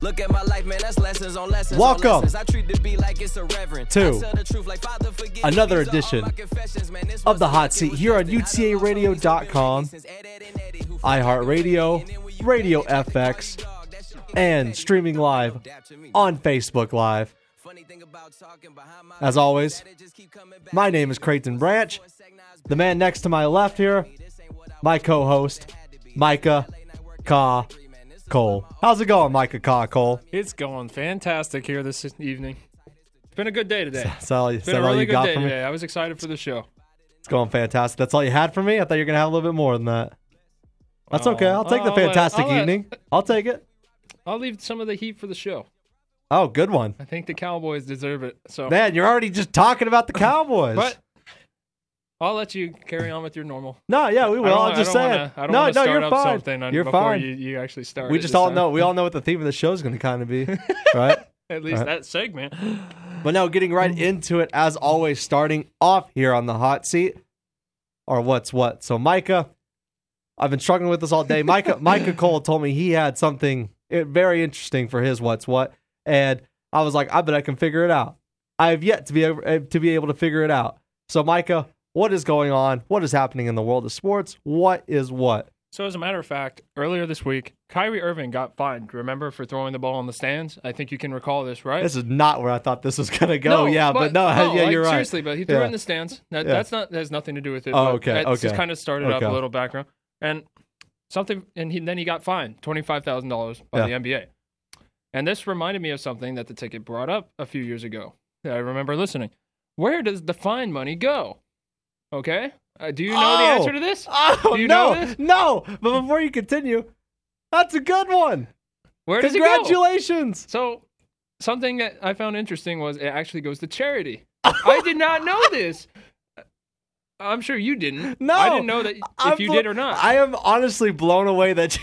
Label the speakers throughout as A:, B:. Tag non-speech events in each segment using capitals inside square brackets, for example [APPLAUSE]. A: Look at my life, man. That's lessons on lessons. on
B: Welcome
A: lessons. I treat the beat like it's a reverend.
B: to
A: I tell the truth like, Father, forgive me.
B: another
A: These are all
B: edition
A: my confessions, man. This
B: of The
A: was
B: Hot
A: nothing,
B: Seat
A: was
B: here on
A: nothing. I done lost homies who've been
B: UTA.com,
A: with me since Ed, Ed, and Eddie, who fucked
B: iHeartRadio,
A: with me. And when you
B: Radio
A: back, it's like
B: FX,
A: they call you dog. That shit get
B: and
A: petty.
B: streaming live
A: Adapt to me.
B: on Facebook Live.
A: Funny thing about talking behind my
B: As
A: back
B: always,
A: is that it just keep coming back
B: My
A: to me.
B: name is Creighton Branch.
A: For a second, I was
B: The man next to my left here,
A: This ain't what I
B: my co host, Micah Ka Cole. How's it going, Micah Ka Cole?
C: It's going fantastic here this evening. It's been a good day today.
B: Is that all, is
C: It's been
B: that
C: a
B: all
C: really
B: you
C: good
B: got
C: day
B: for me?
C: today. I was excited for the show.
B: It's going fantastic. That's all you had for me? I thought you were going to have a little bit more than that. That's
C: Oh,
B: okay. I'll take the
C: I'll let-
B: fantastic
C: I'll let-
B: evening. I'll take it.
C: I'll leave some of the heat for the show.
B: Oh, good one.
C: I think the Cowboys deserve it. So,
B: Man, you're already just talking
C: [LAUGHS]
B: about the Cowboys.
C: but I'll let you carry on with your normal.
B: No, yeah, we
C: I
B: will.
C: don't,
B: I'm
C: I
B: just
C: don't
B: saying.
C: Wanna, I don't
B: no,
C: wanna
B: no,
C: start
B: you're
C: up
B: fine.
C: something on-
B: you're
C: before
B: fine.
C: You, you actually start.
B: we
C: it
B: just
C: this
B: all
C: time.
B: know. We all know what the theme of the show is going to kind of [LAUGHS] be, right?
C: At least
B: All
C: that segment.
B: But now, getting right into it, as always, starting off here on the hot seat, or what's what. So, Micah, I've been struggling with this all day. [LAUGHS] Micah, Micah Cole told me he had something eh, very interesting for his what's what, and I was like, I bet I can figure it out. I have yet to be able, eh, to be able to figure it out. So, Micah, what is going on? What is happening in the world of sports? What is what?
C: So, as a matter of fact, earlier this week, Kyrie Irving got fined. Remember for throwing the ball on the stands? I think you can recall this, right?
B: This is not where I thought this was gonna go. yeah, but, no, [LAUGHS] yeah,
C: like,
B: you're right.
C: Seriously, but he threw
B: Yeah.
C: it in the stands. That,
B: Yeah.
C: That's not that has nothing to do with it.
B: Oh,
C: but
B: okay,
C: It's just
B: okay.
C: kind of started up
B: Okay.
C: a little background and something, and he, then he got fined twenty five thousand dollars by
B: Yeah.
C: the NBA. And this reminded me of something that the ticket brought up a few years ago. that I remember listening. Where does the fine money go? Okay, uh, do you know the
B: Oh!
C: answer to this?
B: Oh
C: Do you
B: no,
C: know this?
B: no! But before you continue, that's a good one.
C: Where does it go?
B: Congratulations!
C: So, something that I found interesting was it actually goes
B: [LAUGHS]
C: to charity. I did not know this. Uh, I'm sure you didn't.
B: No,
C: I didn't know that
B: I'm
C: if you
B: blo-
C: did or not.
B: I am honestly blown away that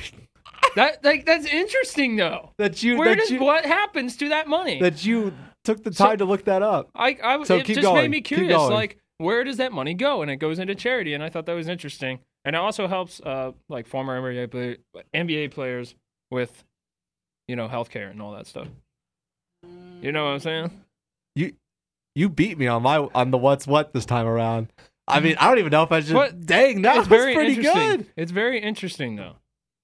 C: that like that's interesting though.
B: [LAUGHS] that you
C: Where
B: that
C: does
B: you
C: what happens to that money?
B: that you took the time to look that up.
C: I, I
B: So
C: it
B: keep
C: just
B: going,
C: made me
B: keep
C: curious.
B: going.
C: Like, where does that money go? And it goes into charity, and I thought that was interesting. And it also helps, uh, like former NBA play- NBA players with, you know, healthcare and all that stuff. You know what I'm saying?
B: You you beat me on my on the what's what this time around. I mean, I don't even know if I should.
C: Mm-hmm. What?
B: Dang, that
C: it's
B: was
C: very
B: pretty
C: interesting.
B: good.
C: It's very interesting though.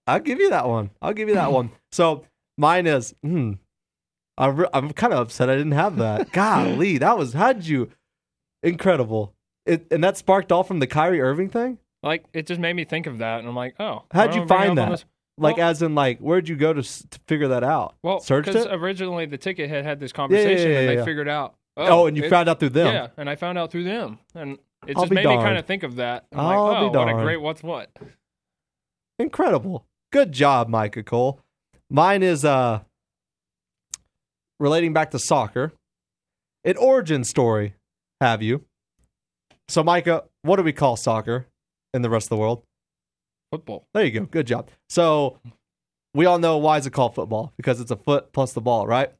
B: I'll give you that one. I'll give you that
C: [LAUGHS]
B: one. So mine is. Hmm, I re- I'm kind of upset I didn't have
C: [LAUGHS]
B: that. Golly, that was how'd you? Incredible. It, and that sparked all from the Kyrie Irving thing.
C: Like it just made me think of that, and I'm like, oh,
B: How'd
C: why
B: you
C: don't we bring it
B: find
C: up on
B: that?
C: this?
B: Like,
C: Well-
B: as in, like, where'd you go to, s- to figure that out?
C: Well,
B: searched
C: because
B: it.
C: originally the ticket had had this
B: yeah,
C: conversation,
B: yeah,
C: and they
B: yeah.
C: figured out.
B: Oh, and you
C: it-
B: found out through them.
C: Yeah, and I found out through them, and it
B: I'll
C: just
B: be
C: made me kind
B: darned.
C: of think of that. I'm
B: I'll
C: like,
B: be
C: oh, what a
B: darned.
C: great what's what.
B: Incredible. Good job, Micah Cole. Mine is uh relating back to soccer. An origin story, have you? So, Micah, what do we call soccer in the rest of the world?
C: Football.
B: There you go. Good job. So, we all know why is it called football? Because it's a foot plus the ball, right?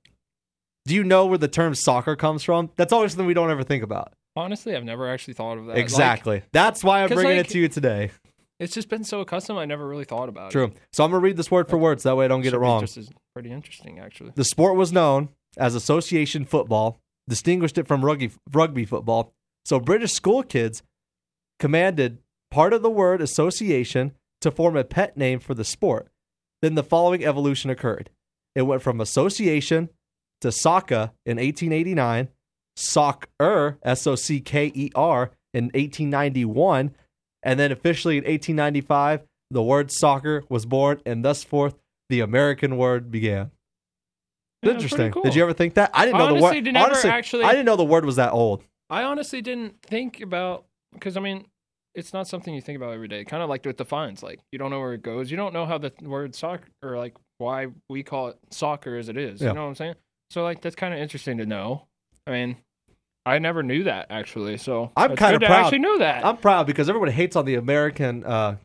B: Do you know where the term soccer comes from? That's always something we don't ever think about.
C: Honestly, I've never actually thought of that. Uh, Like,
B: Exactly. That's why I'm
C: 'cause,
B: bringing
C: like,
B: it to you today.
C: it's just been so accustomed. I never really thought about it.
B: True. So I'm gonna read this word for words. that way I don't get it
C: uh, Should be
B: wrong.
C: Just as pretty interesting, actually.
B: The sport was known as association football, distinguished it from rugby, rugby football. So British school kids commanded part of the word association to form a pet name for the sport. Then the following evolution occurred. It went from association to soccer in 1889, soccer, S O C K E R, in 1891, and then officially in 1895, the word soccer was born, and thus forth, the American word began.
C: Yeah, that's pretty
B: Interesting.
C: cool.
B: Did you ever think that? I didn't know the
C: Honestly,
B: word.
C: did never
B: honestly,
C: actually-
B: I didn't know the word was that old.
C: I honestly didn't think about because I mean, it's not something you think about every day. Kind of like with the fines, like you don't know where it goes. You don't know how the word soccer or like why we call it soccer as it is.
B: Yeah.
C: You know what I'm saying? So like that's kind of interesting to know. I mean, I never knew that actually. So
B: I'm
C: it's
B: kinda
C: good to
B: proud.
C: actually know that.
B: I'm proud because everyone hates on the American, uh,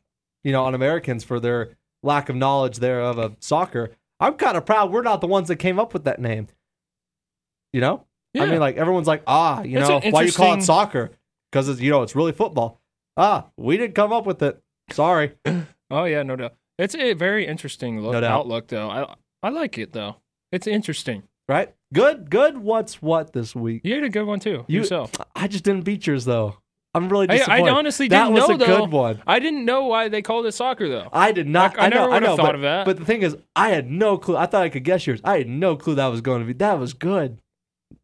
B: you know, on Americans for their lack of knowledge there of a soccer. I'm kind of proud we're not the ones that came up with that name. You know, I
C: Yeah.
B: mean, like everyone's like, ah, you
C: It's
B: know,
C: an
B: why you call it
C: interesting-
B: soccer? Because it's you know, it's really football. Ah, we didn't come up with it. Sorry.
C: oh yeah, no doubt. It's a very interesting look
B: No doubt.
C: outlook though. I I like it though. It's interesting.
B: right? Good, good. What's what this week?
C: You had a good one too
B: You-
C: yourself.
B: I just didn't beat yours though. I'm really
C: I,
B: disappointed.
C: I honestly
B: that
C: didn't
B: was
C: know
B: a
C: though.
B: good one.
C: I didn't know why they called it soccer though.
B: I did not.
C: I- I
B: know,
C: never would've
B: know,
C: thought
B: but,
C: of that.
B: But the thing is, I had no clue. I thought I could guess yours. I had no clue that was going to be. That was good.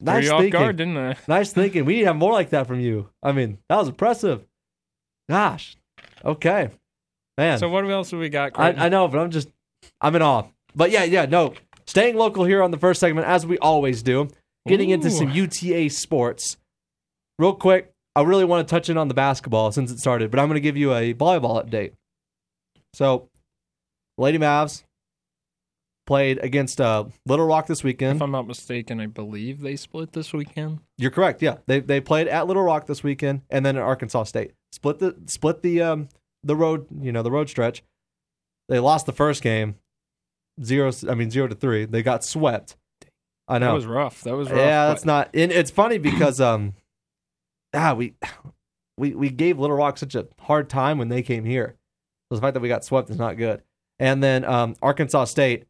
C: Threw
B: Nice
C: you off
B: thinking.
C: guard, didn't I?
B: [LAUGHS] Nice
C: [LAUGHS]
B: thinking. We need to have more like that from you. I mean, that was impressive. Gosh. Okay. Man.
C: So what else have we got?
B: I,
C: Creighton?
B: I know, but I'm just, I'm in awe. But yeah, yeah, no. Staying local here on the first segment, as we always do, getting into
C: Ooh.
B: some UTA sports. Real quick, I really want to touch in on the basketball since it started, but I'm going to give you a volleyball update. So, Lady Mavs played against uh, Little Rock this
C: if
B: weekend.
C: I'm not mistaken, I believe they split this weekend.
B: You're correct. Yeah, they they played at Little Rock this weekend, and then at Arkansas State. Split the split the um the road you know the road stretch. They lost the first game, zero. I mean zero to three. They got swept. I
C: That
B: know.
C: was rough. That was rough.
B: yeah,
C: but
B: that's not. And it's funny because um, ah we we we gave Little Rock such a hard time when they came here. So the fact that we got swept is not good. And then um Arkansas State.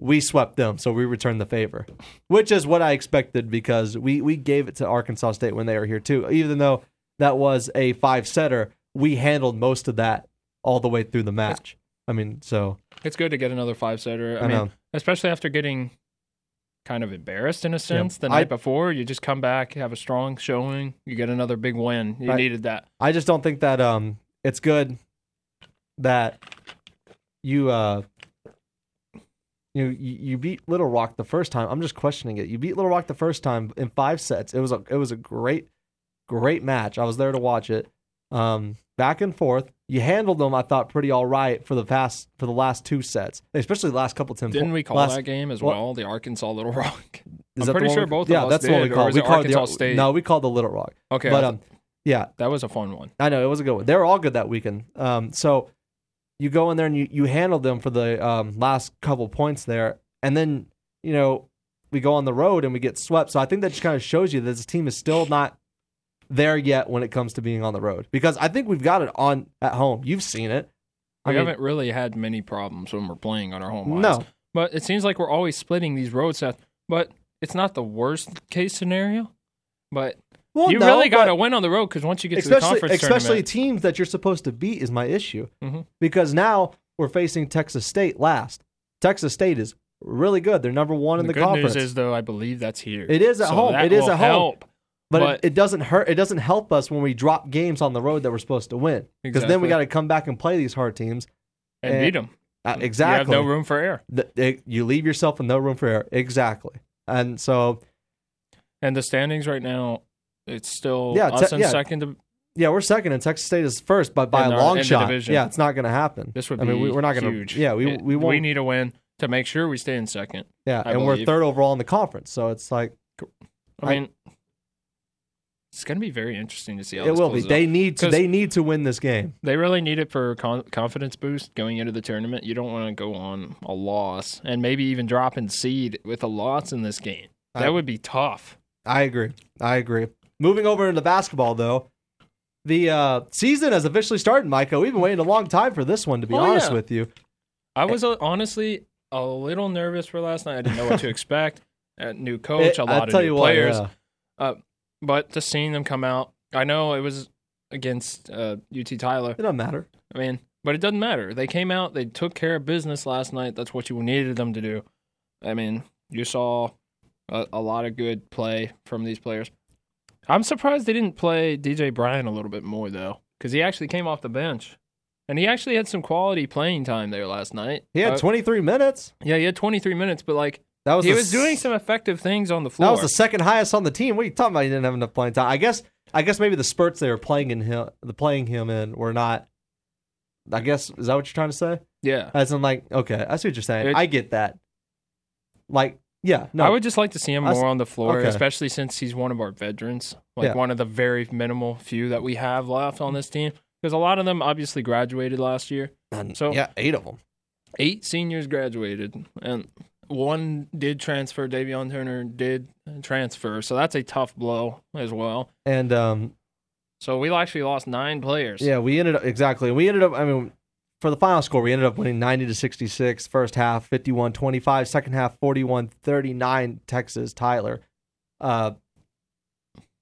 B: We swept them, so we returned the favor which is what I expected because we we gave it to Arkansas State when they were here too. Even though that was a five setter, we handled most of that all the way through the match. I mean, so
C: it's good to get another five setter. I,
B: I
C: mean,
B: know.
C: especially after getting kind of embarrassed in a sense the
B: I-
C: night before, you just come back, have a strong showing, you get another big win. You
B: Right.
C: needed that.
B: I just don't think that um it's good that you uh you you you beat Little Rock the first time. I'm just questioning it. You beat Little Rock the first time in five sets. It was a it was a great great match. I was there to watch it. Um, back and forth. You handled them, I thought, pretty all right for the past for the last two sets, especially the last couple. Ten
C: Didn't we call
B: last,
C: that game as
B: well-
C: well? The Arkansas Little Rock.
B: is
C: I'm
B: that the
C: pretty
B: one
C: sure
B: we-
C: both of
B: Yeah,
C: us
B: that's the one we
C: did, or
B: called.
C: was
B: we
C: it
B: called the-
C: Arkansas State?
B: No, we called the Little Rock.
C: Okay,
B: but
C: I-
B: um, yeah,
C: that was a fun one.
B: I know it was a good one. They were all good that weekend. Um, so you go in there and you you handle them for the um, last couple points there, and then you know we go on the road and we get swept. So I think that just kind of shows you that this team is still not there yet when it comes to being on the road because I think we've got it on at home. You've seen it.
C: We
B: I mean,
C: haven't really had many problems when we're playing on our home lines.
B: no,
C: But it seems like we're always splitting these road sets. But it's not the worst case scenario. But
B: well,
C: you
B: no,
C: really got
B: but-
C: to win on the road because once you get to the
B: especially
C: conference
B: especially
C: tournament,
B: teams that you're supposed to beat is my issue
C: Mhm.
B: because now we're facing Texas State last. Texas State is really good. They're number one in the,
C: good
B: conference.
C: news is though I believe that's here.
B: It is at
C: So
B: home.
C: that
B: It is
C: will
B: at home.
C: help.
B: but,
C: But-
B: it, it doesn't hurt. It doesn't help us when we drop games on the road that we're supposed to win because then we
C: Exactly.
B: got to come back and play these hard teams.
C: and
B: And-
C: beat them.
B: Uh,
C: You
B: exactly.
C: have no room for error.
B: Th- it- you leave yourself with no room for error. Exactly. And so
C: And the standings right now, it's still
B: Yeah,
C: us
B: te-
C: in
B: yeah.
C: second. To,
B: yeah, we're second and Texas State is first, but by
C: In
B: a
C: our-
B: long
C: in the
B: shot.
C: division.
B: Yeah, it's not going to happen.
C: this would
B: I
C: be
B: mean, we, we're not
C: going
B: gonna-
C: huge.
B: Yeah, we
C: It-
B: we won't.
C: need a win to make sure we stay in second.
B: yeah,
C: I
B: and we're
C: believe.
B: third overall in the conference, so it's like
C: I,
B: I-
C: mean, it's going to be very interesting to see how
B: it
C: this
B: will be.
C: closes out.
B: They need to.
C: 'Cause-
B: They need to win this game.
C: They really need it for con- confidence boost going into the tournament. You don't want to go on a loss and maybe even drop in seed with a loss in this game. That
B: I-
C: would be tough.
B: I agree. I agree. Moving over into basketball though. The uh, season has officially started, Micah. We've been waiting a long time for this one, to be
C: Oh,
B: honest
C: yeah.
B: with you.
C: I was uh, honestly a little nervous for last night. I didn't know
B: [LAUGHS]
C: what to expect. A new
B: It-
C: coach, a
B: I'll
C: lot
B: tell
C: of new
B: you what,
C: players.
B: yeah.
C: But just seeing them come out, I know it was against uh, UT Tyler.
B: It doesn't matter.
C: I mean, but it doesn't matter. They came out, they took care of business last night. That's what you needed them to do. I mean, you saw a, a lot of good play from these players. I'm surprised they didn't play DJ Bryan a little bit more though, because he actually came off the bench, and he actually had some quality playing time there last night.
B: He had
C: Uh,
B: 23 minutes.
C: yeah, he had 23 minutes, but like
B: That was
C: he
B: the
C: was
B: s-
C: doing some effective things on the floor.
B: That was the second highest on the team. What are you talking about? He didn't have enough playing time. I guess. I guess maybe the spurts they were playing in him, the playing him in, were not. I guess is that what you're trying to say?
C: yeah,
B: As in, like, okay, I see what you're saying.
C: It-
B: I get that. Like, yeah, no,
C: I would just like to see him
B: I s-
C: more on the floor,
B: okay.
C: especially since he's one of our veterans, like
B: Yeah.
C: one of the very minimal few that we have left on this team. Because a lot of them obviously graduated last year.
B: and-
C: so-
B: yeah, eight of them.
C: Eight seniors graduated, and one did transfer. Davion Turner did transfer, so that's a tough blow as well.
B: And um,
C: So we actually lost nine players.
B: yeah, we ended up exactly. We ended up. I mean, for the final score, we ended up winning 90 to 66, first half 51 25, second half 41 39, Texas, Tyler. Uh,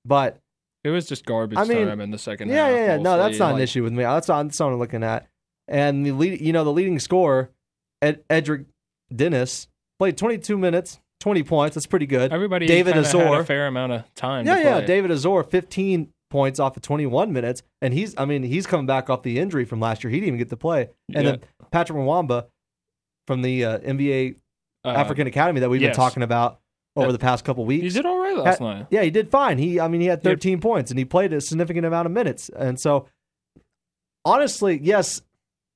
B: but
C: It was just garbage
B: I mean,
C: time in the second
B: yeah,
C: half.
B: yeah, yeah. No,
C: mostly,
B: that's not an
C: like-
B: issue with me. That's not that's what I'm looking at. And the lead, you know, the leading scorer, Ed, Edric Dennis, played 22 minutes, 20 points. That's pretty good.
C: Everybody
B: David
C: kinda had
B: Azor.
C: a fair amount of time.
B: yeah,
C: to
B: yeah.
C: play.
B: David Azor, 15 points off of 21 minutes, and he's, I mean, he's coming back off the injury from last year. He didn't even get to play. And
C: Yeah.
B: then Patrick Mwamba from the uh, NBA
C: Uh,
B: African Academy that we've
C: yes.
B: been talking about over
C: That-
B: the past couple
C: He
B: weeks.
C: did all right last night.
B: Yeah, he did fine. He, I mean, he had
C: Yep.
B: 13 points and he played a significant amount of minutes. And so, honestly, yes,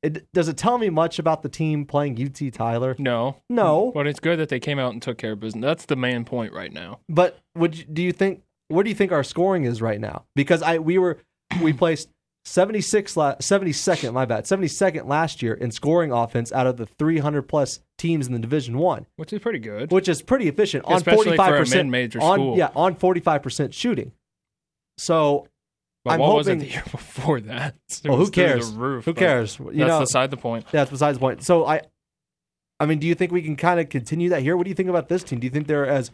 B: it does it tell me much about the team playing UT Tyler?
C: No,
B: No,
C: but it's good that they came out and took care of business. That's the main point right now.
B: but would you, do you think where do you think our scoring is right now? Because I we were
C: [CLEARS THROAT]
B: we placed 76 la, 72nd, my bad, 72nd last year in scoring offense out of the 300 plus teams in the Division 1,
C: which is pretty good.
B: which is pretty efficient on
C: Especially for a
B: 45%
C: mid-major
B: on
C: school.
B: yeah, on 45% shooting. So,
C: but
B: I'm
C: what was it
B: hoping-
C: the year [LAUGHS] before that? It
B: Well,
C: was
B: who
C: through
B: cares?
C: The roof,
B: Who
C: but
B: cares? You
C: That's
B: know,
C: beside the point.
B: that's besides the point. So I, I mean, do you think we can kind of continue that here? What do you think about this team? Do you think they're as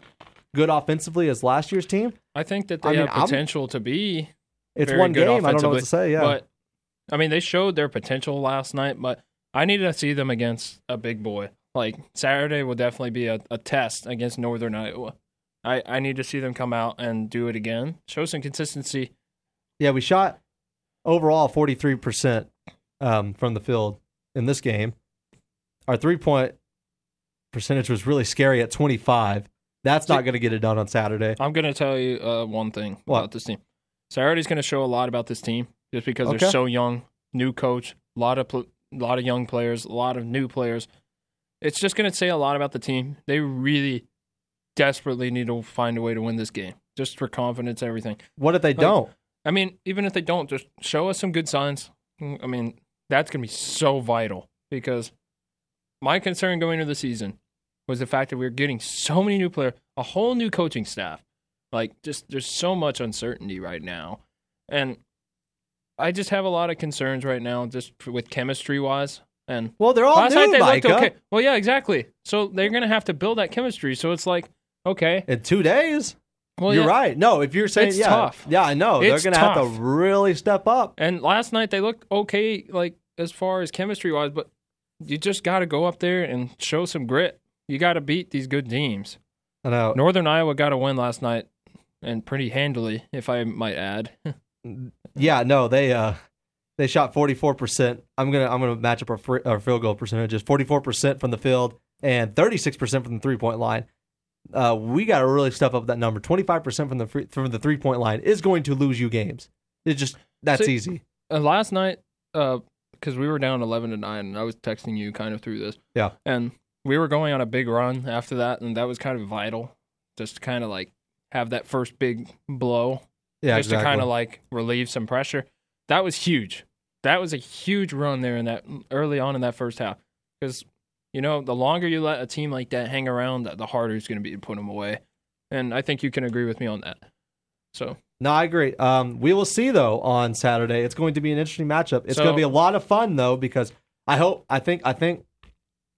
B: good offensively as last year's team?
C: I think that they
B: I mean,
C: have
B: I'm-
C: potential to be
B: It's
C: very
B: one
C: good
B: game. I don't know what
C: offensively,
B: to say. Yeah,
C: But I mean, they showed their potential last night, but I need to see them against a big boy. Like Saturday will definitely be a, a test against Northern Iowa. I, I need to see them come out and do it again. Show some consistency.
B: yeah, we shot overall forty three percent um, from the field in this game. Our three point percentage was really scary at twenty five. That's not going to get it done on Saturday.
C: I'm going to tell you uh, one thing
B: What?
C: about this team. Saturday's going to show a lot about this team just because
B: Okay.
C: they're so young, new coach, a lot of pl- lot of young players, a lot of new players. It's just going to say a lot about the team. They really desperately need to find a way to win this game just for confidence, everything.
B: What if they don't?
C: I mean, even if they don't, just show us some good signs. I mean, that's going to be so vital because my concern going into the season was the fact that we were getting so many new players, a whole new coaching staff. Like, just there's so much uncertainty right now. And I just have a lot of concerns right now, just f- with chemistry wise. And
B: Well, they're all
C: last night
B: new,
C: they looked
B: Micah.
C: okay. Well, yeah, exactly. So they're going to have to build that chemistry. So it's like, okay.
B: In two days,
C: Well,
B: you're
C: yeah.
B: right. No, if you're saying
C: It's
B: yeah,
C: tough.
B: yeah, I know
C: It's
B: they're going to have
C: tough.
B: to really step up.
C: And last night they looked okay, like as far as chemistry wise, but you just got to go up there and show some grit. You got to beat these good teams.
B: I know.
C: Northern Iowa got a win last night, and pretty handily, if I might add. [LAUGHS]
B: Yeah, no, they uh they shot 44%. I'm going to I'm going to match up our, fr- our field goal percentages. 44% from the field and 36% from the three-point line. Uh we got to really step up that number. 25% from the free, from the three-point line is going to lose you games. It's just that's
C: So-
B: easy.
C: and last night, because we were down eleven to nine, and I was texting you kind of through this.
B: Yeah.
C: And we were going on a big run after that, and that was kind of vital, just to kind of like have that first big blow
B: Yeah,
C: just to kind of like relieve some pressure. That was huge. That was a huge run there in that early on in that first half because you know the longer you let a team like that hang around, the harder it's going to be to put them away. And I think you can agree with me on that. So
B: No, I agree. Um, we will see though on Saturday. It's going to be an interesting matchup. It's
C: So-
B: going to be a lot of fun though because I hope I think I think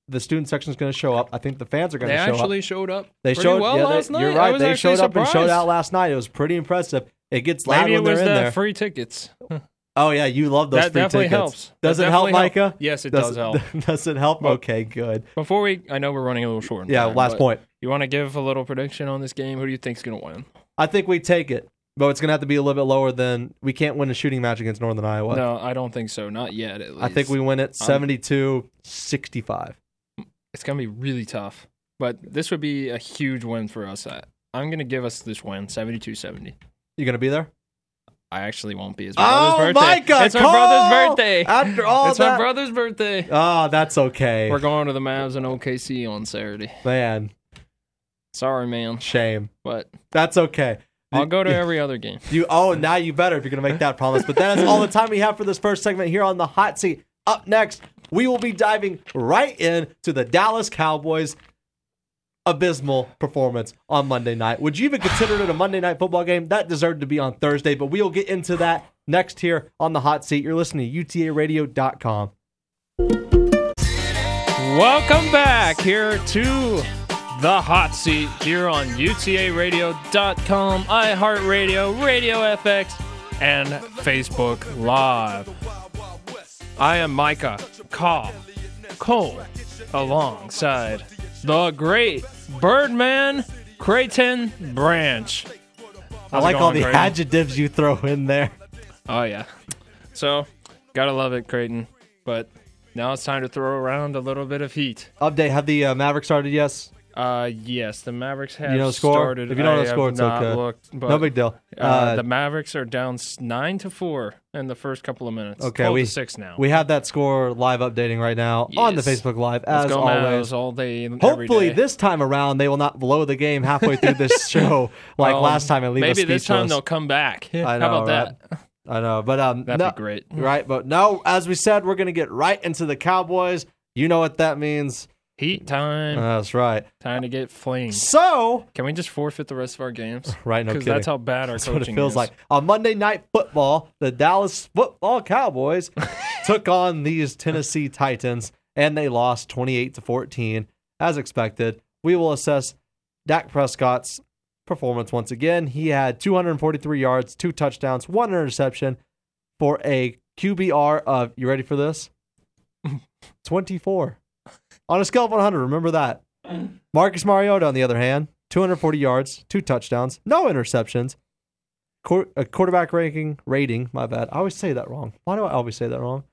B: the student section is going to show up. I think the fans are going
C: they
B: to show up.
C: actually showed up.
B: They
C: pretty
B: showed
C: well
B: yeah, they-
C: last night.
B: You're
C: I
B: right.
C: was
B: They
C: actually
B: showed up and showed
C: surprised.
B: out last night. It was pretty impressive. It gets loud
C: Maybe it
B: when they're
C: was
B: in
C: the
B: there. [LAUGHS]
C: free tickets.
B: oh yeah, you love those
C: that
B: free
C: definitely
B: tickets.
C: helps. That
B: Does it help,
C: definitely
B: Micah?
C: Yes, it
B: Does- [LAUGHS]
C: does help.
B: Does it help?
C: Well-
B: okay, good.
C: Before we, I know we're running a little short. on
B: Yeah,
C: time,
B: last
C: but
B: point.
C: You want to give a little prediction on this game? Who do you think's going to win?
B: I think we take it, but it's going to have to be a little bit lower than we can't win a shooting match against Northern Iowa.
C: No, I don't think so. Not yet. At least.
B: I think we win it 72-65.
C: It's gonna be really tough, but this would be a huge win for us. I, I'm gonna give us this win, 72-70.
B: You going to be there? Oh,
C: I actually won't be. It's my brother's birthday.
B: Micah,
C: it's my
B: call!
C: brother's birthday.
B: After all
C: it's
B: that,
C: my brother's birthday.
B: oh, that's okay,
C: We're going to the Mavs and OKC on Saturday.
B: man.
C: Sorry, man,
B: Shame.
C: but
B: That's okay.
C: I'll go to every other game.
B: You oh now you better if you're gonna make that promise. But that is all the time we have for this first segment here on the hot seat. Up next, we will be diving right in to the Dallas Cowboys abysmal performance on Monday night. Would you even consider it a Monday night football game? That deserved to be on Thursday, but we'll get into that next here on the hot seat. You're listening to UTARadio.com.
C: Welcome back here to the hot seat here on UTARadio.com, iHeartRadio, Radio FX, and Facebook Live. I am Micah Call Cole alongside the great Birdman Creighton Branch.
B: I
C: How's it
B: like all
C: going,
B: the
C: Creighton?
B: adjectives you throw in there.
C: Oh yeah. So gotta love it, Creighton. But now it's time to throw around a little bit of heat.
B: Update: Have the uh, Mavericks started? Yes.
C: Uh, yes, the Mavericks have
B: You know the score?
C: started.
B: If you don't know
C: I
B: the score,
C: have
B: it's
C: not
B: okay.
C: Looked, but,
B: no big deal.
C: Uh,
B: Uh,
C: the Mavericks are down s- nine to four in the first couple of minutes.
B: Okay,
C: 12
B: we-
C: to six now.
B: we have that score live updating right now on the
C: Yes.
B: Facebook Live
C: Let's
B: as
C: go
B: always.
C: Mavs all day. and every
B: Hopefully,
C: day.
B: this time around they will not blow the game halfway through
C: [LAUGHS]
B: this show like
C: Well,
B: last time and leave
C: maybe
B: us speechless.
C: this time they'll come back.
B: I
C: How
B: know,
C: about
B: right?
C: that?
B: I know, but um,
C: That'd
B: no-
C: be great.
B: right? But no, as we said, we're gonna get right into the Cowboys. You know what that
C: [LAUGHS]
B: means.
C: Heat time.
B: That's right.
C: time to get flamed.
B: So,
C: Can we just forfeit the rest of our games?
B: [LAUGHS] right, no
C: Because
B: kidding.
C: that's how bad our
B: That's what
C: coaching
B: it feels
C: is.
B: like. On Monday Night Football, the Dallas Football
C: [LAUGHS]
B: Cowboys took on these Tennessee Titans, and they lost 28 to 14, as expected. We will assess Dak Prescott's performance once again. He had 243 yards, two touchdowns, one interception for a QBR of, you ready for this? 24. On a scale of 100, remember that. Marcus Mariota, on the other hand, 240 yards, two touchdowns, no interceptions, Quar- a quarterback ranking rating. My bad. I always say that wrong. Why do I always say that wrong?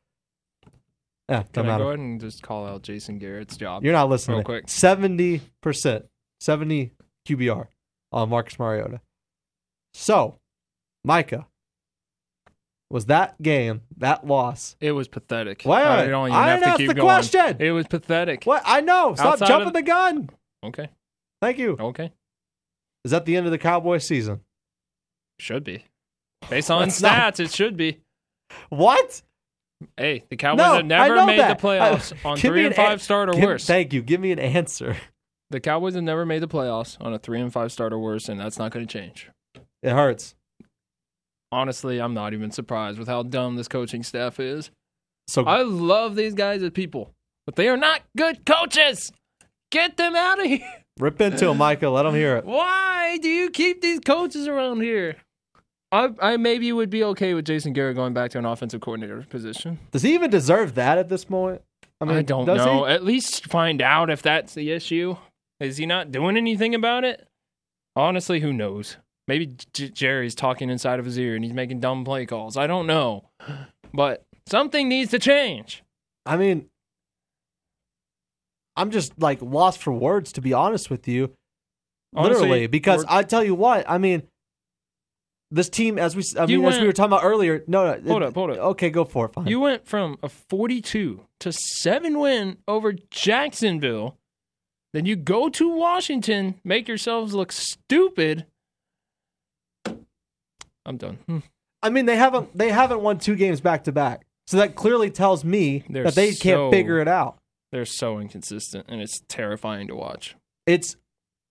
B: Eh,
C: Can
B: don't
C: I go
B: matter.
C: ahead and just call out Jason Garrett's job?
B: You're not listening.
C: Real quick.
B: Seventy percent, seventy QBR on Marcus Mariota. So, Micah, was that game that loss?
C: It was pathetic.
B: Wait,
C: I
B: wait,
C: don't even
B: I
C: have
B: didn't
C: to
B: ask
C: keep
B: the
C: going.
B: question.
C: It was pathetic.
B: What I know. Stop
C: Outside of-
B: jumping the gun.
C: Okay.
B: Thank you.
C: Okay.
B: Is that the end of the Cowboys season?
C: Should be. Based on
B: That's
C: stats,
B: not-
C: it should be.
B: What?
C: Hey, the Cowboys
B: no,
C: have never
B: I know
C: made
B: that.
C: the playoffs
B: [LAUGHS] I-
C: on
B: give me
C: three
B: an
C: and five
B: an-
C: start or
B: give-
C: worse.
B: Thank you. Give me an answer. [LAUGHS]
C: the Cowboys have never made the playoffs on a three and five start or worse, and that's not going to change.
B: It hurts.
C: Honestly, I'm not even surprised with how dumb this coaching staff is.
B: So
C: I love these guys as people, but they are not good coaches. Get them out of here. [LAUGHS]
B: rip into him, Micah. Let him hear it.
C: Why do you keep these coaches around here? I, I maybe would be okay with Jason Garrett going back to an offensive coordinator position.
B: Does he even deserve that at this moment?
C: I,
B: mean,
C: don't
B: does he?
C: know. At least find out if that's the issue. Is he not doing anything about it? Honestly, who knows? Maybe J- Jerry's talking inside of his ear and he's making dumb play calls. I don't know.
B: [GASPS]
C: But something needs to change.
B: I mean, I'm just like lost for words to be honest with you,
C: Honestly,
B: literally. Because
C: we're-
B: I tell you what, I mean, this team, as we, I
C: You
B: mean, as we
C: went-
B: were talking about earlier. No, no,
C: Hold
B: it-
C: up, hold up.
B: Okay, go for it. Fine.
C: You went from a 42 to 7 win over Jacksonville. Then you go to Washington, make yourselves look stupid. I'm done. Hmm.
B: I mean, they haven't they haven't won two games back to back, so that clearly tells me
C: They're
B: that they
C: so-
B: can't figure it out.
C: They're so inconsistent and it's terrifying to watch.
B: it's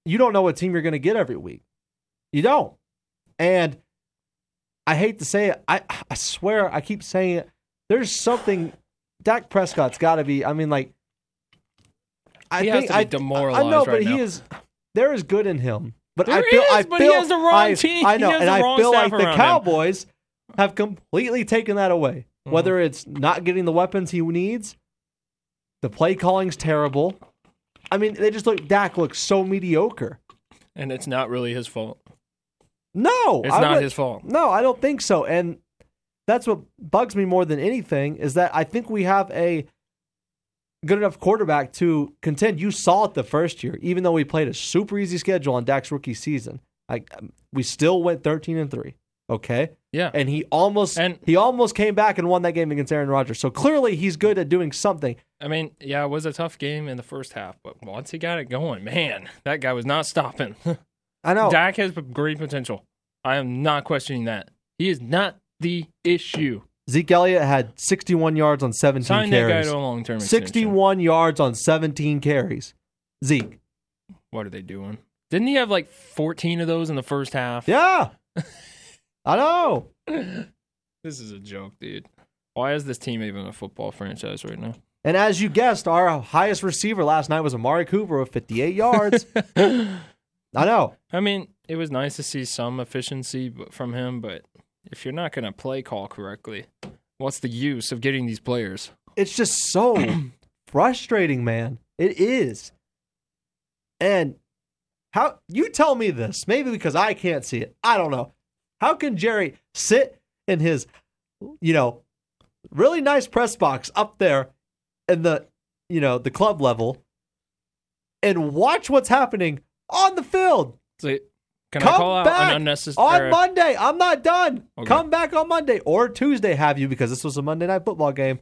B: you don't know what team you're going to get every week. You don't. And I hate to say it. I I swear I keep saying it. There's something Dak Prescott's got to be. I mean, like I
C: He has
B: think
C: to be
B: I
C: demoralized
B: I know,
C: right
B: but he
C: now.
B: is. There is good in him. But I
C: There
B: feel I
C: is, but
B: feel
C: he has the wrong
B: I,
C: team.
B: I know,
C: He has
B: and
C: the
B: I
C: wrong
B: feel
C: staff
B: like the
C: around him. Mm-hmm.
B: Cowboys have completely taken that away. Whether it's not getting the weapons he needs, the play calling's terrible. I mean, they just look Dak looks so mediocre.
C: And it's not really his fault.
B: No,
C: It's
B: I
C: not
B: would-
C: his fault.
B: No, I don't think so. And that's what bugs me more than anything is that I think we have a good enough quarterback to contend. You saw it the first year, even though we played a super easy schedule on Dak's rookie season. Like um, we still went thirteen and three. Okay,
C: Yeah.
B: and he almost
C: And-
B: he almost came back and won that game against Aaron Rodgers. So clearly he's good at doing something.
C: I mean, yeah, it was a tough game in the first half, but once he got it going, man, that guy was not stopping. [LAUGHS]
B: I know.
C: Dak has great potential. I am not questioning that. He is not the issue.
B: Zeke Elliott had sixty one yards on seventeen
C: Sign that guy
B: carries.
C: to a long term extension.
B: 61 yards on 17 carries. Zeke.
C: What are they doing? Didn't he have like 14 of those in the first half?
B: Yeah. I know.
C: This is a joke, dude. Why is this team even a football franchise right now?
B: And as you guessed, our highest receiver last night was Amari Cooper with 58 yards. I know.
C: I mean, it was nice to see some efficiency b- from him, but if you're not going to play call correctly, what's the use of getting these players?
B: It's just so frustrating, man. It is. And how you tell me this, maybe because I can't see it. I don't know. How can Jerry sit in his, you know, really nice press box up there in the, you know, the club level and watch what's happening on the field?
C: It's like, can
B: Come
C: I call out
B: back
C: an unnecessary?
B: on Monday. I'm not done.
C: Okay.
B: Come back on Monday or Tuesday, have you, because this was a Monday night football game.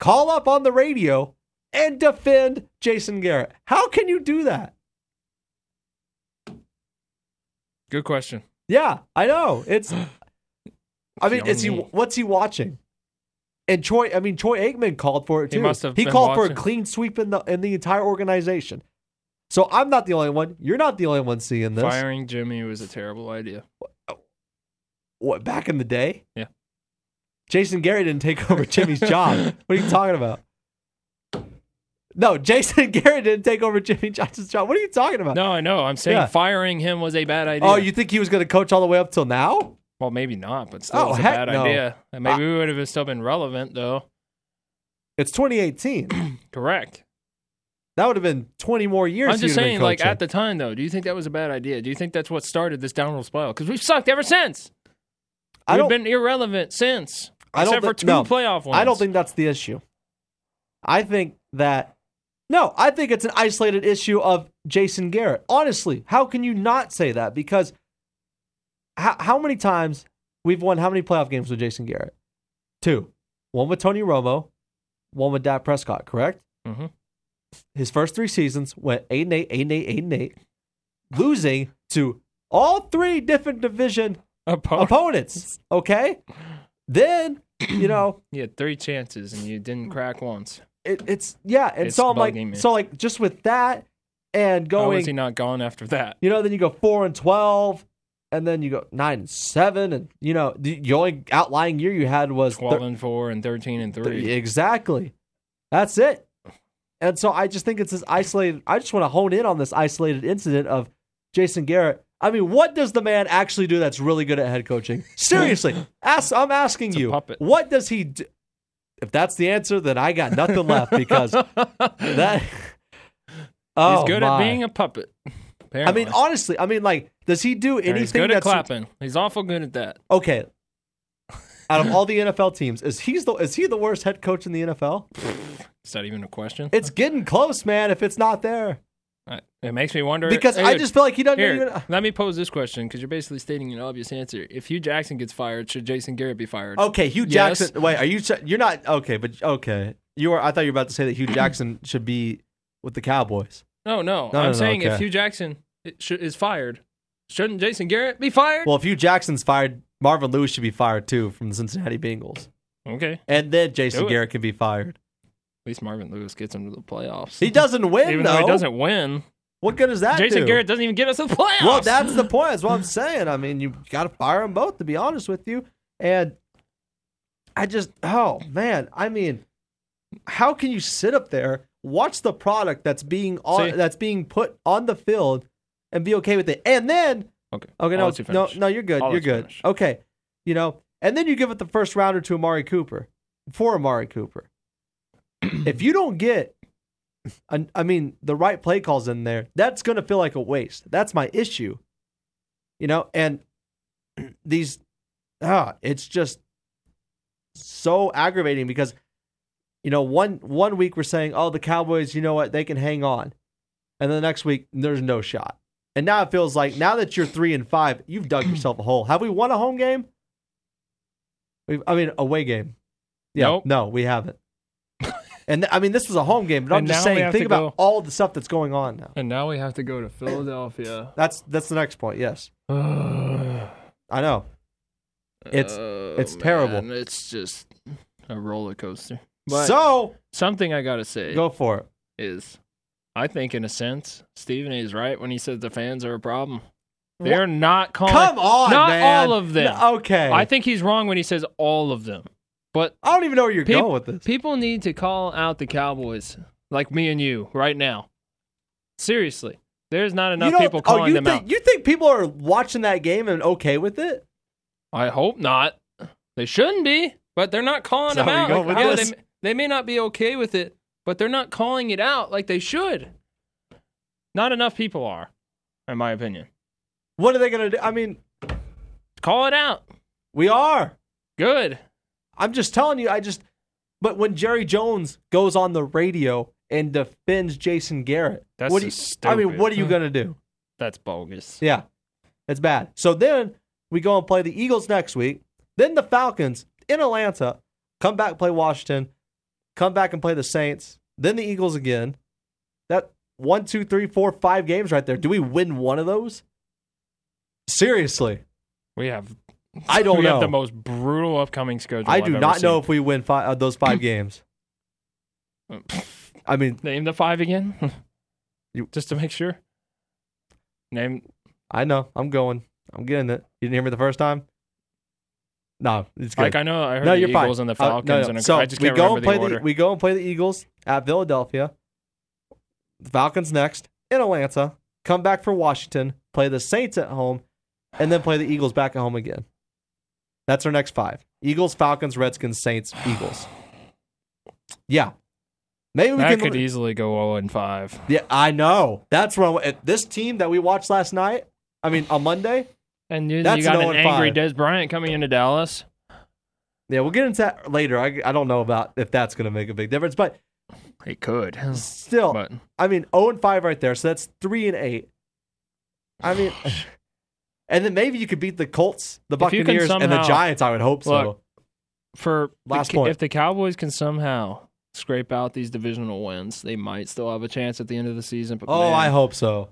B: Call up on the radio and defend Jason Garrett. How can you do that?
C: Good question.
B: Yeah, I know.
C: [GASPS]
B: It's I mean, is he
C: Yummy.
B: what's he watching? And Troy, I mean, Troy Aikman called for it
C: He
B: too.
C: must have been
B: called for a
C: watching.
B: clean sweep in the in the entire organization. So I'm not the only one. You're not the only one seeing this.
C: Firing Jimmy was a terrible idea.
B: What back in the day?
C: Yeah.
B: Jason Garrett didn't take over Jimmy's
C: [LAUGHS]
B: job. What are you talking about? No, Jason [LAUGHS] Garrett didn't take over Jimmy Johnson's job. What are you talking about?
C: No, I know. I'm saying
B: Yeah.
C: firing him was a bad idea.
B: oh, you think he was going to coach all the way up till now?
C: well, maybe not, but still
B: Oh,
C: it was a
B: heck
C: bad
B: no.
C: idea. And maybe we would have still been relevant, though.
B: It's 2018.
C: Correct.
B: that would have been 20 more years.
C: I'm just saying, like at the time, though, do you think that was a bad idea? Do you think that's what started this downward spiral? Because we've sucked ever since.
B: I
C: We've
B: don't.
C: been irrelevant since,
B: I don't
C: except for
B: thi-
C: two
B: no.
C: playoff ones.
B: I don't think that's the issue. I think that no, I think it's an isolated issue of Jason Garrett. Honestly, how can you not say that? Because how how many times we've won how many playoff games with Jason Garrett? Two. One with Tony Romo, one with Dak Prescott, correct?
C: Mhm.
B: His first three seasons went eight and eight, eight and eight, eight and eight, losing to all three different division
C: Oppo-
B: opponents. Okay. Then, you know,
C: you had three chances and you didn't crack once.
B: it, it's yeah, and
C: It's
B: so I'm like,
C: bugging me.
B: so like just with that and
C: How was
B: going,
C: he not gone after that?
B: you know, then you go four and twelve, and then you go nine and seven, and you know, the, the only outlying year you had was [LAUGHS] thir-
C: Twelve and four and thirteen and
B: thir-
C: three.
B: exactly. That's it. And so I just think it's this isolated. I just want to hone in on this isolated incident of Jason Garrett. I mean, what does the man actually do that's really good at head coaching?
C: [LAUGHS]
B: Seriously, ask, I'm asking
C: a
B: you,
C: puppet.
B: what does he do? If that's the answer, then I got nothing left
C: [LAUGHS]
B: because that oh,
C: he's good
B: my.
C: at being a puppet. [LAUGHS]
B: I
C: Apparently.
B: mean, honestly, I mean, like, does he do
C: And
B: anything
C: he's good
B: that's
C: at clapping. He's awful good at that.
B: okay? Out of all the NFL teams, is he's the is he the worst head coach in the NFL?
C: Is that even a question?
B: It's getting close, man. If it's not there,
C: I- It makes me wonder
B: because
C: Hey,
B: I
C: look,
B: just feel like he doesn't
C: Here,
B: even.
C: let me pose this question because you're basically stating an obvious answer. If Hugh Jackson gets fired, should Jason Garrett be fired?
B: Okay, Hugh
C: Yes.
B: Jackson. Wait, are you? You're not okay, but okay. You were. I thought you were about to say that Hugh Jackson should be with the Cowboys.
C: No, no.
B: No, no,
C: I'm
B: no,
C: saying
B: okay.
C: if Hugh Jackson i- sh- is fired, shouldn't Jason Garrett be fired?
B: Well, if Hugh Jackson's fired, Marvin Lewis should be fired too from the Cincinnati Bengals,
C: okay. At
B: and then Jason
C: Do it.
B: Garrett can be fired.
C: least Marvin Lewis gets him to the playoffs.
B: He doesn't win
C: Even
B: though.
C: though he doesn't win,
B: What good is that?
C: Jason
B: do?
C: Garrett doesn't even get us to the playoffs.
B: Well, that's the point. That's what I'm saying. I mean, you got to fire them both, to be honest with you. And I just, oh man, I mean, how can you sit up there, watch the product that's being on,
C: See?
B: that's being put on the field, and be okay with it, and then
C: okay.
B: okay,
C: I'll
B: no,
C: let you
B: no,
C: finish.
B: no, you're good,
C: I'll
B: you're
C: let you
B: good,
C: finish.
B: okay, you know, and then you give it the first rounder to Amari Cooper for Amari
C: [CLEARS THROAT]
B: Cooper. if you don't get, an, I mean, the right play calls in there, that's going to feel like a waste. That's my issue, you know. And [CLEARS THROAT] these, ah, it's just so aggravating because, you know, one one week we're saying, oh, the Cowboys, you know what, they can hang on, and then the next week there's no shot. And now it feels like now that you're three and five, you've
C: [CLEARS THROAT]
B: dug yourself a hole. Have we won a home game? We've, I mean, away game. Yeah,
C: Nope.
B: no, we
C: [LAUGHS]
B: haven't. And th- I mean, this was a home game, but I'm
C: And
B: just
C: now we
B: saying,
C: have
B: think
C: to
B: about
C: go-
B: all the stuff that's going on now.
C: And now we have to go to [SIGHS] Philadelphia.
B: That's that's the next point. Yes,
C: it's
B: I know. It's it's terrible.
C: Oh, It's just a roller coaster. But
B: so
C: something I gotta say
B: go for it.
C: is, I think in a sense, Stephen is right when he says the fans are a problem. They're not calling.
B: Come on,
C: not
B: man.
C: all of them.
B: No, okay,
C: I think he's wrong when he says all of them. But
B: I don't even know where you're
C: Peop-
B: going with this.
C: People need to call out the Cowboys, like me and you, right now. Seriously, there's not
B: you
C: enough
B: don't-
C: people calling
B: oh, you
C: them
B: think,
C: out.
B: You think people are watching that game and okay with it?
C: I hope not. They shouldn't be, but they're not calling
B: Is that where
C: them
B: you're
C: out.
B: going
C: Like,
B: with
C: yeah,
B: this?
C: they, they may not be okay with it, but they're not calling it out like they should. Not enough people are, in my opinion.
B: What are they gonna do? I mean,
C: Call it out.
B: we are.
C: Good.
B: I'm just telling you. I just. But when Jerry Jones goes on the radio and defends Jason Garrett,
C: That's
B: what do you,
C: just
B: I mean,
C: stupid.
B: what are you gonna do?
C: That's bogus.
B: Yeah, it's bad. So then we go and play the Eagles next week. Then the Falcons in Atlanta come back play Washington, come back and play the Saints. Then the Eagles again. That one, two, three, four, five games right there. Do we win one of those? Seriously,
C: We have.
B: I don't
C: we
B: know.
C: have the most brutal upcoming schedule.
B: I
C: I've
B: do
C: ever
B: not
C: seen.
B: know if we win five, uh, those five games. I mean,
C: Name the five again, [LAUGHS]
B: You-
C: just to make sure. Name
B: I know. I'm going. I'm getting it. You didn't hear me the first time. No, it's good.
C: like I know I heard
B: no,
C: the
B: you're
C: Eagles
B: fine.
C: and the
B: Uh, no,
C: Falcons,
B: no.
C: and
B: so
C: I just
B: we
C: can't
B: go
C: remember
B: and play
C: the order.
B: we go and play the Eagles at Philadelphia. The Falcons next in Atlanta. Come back for Washington. Play the Saints at home, and then play the Eagles back at home again. That's our next five: Eagles, Falcons, Redskins, Saints, Eagles. Yeah, maybe we
C: that
B: can.
C: could easily go all in five.
B: yeah, I know. That's wrong. This team that we watched last night. I mean, on Monday.
C: And then
B: That's
C: you got
B: an
C: an
B: 0 and
C: angry
B: five.
C: Des Bryant coming into Dallas.
B: Yeah, we'll get into that later. I, I don't know about if that's going to make a big difference, but
C: He could,
B: still,
C: but
B: I mean, 0 and 5 right there. So that's 3 and 8. I
C: [SIGHS]
B: mean, and then maybe you could beat the Colts, the
C: If you can
B: Buccaneers, and the
C: somehow-
B: Giants. I would hope so.
C: Look, for the
B: Last
C: Ca-
B: point.
C: if the Cowboys can somehow scrape out these divisional wins, they might still have a chance at the end of the season. But
B: oh,
C: man,
B: I hope so.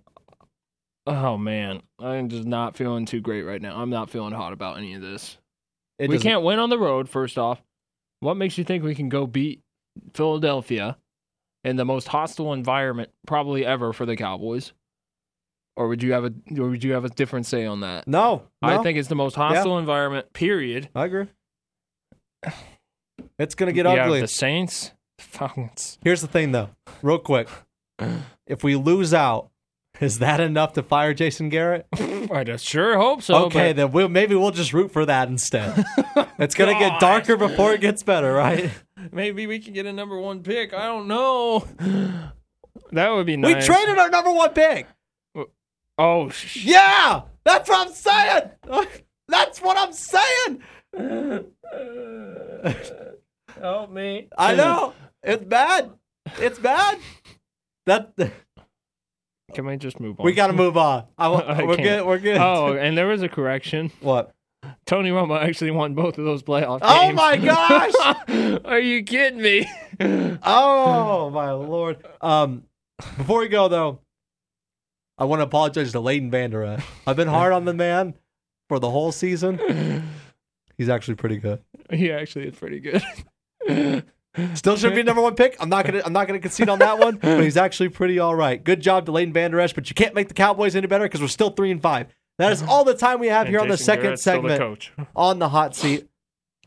C: oh man, I'm just not feeling too great right now. I'm not feeling hot about any of this.
B: It
C: we
B: doesn't-
C: can't win on the road, first off. What makes you think we can go beat Philadelphia in the most hostile environment probably ever for the Cowboys? Or would you have a or would you have a different say on that?
B: No,
C: I
B: no,
C: think it's the most hostile environment, period.
B: I
C: [SIGHS]
B: agree. It's going to get
C: You have
B: ugly.
C: the Saints, the Falcons.
B: Here's the thing, though, real
C: [SIGHS]
B: quick. if we lose out, is that enough to fire Jason Garrett?
C: I just sure hope so.
B: okay,
C: but
B: then we'll, maybe we'll just root for that
C: [LAUGHS]
B: instead. it's going to get
C: God.
B: darker before it gets better,
C: [LAUGHS]
B: right?
C: maybe we can get a number one pick. I don't know. [SIGHS] That would be
B: We
C: nice.
B: traded our number one pick.
C: Oh, sh-
B: Yeah, that's what I'm saying. [LAUGHS] That's what I'm saying.
C: help me!
B: I know it's bad. It's bad. That
C: Can we just move on?
B: we got to move on. I, wa-
C: [LAUGHS] I
B: we're
C: can't.
B: good. We're good.
C: Oh, and there was a correction.
B: [LAUGHS] what?
C: Tony Romo actually won both of those playoff
B: Oh
C: games. [LAUGHS]
B: my gosh!
C: Are you kidding me? [LAUGHS]
B: Oh my lord. Um, before we go though, I want to apologize to Leighton Vander. Esch. I've been hard on the man for the whole season.
C: [LAUGHS]
B: He's actually pretty good.
C: he actually is
B: [LAUGHS]
C: pretty good.
B: Still should be number one pick. I'm not gonna I'm not gonna concede on that
C: [LAUGHS]
B: one, but he's actually pretty all right. Good job to Leighton Vander Esch, but you can't make the Cowboys any better because we're still three and five. That is all the time we have here on the second segment
C: coach.
B: [LAUGHS] on the hot seat.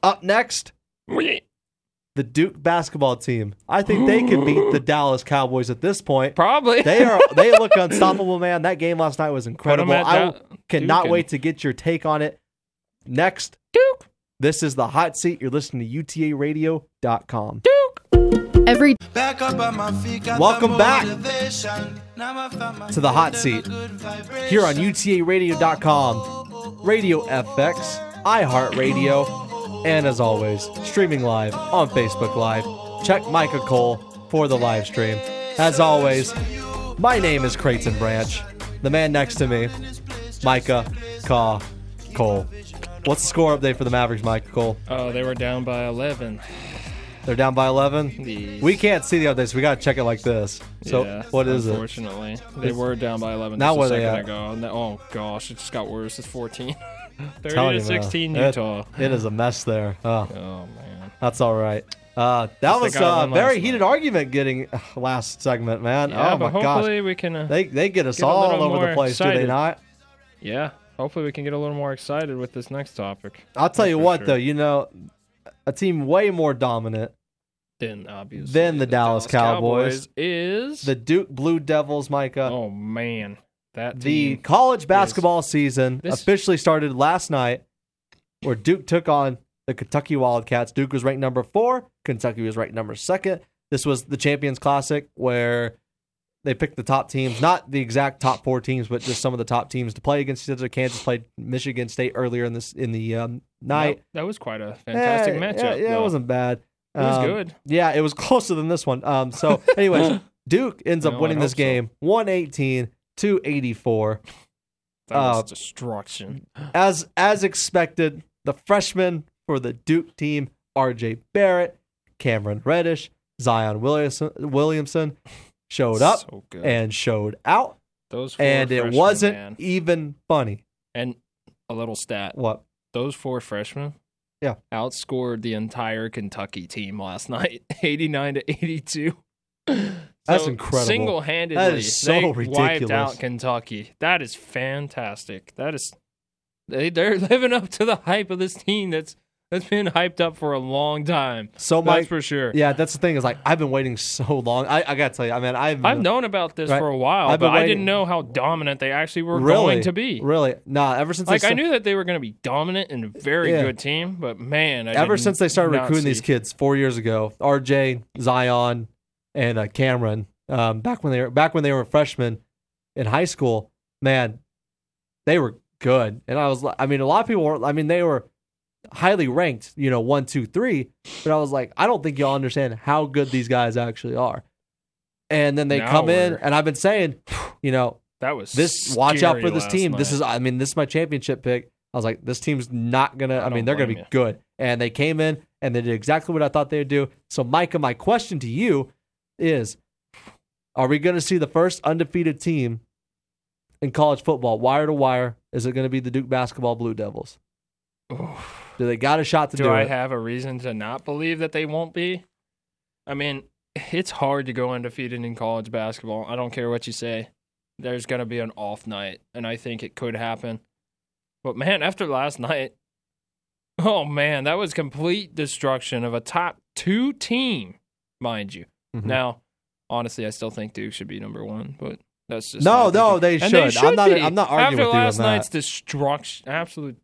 B: Up next, the Duke basketball team. I think they could beat
C: [GASPS]
B: the Dallas Cowboys at this point.
C: Probably.
B: They are they look unstoppable, man. That game last night was incredible.
C: at
B: I
C: that-
B: cannot
C: Duke
B: wait to get your take on it. Next,
C: Duke.
B: this is the hot seat. You're listening to UTARadio.com.
D: Every
E: Back up on my feet, got
B: Welcome
E: the
B: back
E: motivation. Now I found my
B: to the hot seat.
E: feet and a good vibration.
B: here on UTARadio.com, Radio FX, iHeartRadio, and as always, streaming live on Facebook Live. Check Micah Cole for the live stream. As always, my name is Creighton Branch. The man next to me, Micah Caw Cole. What's the score update for the Mavericks, Micah Cole?
C: Oh, they were down by 11.
B: They're down by 11?
C: Yes.
B: We can't see the updates. We got to check it like this. So,
C: Yeah,
B: what is it?
C: Unfortunately, they were down by 11
B: Now
C: just
B: where
C: a
B: they
C: second
B: at?
C: ago. And they- oh gosh, it just got worse. It's [LAUGHS] 14. 30
B: Telling
C: to
B: you, man.
C: 16
B: It-
C: Utah.
B: It is a mess there. Oh.
C: Oh man.
B: That's all right. Uh, that was
C: they got
B: a
C: one last
B: very
C: night.
B: heated argument getting uh, last segment, man.
C: Yeah,
B: oh
C: but
B: my gosh,
C: hopefully we can. Uh,
B: they they get us
C: get a
B: all
C: little
B: over the
C: more
B: place, do they
C: excited.
B: not?
C: yeah, hopefully we can get a little more excited with this next topic.
B: I'll tell
C: That's
B: you
C: for
B: what,
C: sure.
B: though, you know, a team way more dominant.
C: Then obviously.
B: Then the Dallas Cowboys.
C: is
B: The Duke Blue Devils, Micah.
C: oh man
B: Uh,
C: that
B: the
C: team.
B: college basketball season
C: This-
B: officially started last night, where Duke took on the Kentucky Wildcats. Duke was ranked number four. Kentucky was ranked number second. This was the Champions Classic, where they picked the top teams, not the exact top four teams, but just some of the top teams to play against each other. Kansas played Michigan State earlier in this in the um, night.
C: That, that was quite a fantastic
B: Eh,
C: matchup.
B: Yeah, yeah, it
C: though.
B: wasn't bad.
C: It was
B: Um,
C: good.
B: Yeah, it was [LAUGHS] closer than this one. Um, so,
C: [GASPS]
B: anyways, Duke ends up
C: Well,
B: winning
C: I'd
B: this
C: hope so.
B: game 118 to 84.
C: That was
B: uh,
C: destruction.
B: As as expected, the freshmen for the Duke team, RJ Barrett, Cameron Reddish, Zion Williamson, Williamson showed up
C: So good.
B: and showed out,
C: Those four
B: and it
C: freshmen,
B: wasn't
C: man.
B: even funny.
C: And a little stat:
B: What?
C: those four freshmen,
B: Yeah.
C: outscored the entire Kentucky team last [LAUGHS] night, eighty-nine to eighty-two.
B: That's incredible.
C: Single-handedly,
B: That is so
C: they wiped
B: ridiculous.
C: out Kentucky. That is fantastic. That is they, they're [LAUGHS] living up to the hype of this team. That's that's been hyped up for a long time.
B: So,
C: That's
B: Mike,
C: for sure.
B: yeah, that's the thing is like I've been waiting so long. I, I gotta tell you, I mean, I've
C: I've known about this
B: Right.
C: for a while,
B: I've been
C: but I
B: waiting-
C: didn't know how dominant they actually were
B: really,
C: going to be.
B: really nah. Ever since
C: Like
B: they
C: I
B: sta-
C: knew that they were going to be dominant and a very
B: Yeah.
C: good team, but man, I
B: ever
C: did
B: since they started
C: not
B: recruiting these
C: see-
B: kids four years ago, RJ, Zion, and uh, Cameron, um, back when they were back when they were freshmen in high school, man, they were good. And I was, li- I mean, a lot of people were, I mean, they were highly ranked, you know, one, two, three. But I was like, I don't think y'all understand how good these guys actually are. And then they
C: Now
B: come in,
C: we're-
B: and I've been saying, you know,
C: that was
B: this watch out
C: scary
B: for this
C: last
B: team. This
C: night.
B: is I mean, this is my championship pick. I was like, this team's not gonna I,
C: I
B: mean,
C: don't
B: they're gonna be
C: blame you.
B: good. And they came in and they did exactly what I thought they would do. So Micah, my question to you is are we gonna see the first undefeated team in college football, wire to wire? Is it gonna be the Duke basketball blue devils?
C: Oof.
B: Do they got a shot to do,
C: do I
B: it?
C: have a reason to not believe that they won't be? I mean, it's hard to go undefeated in college basketball. I don't care what you say. There's going to be an off night, and I think it could happen. But man, after last [LAUGHS] night, oh man, that was complete destruction of a top two team, mind you.
B: Mhm.
C: Now, honestly, I still think Duke should be number one, but that's just
B: No,
C: my
B: no,
C: thinking.
B: they
C: And
B: should. I'm not-
C: be.
B: I'm not arguing
C: After
B: with you on
C: last
B: that.
C: night's destruction, absolute.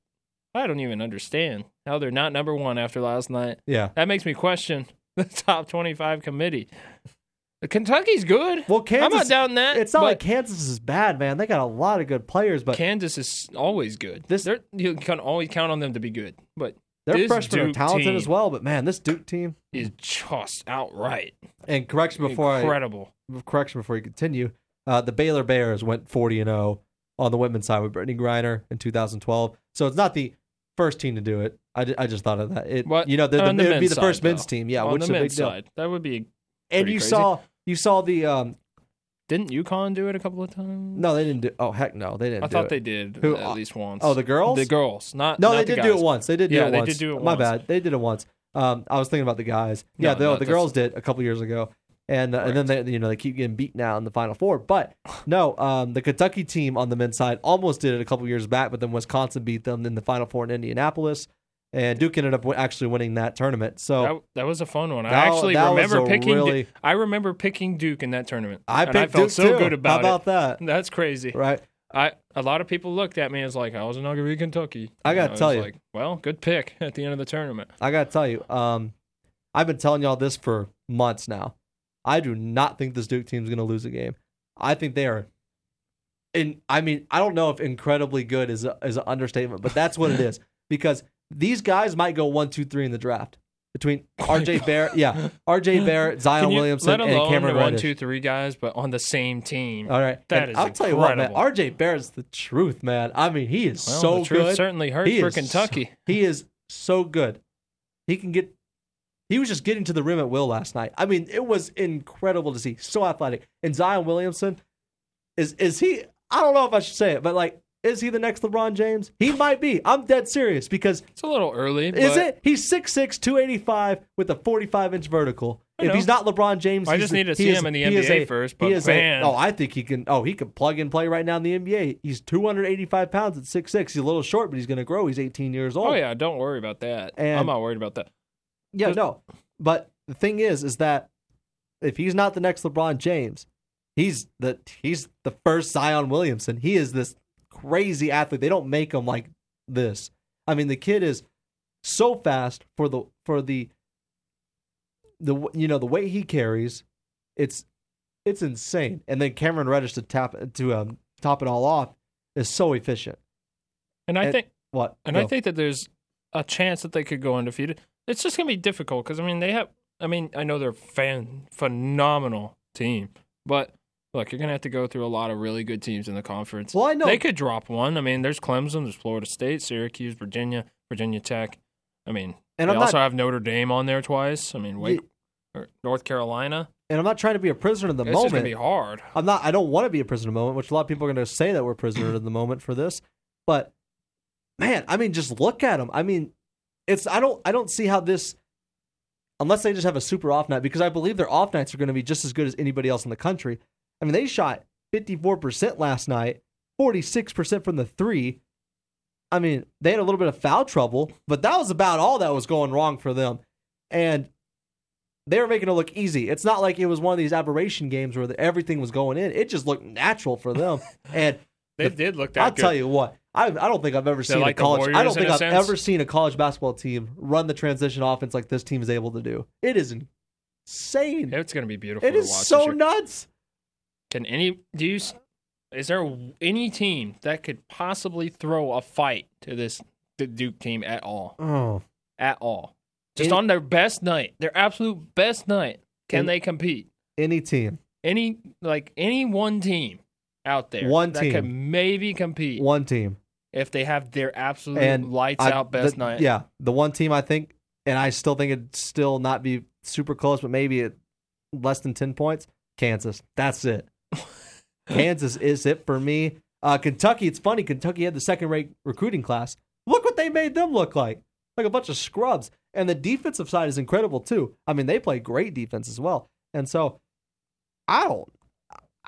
C: I don't even understand how they're not number one after last night.
B: yeah.
C: That makes me question [LAUGHS] the top 25 committee. Kentucky's good.
B: Well Kansas
C: I'm not doubting that.
B: it's not
C: but
B: like Kansas is bad, man. They got a lot of good players, but
C: Kansas is always good.
B: This-
C: They're, you can always count on them to be good, but
B: their
C: this
B: freshmen are
C: Duke
B: talented
C: team
B: as well. But man, this Duke team
C: is just outright
B: and correction before I
C: incredible.
B: correction before you continue. Uh, the Baylor Bears went 40 and 0 on the women's side with Brittany Griner in 2012. So it's not the first team to do it. I, ju- I just thought of that. It
C: What-
B: you know the,
C: on
B: the,
C: the
B: it would be
C: men's
B: the
C: side,
B: first men's
C: though.
B: team. Yeah,
C: on
B: which
C: the
B: is a big
C: men's
B: deal.
C: side, that would be.
B: And
C: pretty
B: you
C: crazy.
B: saw you saw the um
C: Didn't UConn do it a couple of times?
B: no they didn't do oh heck no they didn't.
C: I
B: do
C: thought
B: it.
C: they did
B: Who-
C: at least once.
B: oh the girls
C: The girls, not
B: no
C: not
B: they
C: the
B: did do it
C: guys.
B: once they did do
C: Yeah,
B: it
C: they
B: once
C: did do it
B: my
C: once.
B: bad they did it once. Um, I was thinking about the guys. Yeah,
C: No,
B: the,
C: no,
B: the
C: that's-
B: girls did a couple years ago, and uh, and then they you know they keep getting beat now in the final four. But no, um, the Kentucky team on the men's side almost did it a couple years back, but then Wisconsin beat them in the final four in Indianapolis, and Duke ended up w- actually winning that tournament. So
C: That, that was a fun one.
B: That-
C: I actually
B: that was
C: remember
B: a
C: picking. Du-
B: really-
C: I remember picking Duke in that tournament.
B: I
C: and
B: picked
C: felt
B: Duke
C: so
B: too.
C: good about,
B: How about that,
C: it. [LAUGHS] That's crazy.
B: right?
C: I a lot of people looked at me as like I was not gonna be Kentucky.
B: I gotta
C: And
B: tell
C: was
B: you.
C: like, well, good pick [LAUGHS] at the end of the tournament.
B: I gotta tell you, um, I've been telling y'all this for months now. I do not think this Duke team's gonna lose a game. I think they are. And I mean, I don't know if incredibly good is a, is an understatement, but that's what it
C: [LAUGHS]
B: is because these guys might go one, two, three in the draft
C: [LAUGHS]
B: between RJ Barrett, yeah, RJ Barrett, Zion
C: Oh Can you-
B: Williamson,
C: let alone
B: and Cameron
C: the one,
B: Reddish.
C: two, three guys, but on the same team.
B: All right,
C: That
B: And
C: is
B: I'll tell you what, man.
C: incredible.
B: RJ Barrett's the truth, man. I mean, he is
C: well,
B: so
C: the truth
B: good.
C: certainly hurt
B: He
C: for
B: is so-
C: Kentucky.
B: [LAUGHS] He is so good. He can get. He was just getting to the rim at will last night. I mean, it was incredible to see. So athletic. And Zion Williamson, is is he? I don't know if I should say it, but like, is he the next LeBron James? He might be. I'm dead serious because
C: It's a little early.
B: is
C: but
B: it? He's 6'6", 285 with a 45 inch vertical.
C: I
B: If
C: know.
B: he's not LeBron James,
C: I
B: he's
C: just
B: a-
C: need to
B: he
C: see
B: is-
C: him in the
B: he is
C: NBA
B: a-
C: first,
B: he
C: but
B: is
C: man.
B: a, oh, I think he can. Oh, he could plug and play right now in the NBA. He's 285 pounds at 6'6". He's a little short, but he's going to grow. He's 18 years old.
C: Oh yeah, Oh, don't worry about that.
B: Oh. And-
C: I'm not worried about that.
B: Yeah,
C: Just-
B: no. But the thing is, is that if he's not the next LeBron James, he's the he's the first Zion Williamson. He is this crazy athlete. They don't make him like this. I mean, the kid is so fast for the for the the w- you know the way he carries, it's it's insane. And then Cameron Reddish to tap to um, top it all off is so efficient.
C: And I
B: And-
C: think
B: What?
C: and I
B: Go.
C: think that there's a chance that they could go undefeated. It's just gonna be difficult because I mean they have. I mean I know they're fan phenomenal team, but look, you're gonna have to go through a lot of really good teams in the conference.
B: Well, I know
C: They could drop one. I mean, there's Clemson, there's Florida State, Syracuse, Virginia, Virginia Tech. I mean,
B: And
C: they
B: I'm not-
C: also have Notre Dame on there twice. I mean, Wake, or North Carolina.
B: and I'm not trying to be a prisoner of the
C: This is
B: moment.
C: gonna be hard.
B: I'm not. I don't want to be a prisoner of the moment, which a lot of people are going to say that we're prisoner of the moment for this. But man, I mean, just look at them. I mean, it's. I don't. I don't see how this, unless they just have a super off night, because I believe their off nights are going to be just as good as anybody else in the country. I mean, they shot 54 percent last night, 46 percent from the three. I mean, they had a little bit of foul trouble, but that was about all that was going wrong for them. And they were making it look easy. It's not like it was one of these aberration games where the, everything was going in. It just looked natural for
C: [LAUGHS]
B: them. And
C: They did look that
B: I'll
C: good.
B: tell you what, I, I don't think I've ever seen a
C: like the
B: college. I
C: Warriors
B: don't
C: in
B: think
C: a
B: I've
C: sense.
B: ever seen a college basketball team run the transition offense like this team is able to do. It is insane.
C: It's gonna be beautiful.
B: It
C: to
B: is
C: watch this
B: so
C: year.
B: nuts.
C: Can any do you? s- Is there any team that could possibly throw a fight to this the Duke team at all?
B: Oh,
C: At all? Just
B: Any-
C: on their best night, their absolute best night, can
B: Any-
C: they compete?
B: any team,
C: Any like any one team out there,
B: One
C: that
B: team.
C: could maybe compete
B: one team, if
C: if they have their absolute
B: and
C: lights
B: I-
C: out best
B: the-
C: night.
B: Yeah, the one team I think, and I still think it'd still not be super close, but maybe it, less than ten points. Kansas, that's
C: [LAUGHS]
B: it. Kansas is it for me. Uh, Kentucky, it's funny. Kentucky had the second-rate recruiting class. Look what they made them look like, like a bunch of scrubs. And the defensive side is incredible too. I mean, they play great defense as well. And so, I don't,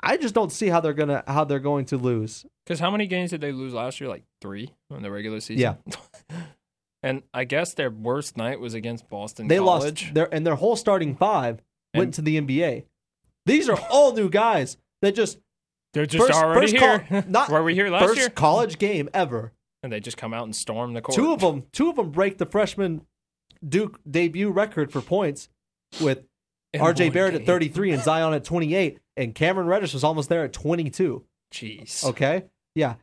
B: I just don't see how they're gonna how they're going to lose.
C: Because how many games did they lose last year? Like three in the regular
B: Yeah.
C: season. Yeah. [LAUGHS] and I guess their worst night was against Boston
B: they
C: College.
B: lost their and their whole starting five
C: And-
B: went to the NBA. These are all new guys that just
C: They're just
B: first,
C: already
B: first
C: here. [LAUGHS]
B: col- not
C: Were we here last
B: first
C: year?
B: college game ever.
C: and they just come out and storm the court.
B: Two of
C: [LAUGHS]
B: them, two of them break the freshman Duke debut record for points with
C: In
B: R.J.
C: one
B: Barrett at
C: game.
B: 33 and Zion at 28, and Cameron Reddish was almost there at 22.
C: Jeez.
B: Okay, yeah,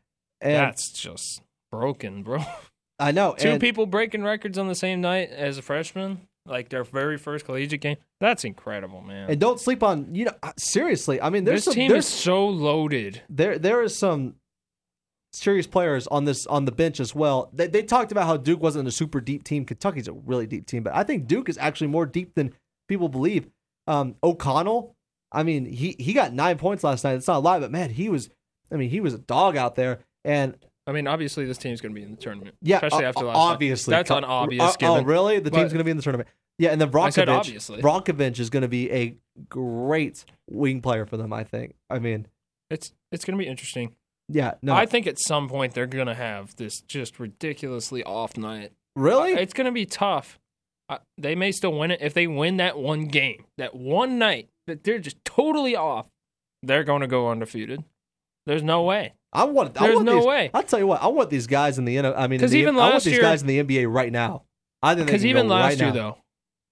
B: and
C: That's just broken, bro. [LAUGHS]
B: I know
C: Two
B: and-
C: people breaking records on the same night as a freshman, like their very first collegiate game. That's incredible, man.
B: And don't sleep on you know seriously. I mean, there's
C: this
B: some,
C: team
B: there's
C: is so loaded.
B: there there is some serious players on this on the bench as well. They they talked about how Duke wasn't a super deep team. Kentucky's a really deep team, but I think Duke is actually more deep than people believe. Um, O'Connell, I mean, he he got nine points last night. It's not a lot, but man, he was, I mean, he was a dog out there. And
C: I mean, obviously, this team's going to be in the tournament.
B: yeah,
C: especially
B: o-
C: after
B: o-
C: last night.
B: obviously
C: That's an obvious
B: Oh, Oh,
C: given.
B: really? The team's going
C: But-
B: to be in the tournament. Yeah, and then Brokovich.
C: I said obviously.
B: Brokovich is going to be a great wing player for them. I think. I mean,
C: It's it's going to be interesting.
B: yeah. No,
C: I think at some point they're going to have this just ridiculously off night.
B: really.
C: It's going to be tough. Uh, they may still win it if they win that one game, that one night that they're just totally off. They're going to go undefeated. There's no way.
B: I want. I
C: There's
B: want
C: no
B: these,
C: way.
B: I'll tell you what. I want these guys in the N. I mean, in
C: 'Cause
B: the,
C: even
B: I want
C: last
B: these
C: year-
B: guys in the NBA right now. I think they
C: Because
B: can
C: even
B: go
C: last
B: right
C: year,
B: now.
C: though,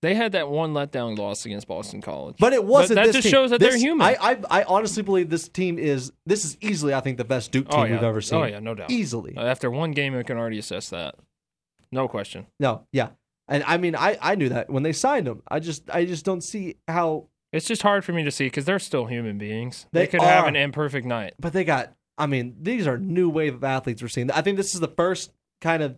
C: they had that one letdown loss against Boston College.
B: But it wasn't.
C: that
B: this
C: just
B: team.
C: shows that
B: This-
C: they're human.
B: I, I I honestly believe this team is. This is easily, I think, the best Duke team
C: oh, yeah.
B: we've ever seen.
C: Oh, yeah, no doubt.
B: Easily.
C: After one game, I can already assess that. No question.
B: no. Yeah. And I mean, I I knew that when they signed him. I just I just don't see how.
C: It's just hard for me to see because they're still human beings.
B: They
C: They, could have
B: are.
C: an imperfect night.
B: But they got. I mean, these are new wave of athletes we're seeing. I think this is the first kind of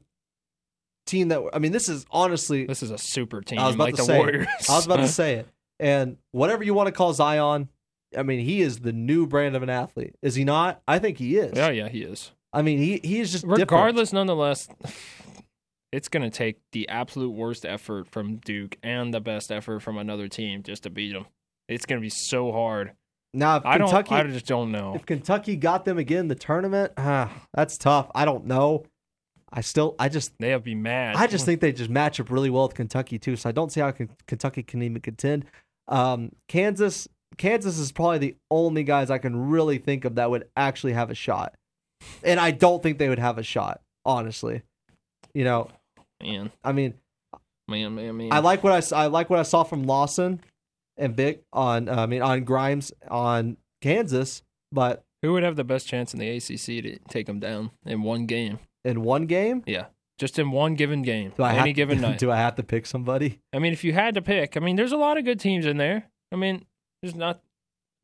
B: team that. I mean, this is honestly
C: This is a super team,
B: I was about
C: like
B: to
C: the
B: say.
C: Warriors.
B: [LAUGHS] I was about
C: [LAUGHS]
B: to say it. And whatever you want to call Zion, I mean, he is the new brand of an athlete. Is he not? I think he is.
C: yeah, yeah, he is.
B: I mean, he, he is just Different.
C: Regardless, nonetheless, [SIGHS] it's going to take the absolute worst effort from Duke and the best effort from another team just to beat them. It's going to be so hard.
B: Now, if
C: I don't.
B: Kentucky,
C: I just don't know.
B: [SIGHS] if Kentucky got them again in the tournament, ah, that's tough. I don't know. I still, I just,
C: They'll be mad.
B: I just think they just match up really well with Kentucky too. So I don't see how Ken- Kentucky can even contend. Um, Kansas, Kansas is probably the only guys I can really think of that would actually have a shot, and I don't think they would have a shot. Honestly, you know,
C: man,
B: I mean,
C: man, man, man.
B: I like what I, s- I like what I saw from Lawson and Vic on, uh, I mean, on Grimes on Kansas, but
C: Who would have the best chance in the ACC to take them down in one game?
B: in one game,
C: Yeah, just in one given game,
B: [LAUGHS] do I
C: any
B: have,
C: given night.
B: Do I have to pick somebody?
C: I mean, if you had to pick, I mean, there's a lot of good teams in there. I mean, there's not,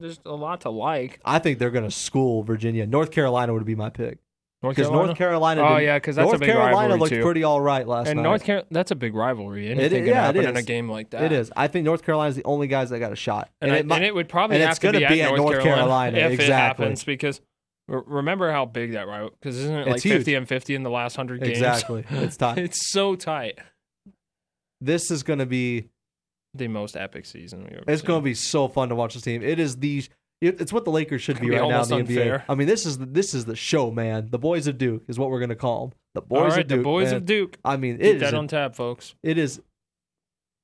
C: there's a lot to like.
B: I think they're going to school Virginia. North Carolina would be my pick.
C: North
B: Because
C: Carolina.
B: North Carolina.
C: Oh,
B: didn't-
C: yeah, 'cause that's a
B: North
C: big
B: Carolina
C: rivalry,
B: looked
C: too.
B: pretty all right last
C: and
B: night.
C: North Carolina, that's a big rivalry.
B: is-
C: Anything can
B: yeah, it
C: happen in a
B: is.
C: game like that.
B: It is. I think North Carolina is the only guys that got a shot.
C: and, I- and it,
B: might-
C: would probably
B: and
C: have
B: it's
C: to
B: gonna
C: be,
B: be
C: at
B: at North Carolina,
C: if
B: exactly.
C: it happens because re- remember how big that rival because isn't it like
B: It's huge.
C: fifty and fifty in the last hundred games? [LAUGHS]
B: exactly. it's time.
C: it's so tight.
B: This is going to be.
C: The most epic season we ever.
B: It's going to be so fun to watch this team. It is the. it- It's what the Lakers should
C: Gonna
B: be
C: be
B: right now in the
C: almost
B: NBA.
C: unfair.
B: I mean, this is the, this is the show, man. The boys of Duke is what we're going to call them. The boys
C: All right,
B: of Duke.
C: the boys
B: man.
C: of Duke.
B: I mean, it
C: Keep
B: is
C: that
B: a-
C: on tap, folks.
B: It is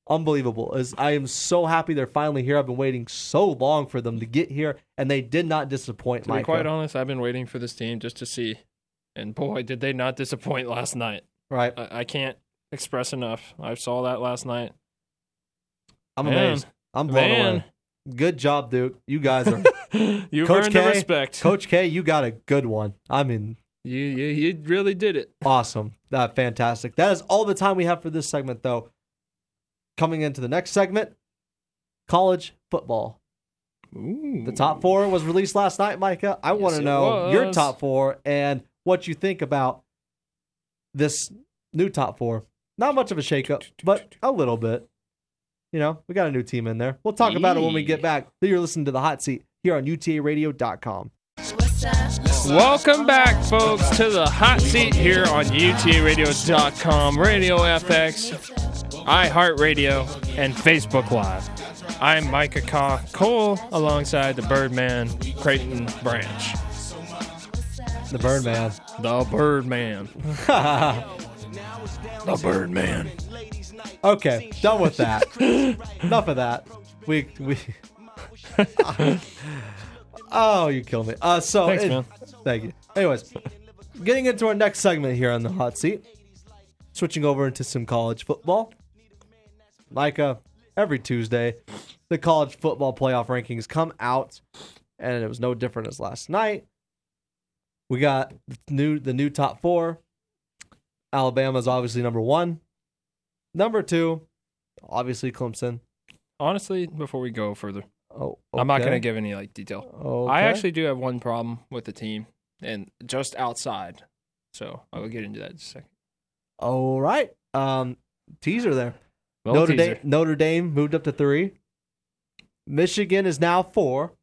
B: unbelievable. As I am so happy they're finally here. I've been waiting so long for them to get here, and they did not disappoint.
C: To be
B: Micah.
C: quite honest, I've been waiting for this team just to see, and boy, did they not disappoint last night.
B: right?
C: I, I can't express enough. I saw that last night. [LAUGHS]
B: I'm
C: Man.
B: amazed. I'm blown
C: Man.
B: away. Good job, Duke. You guys
C: [LAUGHS]
B: are
C: You've
B: Coach
C: earned
B: K,
C: the respect.
B: Coach K. You got a good one. I mean,
C: You, you you really did it.
B: awesome. That fantastic. That is all the time we have for this segment, though. Coming into the next segment, college football. The top four was released last night, Micah. I
C: Yes,
B: want to
C: it
B: know your
C: was.
B: top four and what you think about this new top four. Not much of a shakeup, but a little bit. You know, we got a new team in there. We'll talk about it when we get
C: Yeah.
B: back. You're listening to the hot seat here on UTARadio.com.
C: Welcome back, folks, to the hot seat here on UTRadio.com, Radio FX, iHeartRadio, and Facebook Live. I'm Micah Ka Cole alongside the Birdman, Creighton Branch.
B: The Birdman.
C: The Birdman. [LAUGHS] The Birdman.
B: okay, done with that. [LAUGHS] Enough of that. We we. [LAUGHS] oh, you kill me. Uh, so
C: Thanks, man.
B: Thank you. Anyways, getting into our next segment here on the hot seat, switching over into some college football. Micah, every Tuesday, the college football playoff rankings come out, and it was no different as last night. We got new the new top four. Alabama's obviously number one. Number two, obviously Clemson.
C: Honestly, before we go further,
B: Oh,
C: I'm not
B: okay.
C: going to give any like detail.
B: Okay.
C: I actually do have one problem with the team, and just outside. So I will get into that in a second.
B: All right. Um, teaser there.
C: Little
B: Notre
C: teaser.
B: Dame, Notre Dame moved up to three. Michigan is now four.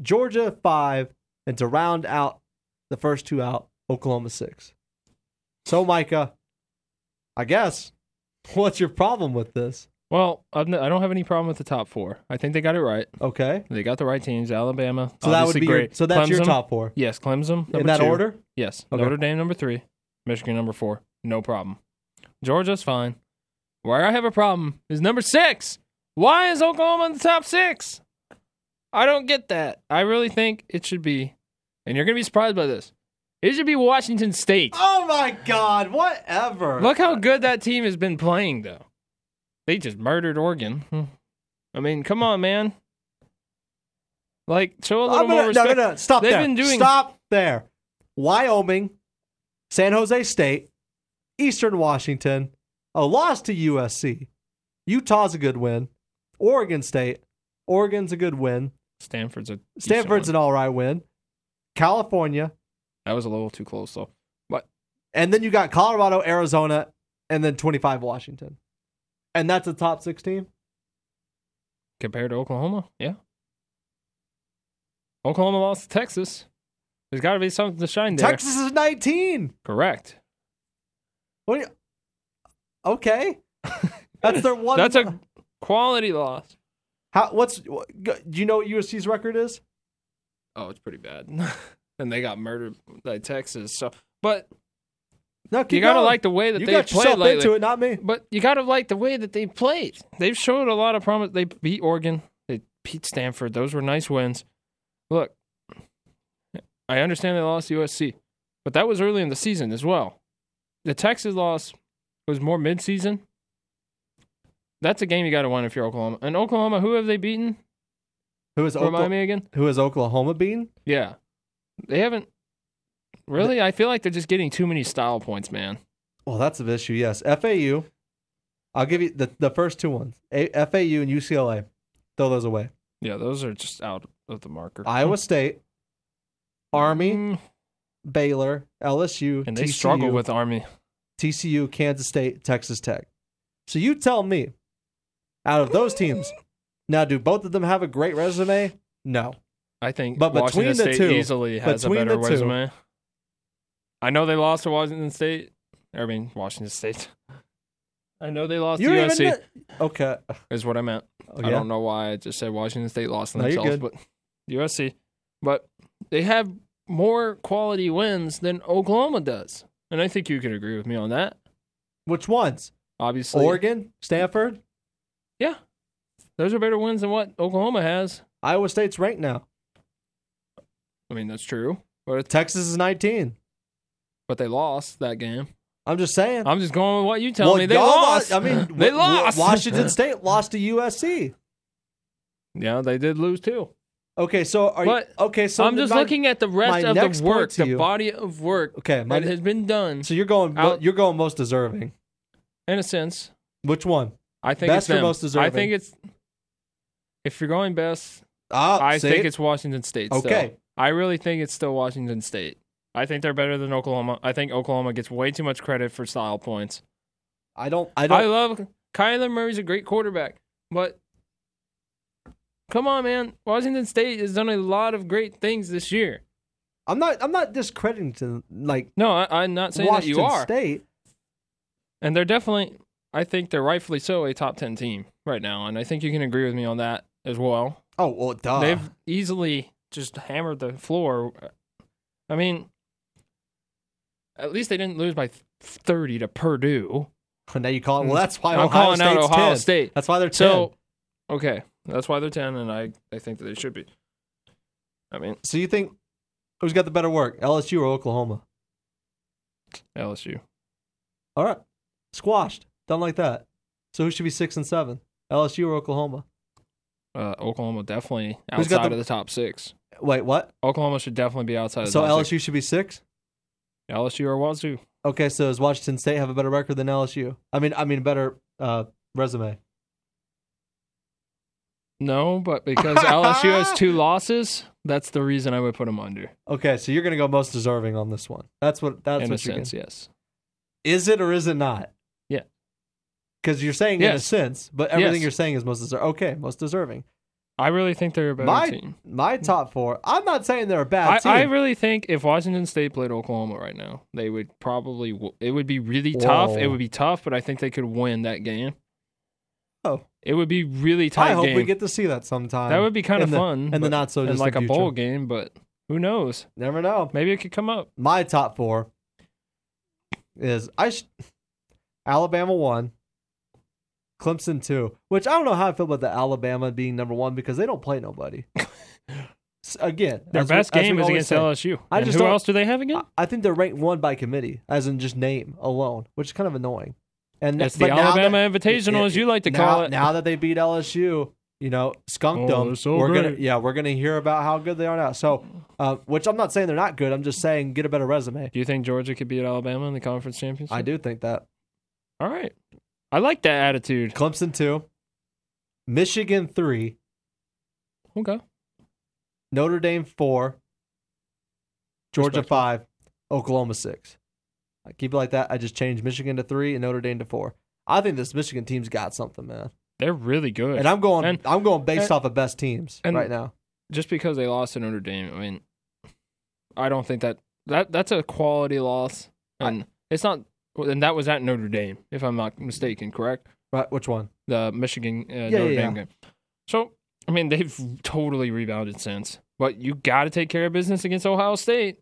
B: Georgia five, and to round out the first two out, Oklahoma six. So Micah, I guess [LAUGHS] what's your problem with this?
C: Well, I'm n- I don't have any problem with the top four. I think they got it right.
B: Okay,
C: They got the right teams. Alabama,
B: so that would
C: obviously
B: be your,
C: great.
B: so that's your
C: Clemson,
B: top four
C: Yes, Clemson number
B: in that
C: two.
B: order.
C: Yes,
B: Okay.
C: Notre Dame number three, Michigan number four. No problem. Georgia's fine. Where I have a problem is number six. Why is Oklahoma in the top six? I don't get that. I really think it should be, and you're gonna be surprised by this. It should be Washington State.
B: Oh my God! Whatever.
C: Look how good that team has been playing, though. They just murdered Oregon. Hmm. I mean, come on, man. Like, show a little
B: I'm gonna,
C: more
B: no,
C: respect.
B: no, no. Stop
C: They've
B: there.
C: been doing-
B: Stop there. Wyoming, San Jose State, Eastern Washington, a loss to USC. Utah's a good win. Oregon State, Oregon's a good win.
C: Stanford's a decent
B: Stanford's
C: one.
B: an all right win. California,
C: that was a little too close though.
B: and then you got Colorado, Arizona, and then 25 Washington, and that's a top six team.
C: compared to Oklahoma. Yeah. Oklahoma lost to Texas. There's got to be something to shine there.
B: Texas is 19.
C: Correct.
B: What? Are you, okay, [LAUGHS] that's their one.
C: That's a quality loss.
B: How, what's what, do you know what USC's record is? [LAUGHS]
C: Oh, it's pretty bad. and they got murdered by Texas. So, but
B: No,
C: You
B: keep
C: gotta
B: going.
C: like the way that
B: you
C: they
B: got
C: played
B: yourself
C: lately.
B: into it, not me.
C: But you gotta like the way that they played. They've showed a lot of promise. They beat Oregon. They beat Stanford. Those were nice wins. Look, I understand they lost to USC, but that was early in the season as well. The Texas loss was more midseason. That's a game you got to win if you're Oklahoma. And Oklahoma, who have they beaten?
B: Who is
C: Remind
B: Oklahoma?
C: me again.
B: Who is Oklahoma being?
C: Yeah, they haven't. Really, I feel like they're just getting too many style points, man.
B: Well, that's an issue. Yes, FAU. I'll give you the, the first two ones: A- FAU and UCLA. Throw those away.
C: Yeah, those are just out of the marker.
B: Iowa State, Army,
C: Mm,
B: Baylor, LSU,
C: and they
B: TCU,
C: struggle with Army.
B: TCU, Kansas State, Texas Tech. So you tell me, out of those teams, now do both of them have a great resume? No.
C: I think
B: But
C: Washington
B: between the
C: State
B: two-
C: easily has a
B: between
C: better
B: the two-
C: resume. I know they lost to Washington State. I mean Washington State. I know they lost
B: You're
C: to USC.
B: even okay.
C: is what I meant.
B: Oh,
C: I
B: yeah?
C: don't know why I just said Washington State lost to
B: No, you're
C: themselves, but USC. But they have more quality wins than Oklahoma does, and I think you could agree with me on that.
B: Which ones?
C: Obviously,
B: Oregon, Stanford,
C: yeah, those are better wins than what Oklahoma has.
B: Iowa State's ranked now.
C: I mean that's true, but
B: Texas is 19.
C: but they lost that game.
B: I'm just saying.
C: I'm just going with what you tell
B: Well,
C: me. They
B: y'all
C: lost.
B: I mean,
C: [LAUGHS] they
B: Wa- Wa-
C: lost. [LAUGHS]
B: Washington State lost to USC.
C: Yeah, they did lose too.
B: Okay, so are
C: But
B: you, okay? So
C: I'm just
B: my-
C: looking at the
B: my
C: rest of
B: next
C: the
B: point
C: work,
B: to
C: the
B: you-
C: body of work
B: Okay, my,
C: that has been done.
B: so you're going.
C: Out-
B: you're going most deserving.
C: In a sense,
B: Which one?
C: I think
B: Best or
C: it's them.
B: most
C: I
B: deserving?
C: think it's if you're going best,
B: Ah,
C: I
B: see?
C: think it's Washington State. still.
B: Okay.
C: I really think it's still Washington State. I think they're better than Oklahoma. I think Oklahoma gets way too much credit for style points.
B: I don't. I don't.
C: I love Kyler Murray's a great quarterback, but come on, man, Washington State has done a lot of great things this year.
B: I'm not. I'm not discrediting to like
C: No, I, I'm not saying
B: Washington
C: that you are,
B: State.
C: and they're definitely. I think they're rightfully so a top ten team right now, and I think you can agree with me on that as well.
B: Oh well, duh.
C: They've easily just hammered the floor. I mean, at least they didn't lose by th- 30 to Purdue.
B: now you call it. Well, that's why
C: Mm. I'm
B: Ohio
C: calling out
B: State's
C: Ohio
B: 10.
C: State.
B: That's why they're ten.
C: So,
B: So,
C: okay, that's why they're 10, and I, I think that they should be. I mean,
B: you think who's got the better work, LSU or Oklahoma?
C: LSU.
B: All right, squashed, done like that. So who should be six and seven, LSU or Oklahoma?
C: Uh, Oklahoma definitely
B: Who's got
C: outside
B: the-
C: of the top six.
B: Wait, what?
C: Oklahoma should definitely be outside of
B: So
C: the top
B: LSU should be six.
C: six. LSU or Wazoo.
B: Okay, so does Washington State have a better record than LSU? I mean, I mean, better uh, resume.
C: No,
B: [LAUGHS]
C: but because LSU has two losses, that's the reason I would put them under.
B: Okay, so you're gonna go most deserving on this one. That's what. That's
C: in a
B: what you're.
C: sense,
B: Sense,
C: yes.
B: Is it or is it not?
C: Yeah.
B: Because you're saying in a
C: Yes.
B: sense, but everything
C: Yes.
B: you're saying is most deserving. Okay, most deserving.
C: I really think they're a better
B: my
C: team. Hmm.
B: my top four. I'm not saying they're a bad
C: I,
B: team.
C: I really think if Washington State played Oklahoma right now, they would probably w- it would be really tough. It
B: Whoa.
C: would be tough, but I think they could win that game.
B: Oh.
C: It would be really
B: I
C: tight
B: hope
C: game.
B: we get to see that sometime.
C: that would be kind
B: in
C: of
B: the-
C: fun
B: in the
C: but-
B: not so
C: and
B: distant
C: like a
B: future.
C: bowl game, but who knows?
B: Never know.
C: Maybe it could come up.
B: My top four is I sh- Alabama one, Clemson two. Which I don't know how I feel about the Alabama being number one because they don't play
C: [LAUGHS]
B: nobody. S- Again,
C: Their
B: as we-
C: best
B: as
C: game
B: we
C: is
B: always
C: against
B: say.
C: LSU.
B: I
C: and
B: just
C: who
B: don't-
C: else do they have again?
B: I- I think they're ranked one by committee, as in just name alone, which is kind of annoying. And
C: It's
B: but
C: the
B: now
C: Alabama
B: that-
C: Invitational, as you like to
B: now-
C: call it.
B: Now that they beat LSU, you know, skunked
C: Oh,
B: them.
C: they're so
B: we're gonna,
C: great.
B: yeah, we're gonna hear about how good they are now. So, uh, which I'm not saying they're not good. I'm just saying get a better resume.
C: do you think Georgia could beat Alabama in the conference championship?
B: I do think that
C: All right. I like that attitude.
B: Clemson two, Michigan three,
C: Okay.
B: Notre Dame four, Georgia
C: Respectable.
B: five, Oklahoma six. I keep it like that. I just changed Michigan to three and Notre Dame to four. I think this Michigan team's got something, man.
C: They're really good.
B: And I'm going.
C: And-
B: I'm going based
C: and-
B: off of best teams
C: and-
B: right now.
C: just because they lost to Notre Dame, I mean, I don't think that that that's a quality loss, and it's not. And that was at Notre Dame, if I'm not mistaken, correct?
B: Right? Which one?
C: The Michigan uh,
B: yeah,
C: Notre
B: yeah.
C: Dame game. So I mean, they've totally rebounded since, but you got to take care of business against Ohio State.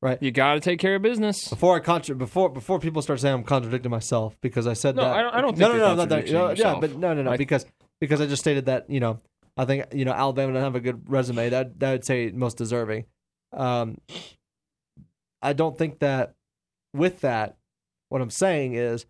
B: Right.
C: You got to take care of business.
B: Before I contra- before before people start saying I'm contradicting myself because I said
C: No,
B: that.
C: I don't- I don't
B: no,
C: think
B: no,
C: you're
B: no, not that.
C: contradicting
B: no, yeah,
C: yourself.
B: but no, no, no,
C: I-
B: because because I just stated that you know I think you know Alabama doesn't have a good resume. That that would say most deserving. Um, I don't think that. With that, what I'm saying is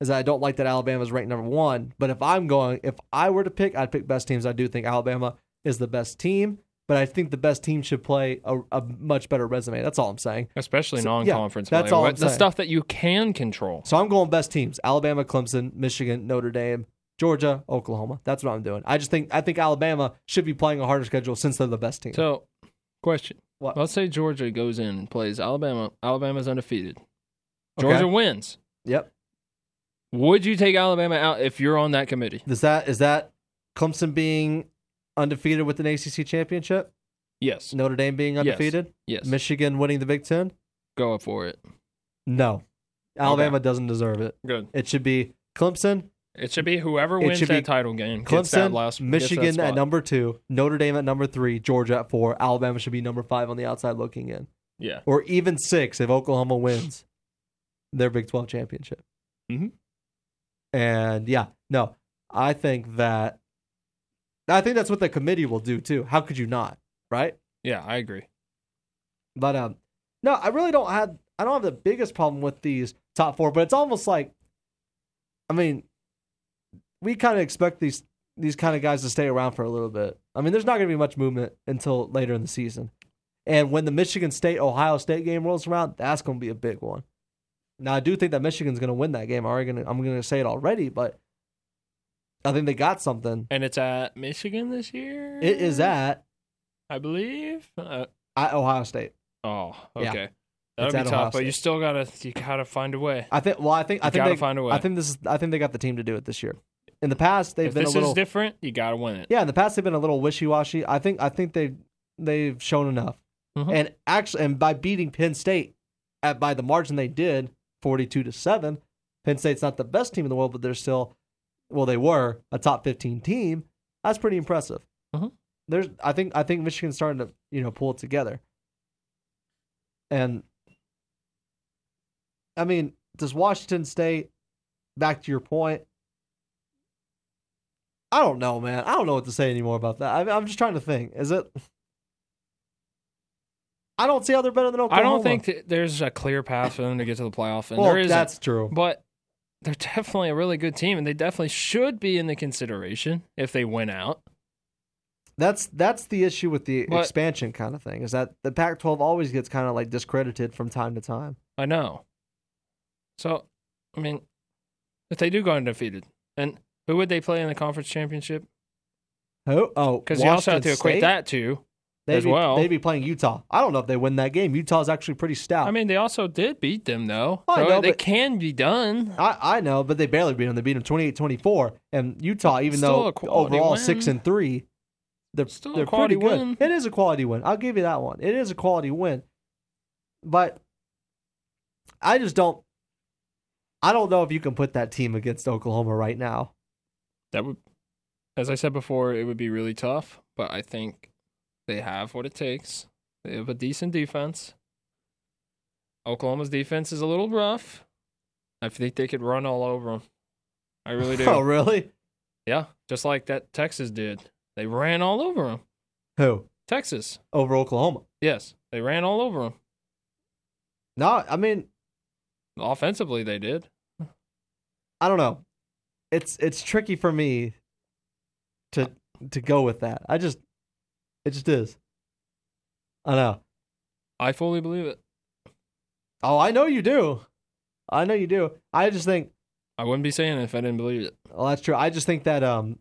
B: is that I don't like that Alabama's ranked number one. But if I'm going, if I were to pick, I'd pick best teams. I do think Alabama is the best team, but I think the best team should play a, a much better resume. That's all I'm saying.
C: Especially
B: So, yeah,
C: non-conference.
B: that's
C: play.
B: all
C: What-
B: I'm
C: the
B: saying.
C: stuff that you can control.
B: So I'm going best teams: Alabama, Clemson, Michigan, Notre Dame, Georgia, Oklahoma. That's what I'm doing. I just think I think Alabama should be playing a harder schedule since they're the best team.
C: So, question:
B: What?
C: Let's say Georgia goes in and plays Alabama. Alabama's undefeated.
B: Okay.
C: Georgia wins.
B: Yep.
C: Would you take Alabama out if you're on that committee?
B: Is that is that Clemson being undefeated with an ACC championship?
C: Yes.
B: Notre Dame being
C: Yes.
B: undefeated?
C: Yes.
B: Michigan winning the Big Ten?
C: Go up for it.
B: No, Alabama doesn't deserve it.
C: Good.
B: It should be Clemson,
C: It should be whoever
B: It
C: wins
B: should be
C: that title game. gets that
B: Clemson,
C: last, gets that
B: Michigan
C: spot.
B: at number two, Notre Dame at number three, Georgia at four. Alabama should be number five on the outside looking in.
C: Yeah.
B: or even six if Oklahoma wins their Big 12 championship.
C: Mhm.
B: And yeah, no, I think that I think that's what the committee will do too. How could you not, right?
C: Yeah, I agree.
B: But um, no, I really don't have I don't have the biggest problem with these top four, but it's almost like, I mean, we kind of expect these these kind of guys to stay around for a little bit. I mean, there's not going to be much movement until later in the season, and when the Michigan State Ohio State game rolls around, that's going to be a big one. Now, I do think that Michigan's going to win that game. I'm already gonna, I'm going to say it already, but I think they got something.
C: And it's at Michigan this year.
B: It is at
C: I believe. Uh,
B: at Ohio State.
C: oh,
B: Yeah.
C: okay.
B: It's
C: That'll
B: at
C: be
B: Ohio
C: tough, but you
B: State.
C: still gotta you gotta find a way.
B: I think. Well, I think. I
C: You
B: think
C: gotta
B: they,
C: find a way.
B: I think this is. I think they got the team to do it this year. In the past, they've
C: if
B: been
C: this
B: a little.
C: is different, you gotta win it.
B: yeah, in the past they've been a little wishy washy. I think. I think they they've shown enough.
C: Mhm.
B: And actually, and by beating Penn State at by the margin they did, forty-two to seven, Penn State's not the best team in the world, but they're still, well, they were a top fifteen team. That's pretty impressive.
C: Mhm.
B: There's, I think, I think Michigan's starting to you know pull it together. And I mean, does Washington State? Back to your point. I don't know, man. I don't know what to say anymore about that. I, I'm just trying to think. Is it? I don't see how they're better than Oklahoma.
C: I don't think that there's a clear path for them to get to the playoff, and
B: well,
C: there isn't.
B: that's true.
C: But they're definitely a really good team, and they definitely should be in the consideration if they win out.
B: That's that's the issue with the
C: But-
B: expansion kind of thing. Is that the Pac-12 always gets kind of like discredited from time to time.
C: I know. So, I mean, if they do go undefeated, and who would they play in the conference championship?
B: Oh, oh,
C: Because you also have to
B: Washington
C: equate
B: State?
C: that to.
B: They'd
C: as
B: be,
C: well.
B: They'd be playing Utah. I don't know if they win that game. Utah's actually pretty stout.
C: I mean, they also did beat them though.
B: I
C: so
B: know,
C: they
B: but-
C: can be done.
B: I, I know, but they barely beat them. They beat them 28-24. And Utah, even
C: Still
B: though
C: a quality
B: overall
C: win.
B: six and three, they're
C: Still a
B: they're
C: quality
B: pretty
C: win.
B: good. It is a quality win. I'll give you that one. It is a quality win, but I just don't. I don't know if you can put that team against Oklahoma right now.
C: That would, as I said before, it would be really tough. But I think they have what it takes. They have a decent defense. Oklahoma's defense is a little rough. I think they could run all over them. I really do.
B: [LAUGHS] Oh, really?
C: Yeah, just like that Texas did. They ran all over them.
B: Who
C: Texas.
B: over Oklahoma?
C: Yes, they ran all over them.
B: No, I mean
C: Offensively, they did.
B: I don't know. It's it's tricky for me to to go with that. I just it just is. I know.
C: I fully believe it.
B: Oh, I know you do. I know you do. I just think
C: I wouldn't be saying it if I didn't believe it.
B: well, that's true. I just think that um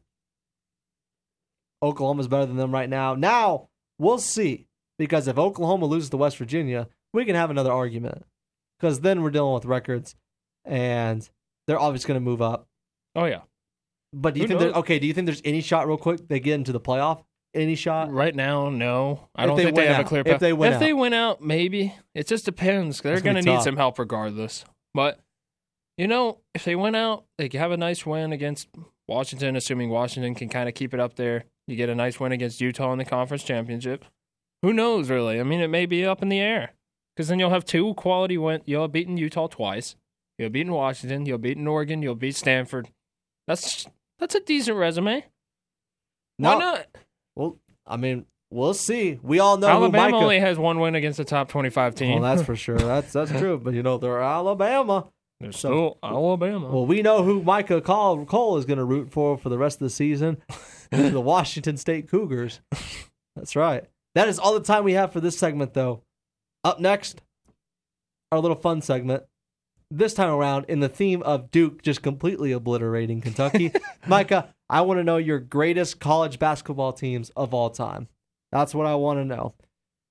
B: Oklahoma's better than them right now. Now, we'll see. Because if Oklahoma loses to West Virginia, we can have another argument. Because then we're dealing with records and they're obviously gonna move up.
C: Oh yeah.
B: But do you
C: Who
B: think there,
C: knows?
B: okay, do you think there's any shot real quick they get into the playoff? Any shot?
C: Right now, no. I
B: If
C: don't
B: they
C: think they
B: win
C: have
B: out.
C: a clear
B: If
C: path.
B: they win out.
C: win out, maybe. It just depends. They're
B: That's gonna
C: going to
B: be
C: need
B: tough.
C: some help regardless. But you know, if they win out, they could have a nice win against Washington, assuming Washington can kind of keep it up there. You get a nice win against Utah in the conference championship. Who knows, really? I mean, it may be up in the air because then you'll have two quality win. You'll have beaten Utah twice. You'll beaten Washington. You'll beaten Oregon. You'll beat Stanford. That's that's a decent resume. Why
B: No,
C: not?
B: well, I mean, we'll see. We all know who
C: Alabama
B: Micah.
C: only has one win against the top twenty-five team.
B: well,
C: [LAUGHS]
B: that's for sure. That's that's true. But you know, they're Alabama.
C: There's
B: so-
C: still Alabama.
B: Well, we know who Micah Cole, Cole is going to root for for the rest of the season the Washington State Cougars. That's right. That is all the time we have for this segment, though. Up next, our little fun segment. This time around, in the theme of Duke just completely obliterating Kentucky, Micah, I want to know your greatest college basketball teams of all time. That's what I want to know.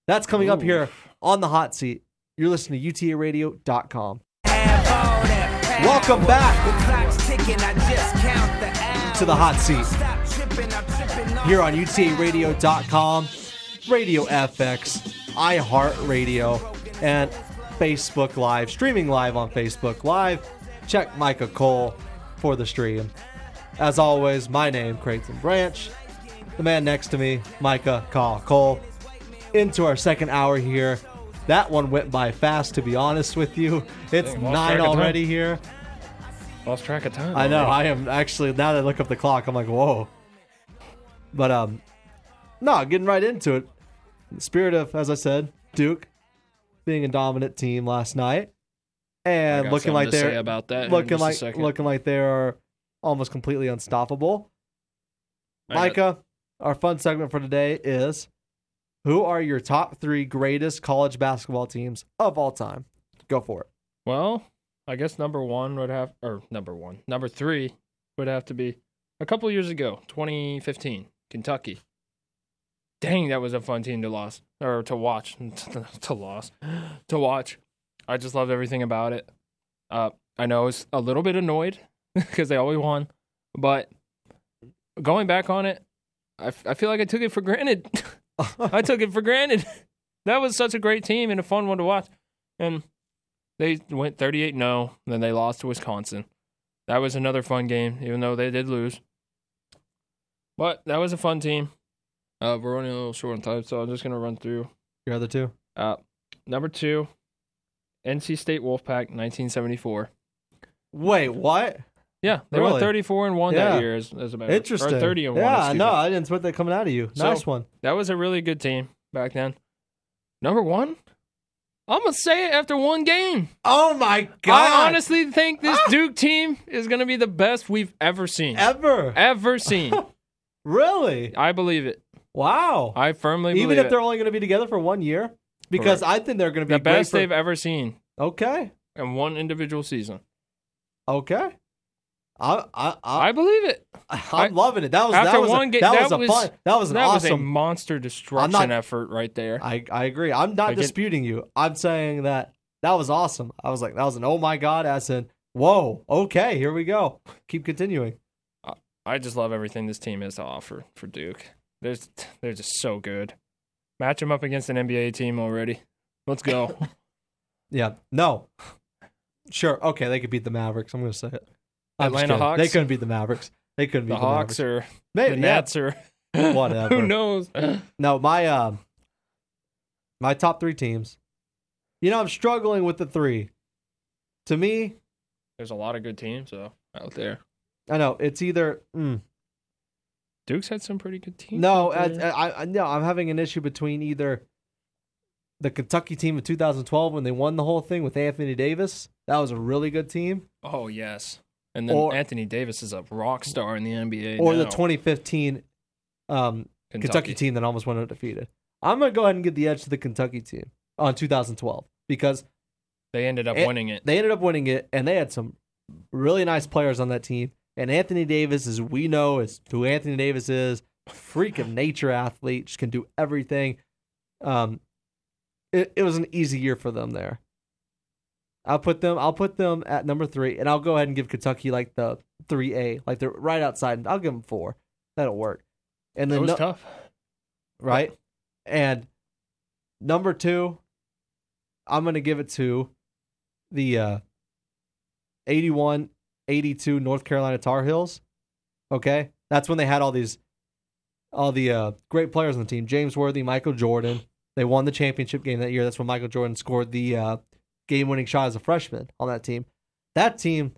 B: That's coming up
C: Ooh.
B: here on the hot seat. You're listening to utaradio.com.
D: Welcome
B: Welcome back
D: to the hot seat
B: here on utaradio.com, Radio FX, iHeartRadio, and Facebook Live, streaming live on Facebook Live. Check Micah Cole for the stream. As always, my name, Creighton Branch. The man next to me, Micah Call Cole. Into our second hour here. That one went by fast, to be honest with you. It's
C: Dang, lost track
B: nine
C: of time.
B: already here.
C: Lost track of time.
B: I know.
C: already.
B: I am actually now that I look up the clock, I'm like, whoa. But um, no, getting right into it. In the spirit of, as I said, Duke being a dominant team last night,
C: I
B: and
C: got
B: looking
C: something
B: like
C: to say
B: they're
C: about that. in
B: looking
C: just a
B: like
C: second.
B: looking like they are almost completely unstoppable.
C: I got-
B: Micah, our fun segment for today is who are your top three greatest college basketball teams of all time? Go for it.
C: Well, I guess number one would have, or number one, number three would have to be a couple years ago, 2015, Kentucky. Dang, that was a fun team to loss or to watch, [LAUGHS] to loss, to watch. I just loved everything about it. Uh, I know I was a little bit annoyed [LAUGHS] because they always won, but going back on it, I, f- I feel like I took it for granted. [LAUGHS] I took it for granted. [LAUGHS] That was such a great team and a fun one to watch. And they went 38 0, then they lost to Wisconsin. That was another fun game, even though they did lose. But that was a fun team. Uh, we're running a little short on time, so I'm just going to run through.
B: Your other two.
C: Uh, number two, NC State Wolfpack 1974.
B: Wait, what?
C: Yeah, they
B: Really?
C: went 34 and 1
B: Yeah.
C: that year, as, as a matter
B: Interesting.
C: Or 30 and 1.
B: yeah,
C: excuse
B: no,
C: me.
B: I didn't expect that coming out of you.
C: So-
B: nice one.
C: That was a really good team back then. Number one, I'm gonna say it after one game.
B: Oh my
C: I honestly think this Duke team is gonna be the best we've ever seen,
B: Ah. ever [LAUGHS]
C: ever seen.
B: really?
C: I believe it.
B: Wow.
C: I firmly
B: Even
C: believe
B: if
C: it.
B: they're only going to be together for one year, because I think they're going to be
C: the
B: great
C: best
B: for-
C: they've e-, ever seen
B: Okay,
C: in one individual season.
B: okay. I I I,
C: I believe it.
B: I
C: I-
B: am loving it. That was
C: after
B: that was
C: one
B: a,
C: game,
B: that,
C: that
B: was a
C: was-
B: fun. That was an
C: that was a
B: awesome.
C: monster destruction effort right there.
B: I I agree. I'm not
C: Like it-
B: disputing you. I'm saying that that was awesome. I was like that was an oh my god. As in whoa. Okay, here we go. Keep continuing.
C: I just love everything this team has to offer for Duke. They're just, they're just so good. Match them up against an NBA team already.
B: [LAUGHS]
C: Let's go.
B: Yeah. No. Sure. Okay, they could beat the Mavericks. I'm going to say it. I'm just
C: Atlanta
B: kidding.
C: Hawks?
B: They couldn't beat the Mavericks. They couldn't beat
C: the
B: the,
C: Hawks
B: Mavericks.
C: or
B: Maybe,
C: the
B: yeah.
C: Nets [LAUGHS] or
B: Whatever.
C: Who knows?
B: No, my um, my top three teams. You know, I'm struggling with the three. To me,
C: There's a lot of good teams though out there.
B: I know it's either mm,
C: Duke's had some pretty good teams.
B: no, I,
C: out there.
B: I, I no, I'm having an issue between either the Kentucky team of 2012 when they won the whole thing with Anthony Davis. That was a really good team.
C: oh yes. And then
B: Or-
C: Anthony Davis is a rock star in the NBA.
B: or the
C: now.
B: 2015 um, Kentucky team that almost went undefeated. I'm gonna go ahead and give the edge to the Kentucky team on 2012 because
C: They ended up
B: It-
C: winning it.
B: they ended up winning it and they had some really nice players on that team. And Anthony Davis, as we know, is who Anthony Davis is, freak of nature athlete, just can do everything. Um, it, it was an easy year for them there. I'll put them. I'll put them at number three, and I'll go ahead and give Kentucky like the three A, like they're right outside. I'll give them four. That'll work. And
C: That
B: then
C: was
B: no-
C: tough.
B: right? And number two, I'm going to give it to the uh, 81 82 North Carolina Tar Heels. Okay. That's when they had all these, all the uh, great players on the team James Worthy, Michael Jordan. They won the championship game that year. That's when Michael Jordan scored the uh, game-winning shot as a freshman on that team. That team,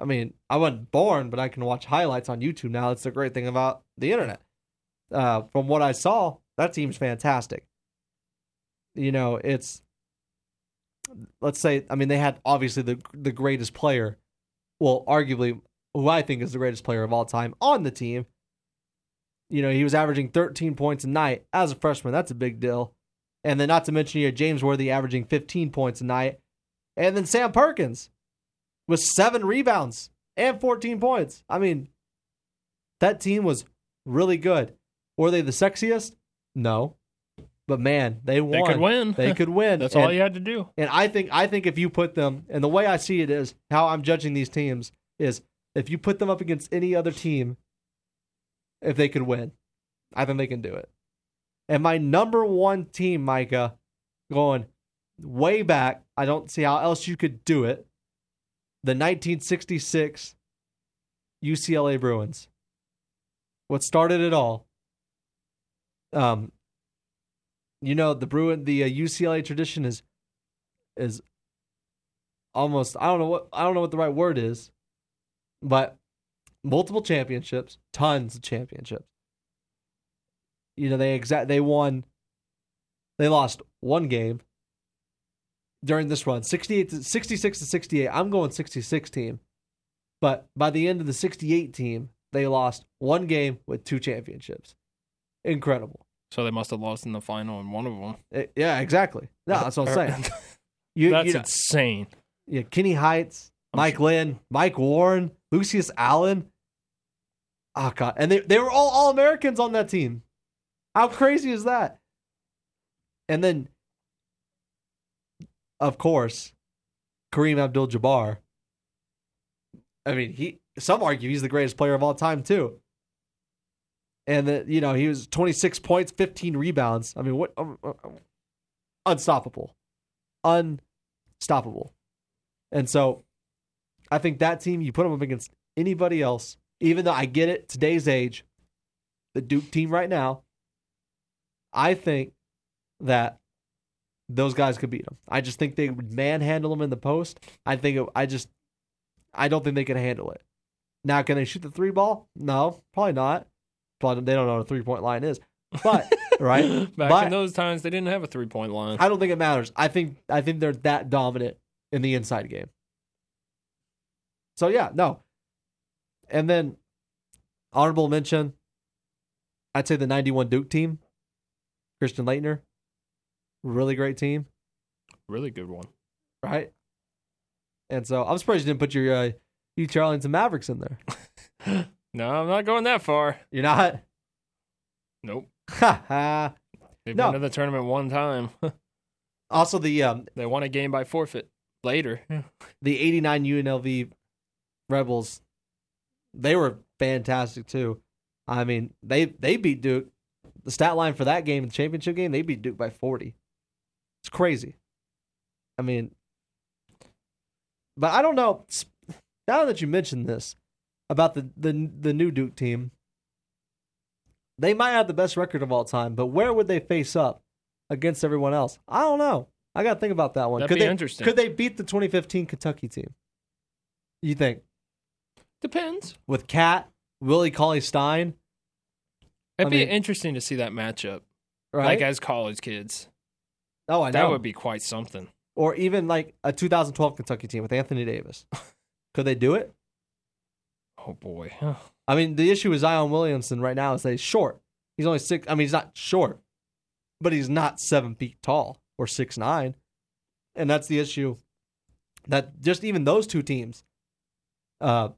B: I mean, I wasn't born, but I can watch highlights on YouTube now. That's the great thing about the internet. Uh, from what I saw, that team's fantastic. You know, it's let's say, I mean, they had obviously the the greatest player, well, arguably who I think is the greatest player of all time on the team. You know, he was averaging 13 points a night as a freshman. That's a big deal. And then, not to mention, you had James Worthy averaging 15 points a night. And then Sam Perkins with seven rebounds and 14 points. I mean, that team was really good. Were they the sexiest? No. But man, they won.
C: could win.
B: They
C: [LAUGHS]
B: could win.
C: That's
B: And-
C: all you had to do.
B: and I think I think if you put them and the way I see it is how I'm judging these teams is if you put them up against any other team, if they could win, I think they can do it. And my number one team, Micah, going way back, I don't see how else you could do it. The 1966 UCLA Bruins. What started it all? Um, you know the Bruin, the uh, UCLA tradition is is almost I don't know what I don't know what the right word is, but multiple championships, tons of championships. You know, they exact they won they lost one game during this run. 68 to 66 to 68. I'm going 66 team. But by the end of the 68 team, they lost one game with two championships. Incredible.
C: So they must have lost in the final in one of them.
B: Eh, yeah, exactly. No, that's
C: [LAUGHS]
B: what I'm saying. You,
C: That's
B: you know-
C: insane.
B: yeah, Kenny Heights,
C: I'm
B: Mike Lynn, Mike Warren, Lucius Allen. Oh god, and they they were all all Americans on that team. How crazy is that? And then, of course, Kareem Abdul-Jabbar. I mean, he some argue he's the greatest player of all time too. And that you know he was 26 points, 15 rebounds. I mean, what um, uh, unstoppable, unstoppable. And so I think that team, you put them up against anybody else, even though I get it, today's age, the Duke team right now, I think that those guys could beat them. I just think they would manhandle them in the post. I think, it, I just, I don't think they can handle it. Now, can they shoot the three ball? No, probably not. Probably they don't know what a three point line is.
C: [LAUGHS]
B: But, right?
C: [GASPS] Back
B: but,
C: in those times, they didn't have a three point line.
B: I don't think it matters. I think I think they're that dominant in the inside game. So yeah, no. And then honorable mention, I'd say the '91 Duke team, Christian Leitner, really great team,
C: really good one.
B: right? And so I'm surprised you didn't put your uh, you Charlington Mavericks in there.
C: No, I'm not going that far.
B: You're not. [LAUGHS]
C: Nope.
B: Ha ha.
C: They've
B: No.
C: been to the tournament one time. [LAUGHS]
B: Also the um
C: they won a game by forfeit later.
B: the 89 UNLV Rebels, they were fantastic too. I mean, they they beat Duke. The stat line for that game, the championship game, they beat Duke by 40. It's crazy. I mean, but I don't know. s- Now that you mentioned this about the the the new Duke team, they might have the best record of all time, but where would they face up against everyone else? I don't know. I got to think about that one.
C: That'd
B: could
C: be
B: they
C: interesting.
B: could they beat the 2015 Kentucky team? You think
C: Depends.
B: with Cat Willie Cauley Stein,
C: It'd
B: I
C: be
B: mean-
C: interesting to see that matchup,
B: right?
C: like as college kids.
B: oh, I know.
C: That would be quite something.
B: or even like a 2012 Kentucky team with Anthony
C: [LAUGHS]
B: Davis. could they do it?
C: Oh boy.
B: I mean, the issue with Zion Williamson right now is that he's short. He's only six. I mean, he's not short, but he's not seven feet tall or six nine, and that's the issue. That just even those two teams, uh,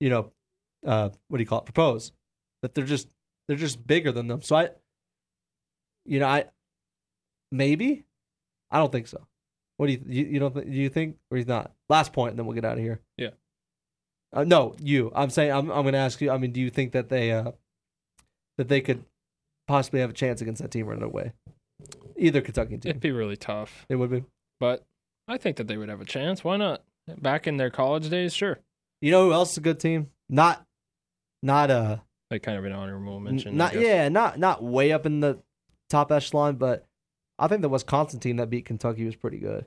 B: you know, uh, what do you call it? Propose that they're just they're just bigger than them. So I, you know, I maybe I don't think so. What do you you, you don't think you think or he's not? Last point, and then we'll get out of here. Uh, no, you. I'm saying I'm. I'm going to ask you. I mean, do you think that they uh, that they could possibly have a chance against that team running away? Either Kentucky team,
C: It'd be really tough.
B: it would be.
C: But I think that they would have a chance. Why not? Back in their college days, sure.
B: You know who else is a good team? Not, not uh,
C: Like kind of an honorable
B: n-
C: mention. I
B: not
C: guess.
B: yeah, not not way up in the top echelon, but I think the Wisconsin team that beat Kentucky was pretty good.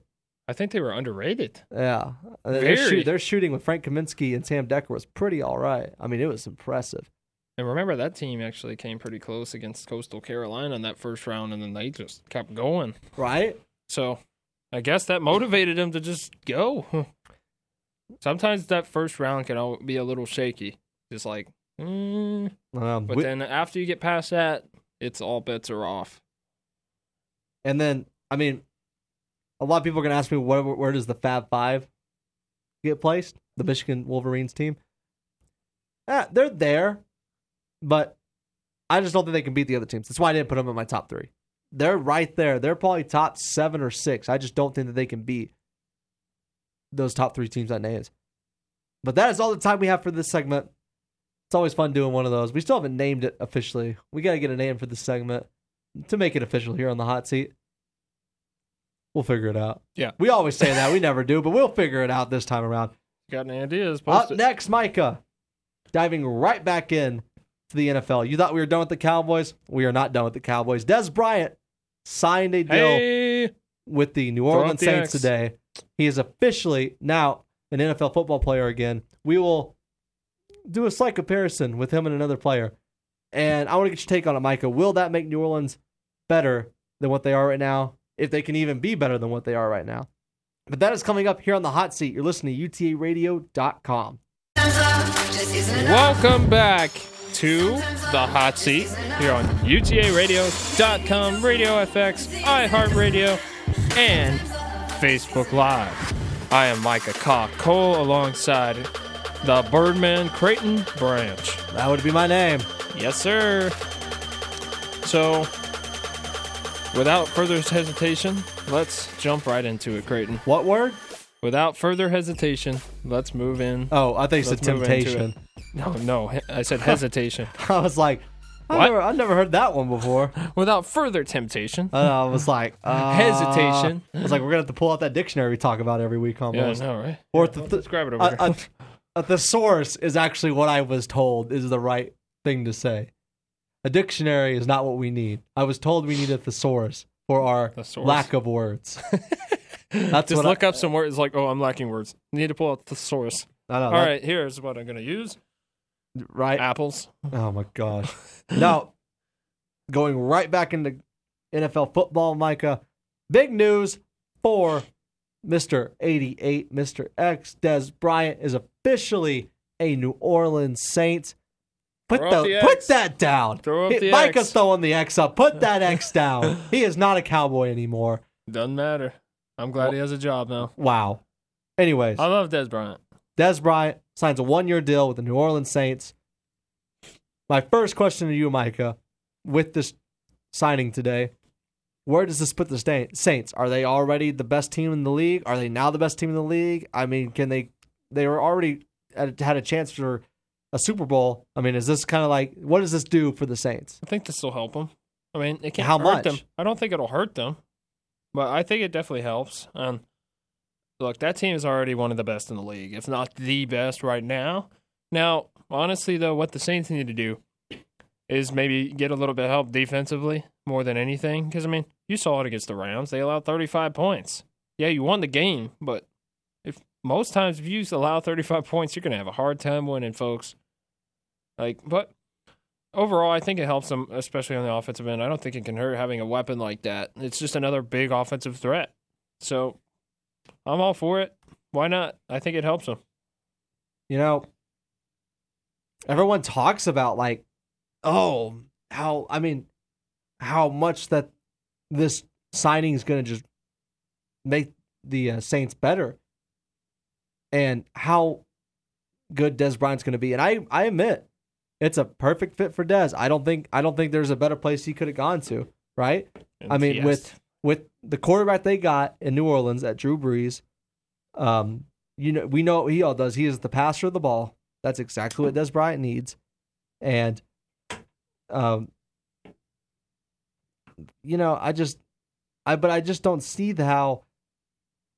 C: I think they were underrated.
B: Yeah, And their, shoot-
C: Very.
B: their shooting with Frank Kaminsky and Sam Decker was pretty all right. I mean, it was impressive.
C: And remember that team actually came pretty close against Coastal Carolina in that first round, and then they just kept going.
B: Right?
C: So I guess that motivated him to just go. Sometimes that first round can al- be a little shaky. Just like, mm.
B: Um,
C: but
B: we-
C: then after you get past that, it's all bets are off.
B: and then, I mean, a lot of people are going to ask me where, where does the Fab Five get placed? The Michigan Wolverines team. Eh, they're there, but I just don't think they can beat the other teams. That's why I didn't put them in my top three. They're right there. They're probably top seven or six. I just don't think that they can beat those top three teams that names. But that is all the time we have for this segment. It's always fun doing one of those. We still haven't named it officially. We got to get a name for this segment to make it official here on the hot seat. We'll figure it out.
C: Yeah.
B: We always say that. We never do, but we'll figure it out this time around.
C: Got any ideas?
B: Up
C: Post it.
B: next, Micah, diving right back in to the NFL. You thought we were done with the Cowboys? We are not done with the Cowboys. Des Bryant signed a deal
C: Hey,
B: with the New
C: out
B: Orleans
C: the
B: Saints
C: X.
B: today. He is officially now an NFL football player again. We will do a slight comparison with him and another player. And I want to get your take on it, Micah. Will that make New Orleans better than what they are right now? If they can even be better than what they are right now. But that is coming up here on the hot seat. You're listening to UTARadio.com.
C: welcome back to the hot seat here on UTARadio.com, Radio FX, iHeartRadio, and Facebook Live. I am Micah Cock Cole alongside the Birdman Creighton Branch.
B: That would be my name.
C: Yes, sir. So, without further hesitation, let's jump right into it, Creighton.
B: What word?
C: Without further hesitation, let's move in.
B: Oh, I think it's a
C: Let's move into it.
B: temptation. [LAUGHS]
C: No, no, he- I said hesitation.
B: I was like, I've
C: What?
B: never, I've never heard that one before.
C: Without further temptation.
B: And I was like, uh,
C: [LAUGHS] Hesitation.
B: I was like, we're gonna have to pull out that dictionary we talk about every week
C: yeah, I
B: almost.
C: know, right?
B: Or the th-
C: Let's grab it over
B: a,
C: here.
B: a, a thesaurus is actually what I was told is the right thing to say. A dictionary is not what we need. I was told we need a thesaurus for our
C: Thesaurus.
B: lack of
C: [LAUGHS]
B: words. That's
C: Just
B: what I-
C: look up some words like, oh, I'm lacking words. Need to pull out the source.
B: I know,
C: All right, here's what I'm going to use
B: that- right?
C: apples.
B: Oh my
C: [LAUGHS]
B: gosh. now, going right back into NFL football, Micah, big news for Mr. 88, Mr. X. Des Bryant is officially a New Orleans Saint. Put,
C: Throw up
B: the,
C: the
B: put
C: X.
B: that down.
C: Throw up
B: Hey,
C: the
B: Micah's
C: X.
B: throwing the X up. Put that X
C: [LAUGHS]
B: down. he is not a cowboy anymore.
C: Doesn't matter. I'm glad he has a job now.
B: Wow. Anyways,
C: I love Des Bryant.
B: Des Bryant signs a one year deal with the New Orleans Saints. My first question to you, Micah, with this signing today, where does this put the Stain- Saints? Are they already the best team in the league? Are they now the best team in the league? I mean, can they? They were already had had a chance for a Super Bowl. I mean, is this kind of like what does this do for the Saints?
C: I think this will help them. I mean, it can't
B: How
C: hurt
B: much?
C: them. I don't think it'll hurt them, but I think it definitely helps. And look, that team is already one of the best in the league, if not the best right now. Now, honestly, though, what the Saints need to do is maybe get a little bit of help defensively more than anything. Because, I mean, you saw it against the Rams. They allowed 35 points. Yeah, you won the game, but if most times if you allow 35 points, you're going to have a hard time winning, folks. Like, but overall, I think it helps them, especially on the offensive end. I don't think it can hurt having a weapon like that. It's just another big offensive threat. So I'm all for it. Why not? I think it helps them.
B: You know, everyone talks about like, oh, how I mean, how much that this signing is going to just make the uh, Saints better, and how good Des Bryant's going to be. And I, I admit, it's a perfect fit for Des. I don't think, I don't think there's a better place he could have gone to. Right? I mean, with with the quarterback they got in New Orleans at Drew Brees, um, you know, we know what he all does. He is the passer of the ball. That's exactly what Des Bryant needs, and um, you know, I just, I but I just don't see the how.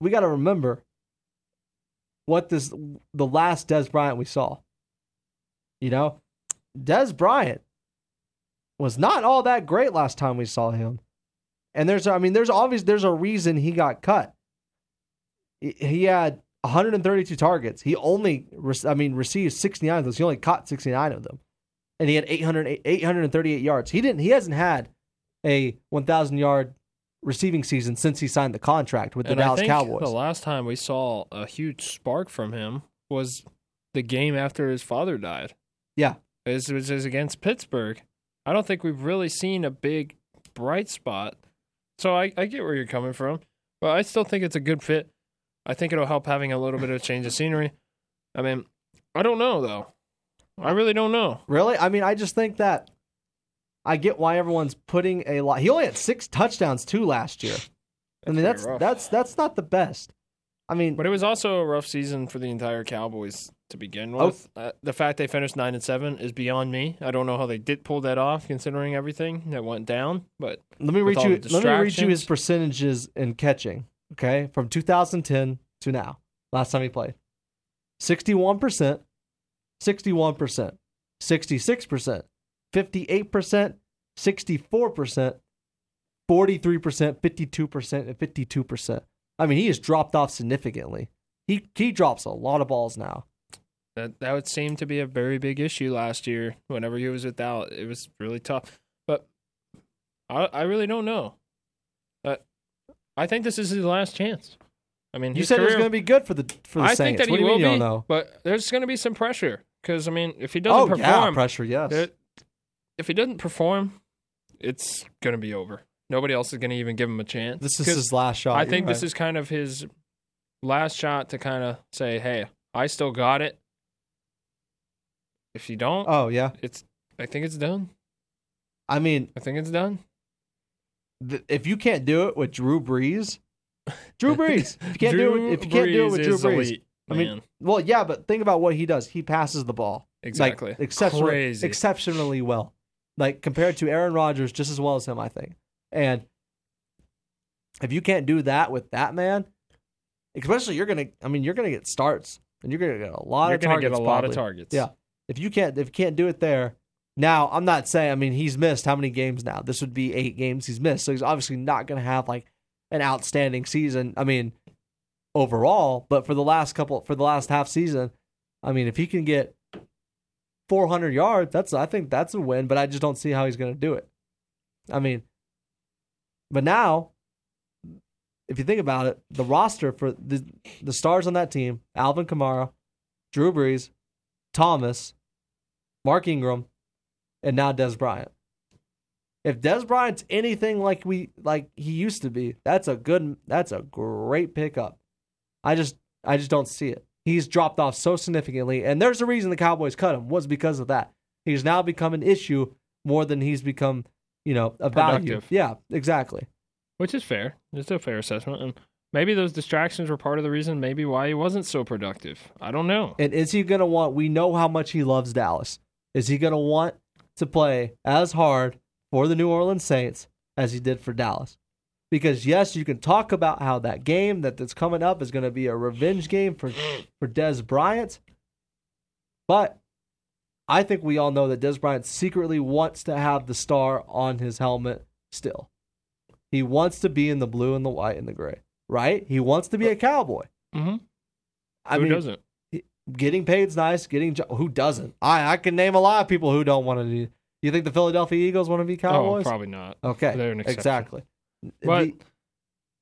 B: We got to remember what this the last Des Bryant we saw. You know, Des Bryant was not all that great last time we saw him. And there's, I mean, there's obvious, there's a reason he got cut. He- He had 132 targets. He only, re- I mean, received 69 of those. He only caught 69 of them, and he had 800, 838 yards. He didn't. He hasn't had a 1,000 yard receiving season since he signed the contract with the
C: And I
B: Dallas
C: think
B: Cowboys.
C: The last time we saw a huge spark from him was the game after his father died.
B: Yeah.
C: This was is against Pittsburgh. I don't think we've really seen a big bright spot. So I, I get where you're coming from, but I still think it's a good fit. I think it'll help having a little bit of change of scenery. I mean, I don't know though. I really don't know.
B: Really? I mean, I just think that I get why everyone's putting a lot. He only had six touchdowns too last year. I mean,
C: pretty
B: that's
C: rough.
B: that's that's not the best. I mean,
C: But it was also a rough season for the entire Cowboys to begin
B: Oh.
C: with. Uh, the fact they finished nine and seven is beyond me. I don't know how they did pull that off, considering everything that went down. But
B: let me read
C: with all
B: you.
C: the
B: Let me read you his
C: distractions.
B: percentages in catching. Okay, from 2010 to now, last time he played, 61 percent, 61 percent, 66 percent, 58 percent, 64 percent, 43 percent, 52 percent, and 52 percent. I mean, he has dropped off significantly. He he drops a lot of balls now.
C: that that would seem to be a very big issue last year. Whenever he was without, it was really tough. But I I really don't know. Uh, I think this is his last chance. I mean,
B: You
C: his
B: said it was
C: career-
B: going to be good for the for the
C: I think
B: Saints.
C: that he
B: what do you
C: will
B: mean you don't
C: be,
B: know?
C: but there's going to be some pressure because I mean, if he
B: Oh
C: doesn't
B: yeah,
C: perform,
B: pressure. Yes.
C: There- if he doesn't perform, it's gonna be over. Nobody else is gonna even give him a chance.
B: this is
C: 'Cause
B: his last shot.
C: I
B: Oh, You're
C: think
B: right.
C: this is kind of his last shot to kind of say, "Hey, I still got it." If you don't,
B: Oh yeah.
C: it's. I think it's done.
B: I mean,
C: I think it's done.
B: th- if you can't do it with Drew Brees, Drew Brees. If you can't do it,
C: Drew
B: if you can't do it with
C: Brees
B: Drew
C: is
B: Brees,
C: elite,
B: I mean,
C: man.
B: well, yeah, but think about what he does. He passes the ball like,
C: exactly.
B: exceptionally,
C: Crazy.
B: exceptionally well. Like compared to Aaron Rodgers, just as well as him, I think. And if you can't do that with that man, especially you're gonna, I mean, you're gonna get starts and you're gonna get a lot
C: You're
B: of
C: gonna
B: targets.
C: get a lot of
B: probably.
C: targets.
B: Yeah. If you can't if you can't do it there, now I'm not saying I mean he's missed how many games now? This would be eight games he's missed. So he's obviously not gonna have like an outstanding season. I mean, overall, but for the last couple for the last half season, I mean, if he can get four hundred yards, that's I think that's a win, but I just don't see how he's gonna do it. I mean but now if you think about it, the roster for the the stars on that team, Alvin Kamara, Drew Brees, Thomas, Mark Ingram, and now Des Bryant. If Des Bryant's anything like we like he used to be, that's a good that's a great pickup. I just I just don't see it. He's dropped off so significantly, and there's a reason the Cowboys cut him was because of that. He's now become an issue more than he's become, you know, a value.
C: Productive.
B: Yeah, exactly.
C: which is fair. It's a fair assessment, and maybe those distractions were part of the reason. Maybe why he wasn't so productive. I don't know.
B: And is he going to want? We know how much he loves Dallas. Is he going to want to play as hard for the New Orleans Saints as he did for Dallas? Because yes, you can talk about how that game that that's coming up is going to be a revenge game for for Des Bryant, but I think we all know that Des Bryant secretly wants to have the star on his helmet still. He wants to be in the blue and the white and the gray, right? He wants to be a cowboy.
C: hmm
B: I
C: Who
B: mean,
C: doesn't?
B: getting paid's nice. Getting jo- who doesn't? I I can name a lot of people who don't want to. Do you think the Philadelphia Eagles want to be
C: Oh,
B: Cowboys?
C: probably not.
B: okay,
C: They're an exception.
B: exactly.
C: But
B: The-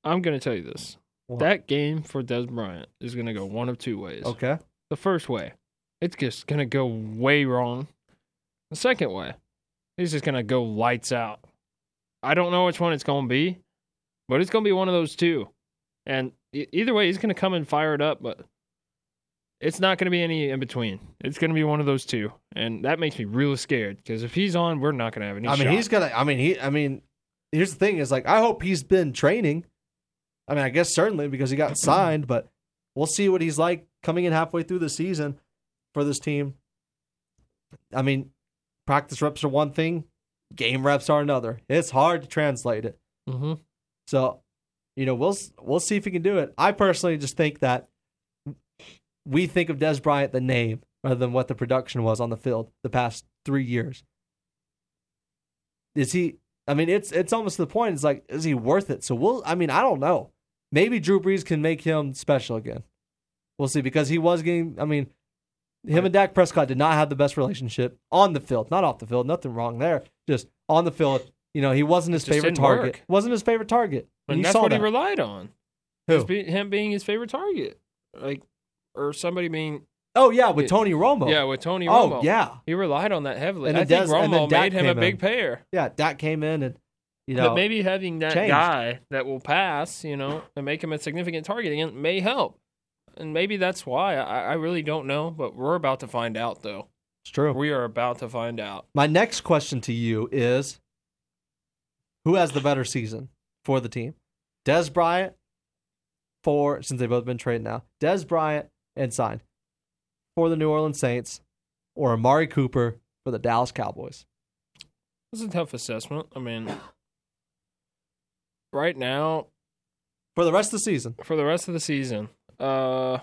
C: I'm going to tell you this.
B: What?
C: That game for Des Bryant is going to go one of two ways.
B: okay,
C: The first way, it's just going to go way wrong. The second way, he's just going to go lights out. I don't know which one it's going to be, but it's going to be one of those two. And e- either way, he's going to come and fire it up, but it's not going to be any in between. It's going to be one of those two. And that makes me really scared because if he's on, we're not going to have any
B: I mean
C: shot.
B: he's gonna. I mean he. I mean, here's the thing: is like I hope he's been training. I mean, I guess certainly because he got
C: [CLEARS THROAT]
B: signed, but we'll see what he's like coming in halfway through the season for this team. I mean, practice reps are one thing, game reps are another. It's hard to translate it.
C: hmm
B: So, you know, we'll we'll see if he can do it. I personally just think that we think of Des Bryant the name rather than what the production was on the field the past three years. is he? I mean, it's it's almost to the point. It's like, is he worth it? So we'll. I mean, I don't know. Maybe Drew Brees can make him special again. We'll see because he was getting. I mean, him and Dak Prescott did not have the best relationship on the field, not off the field. Nothing wrong there. Just on the field, you know, he wasn't his
C: It just
B: favorite
C: didn't
B: target.
C: work.
B: Wasn't his favorite target.
C: And
B: you
C: that's
B: saw
C: what
B: that.
C: he relied on.
B: Who?
C: His be- him being his favorite target, like or somebody being
B: oh yeah, with Tony Romo.
C: yeah with Tony
B: oh
C: Romo.
B: yeah,
C: he relied on that heavily.
B: And
C: I
B: it
C: think
B: does- and then
C: Romo
B: Dak
C: made him a
B: came in.
C: big pair.
B: yeah. Dak came in and you know
C: but maybe having that
B: changed.
C: guy that will pass, you know, and make him a significant target again may help. And maybe that's why. I, I really don't know, but we're about to find out, though.
B: it's true.
C: We are about to find out.
B: My next question to you is who has the better season for the team? Des Bryant for since they've both been traded now. Des Bryant and signed for the New Orleans Saints or Amari Cooper for the Dallas Cowboys.
C: It's a tough assessment. I mean, right now,
B: For the rest of the season.
C: for the rest of the season, uh,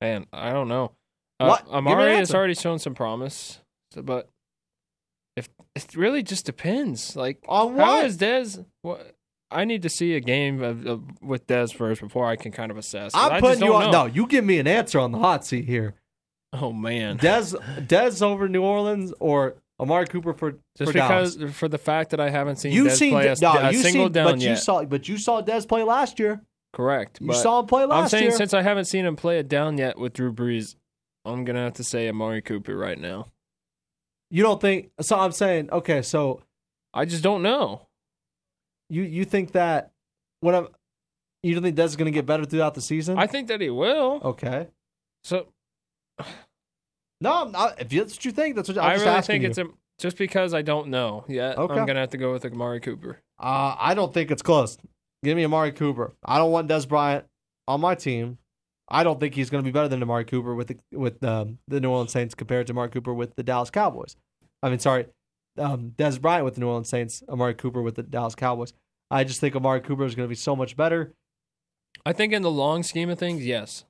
C: man, I don't know. Uh,
B: What? Give me an
C: Amari has
B: answer.
C: already shown some promise, so- but if it really just depends. Like,
B: On
C: How
B: what?
C: is Dez? What, I need to see a game of, of with Dez first before I can kind of assess. 'cause I
B: I'm
C: just
B: putting you
C: don't
B: on
C: know.
B: no, you give me an answer on the hot seat here.
C: Oh man,
B: Des Des over New Orleans or Amari Cooper for, for
C: just because
B: Dallas.
C: for the fact that I haven't seen
B: You've
C: Dez
B: seen
C: play a,
B: De- no,
C: a
B: you've
C: single
B: seen,
C: down
B: but
C: yet.
B: you saw but you saw Des play last year.
C: Correct.
B: You
C: but
B: saw him play last
C: I'm saying
B: year.
C: since I haven't seen him play a down yet with Drew Brees, I'm gonna have to say Amari Cooper right now.
B: You don't think so? I'm saying okay. So
C: I just don't know.
B: you you think that what I'm you don't think that's going to get better throughout the season?
C: I think that he will.
B: okay.
C: So
B: No, I'm not, if that's what you think, that's what I'm
C: I
B: just
C: really
B: asking
C: think
B: you.
C: it's a, just because I don't know yet.
B: Okay.
C: I'm gonna have to go with Amari Cooper.
B: Uh, I don't think it's close. Give me Amari Cooper. I don't want Des Bryant on my team. I don't think he's going to be better than Amari Cooper with the, with um, the New Orleans Saints compared to Amari Cooper with the Dallas Cowboys. I mean, sorry, um, Des Bryant with the New Orleans Saints, Amari Cooper with the Dallas Cowboys. I just think Amari Cooper is going to be so much better.
C: I think in the long scheme of things, yes.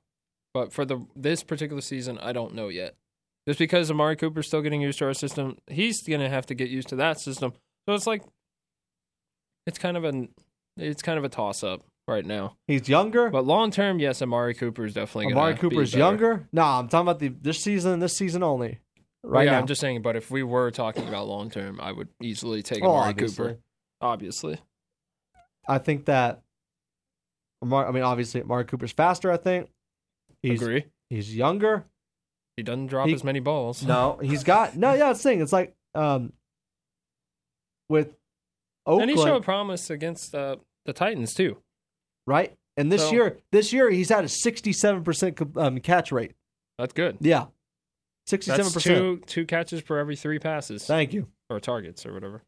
C: But for the this particular season, I don't know yet. Just because Amari Cooper's still getting used to our system, he's gonna have to get used to that system. So it's like it's kind of an it's kind of a toss up right now.
B: He's younger.
C: But long term, yes, Amari Cooper is definitely gonna
B: Amari
C: be
B: Cooper's
C: better.
B: younger. No, I'm talking about the this season, this season only.
C: Well,
B: Right
C: yeah,
B: now,
C: I'm just saying, but if we were talking about long term, I would easily take
B: Well,
C: Amari
B: Oh, obviously.
C: Cooper. Obviously.
B: I think that. Amari, I mean, obviously, Amari Cooper's faster. I think he's
C: Agree.
B: he's younger.
C: He doesn't drop
B: He-
C: as many balls.
B: No, [LAUGHS] he's got no. Yeah, it's thing. It's like um, with
C: And
B: Oakland,
C: he showed promise against uh, the Titans too.
B: right? And this
C: So-
B: year, this year he's had a 67 percent um, catch rate.
C: That's good.
B: Yeah, 67
C: That's
B: percent.
C: two two catches per every three passes
B: Thank you.
C: or targets or whatever,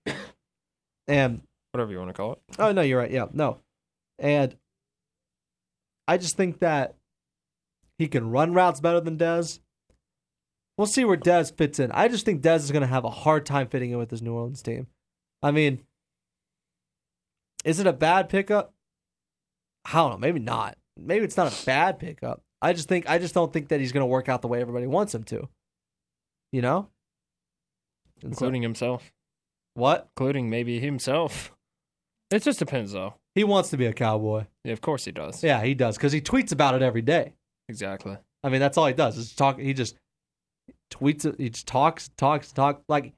B: And
C: whatever you want to call it.
B: Oh no, you're right. Yeah, no, and I just think that he can run routes better than Dez. We'll see where Dez fits in. I just think Dez is going to have a hard time fitting in with his New Orleans team. I mean, is it a bad pickup? I don't know. Maybe not. Maybe it's not a bad pickup. I just think I just don't think that he's going to work out the way everybody wants him to. You know, And so-
C: including himself,
B: what
C: including maybe himself. It just depends, though.
B: he wants to be a cowboy.
C: Yeah, of course he does.
B: Yeah, he does because he tweets about it every day.
C: exactly.
B: I mean, that's all he does is talk. He just tweets. it. He just talks, talks, talk. Like,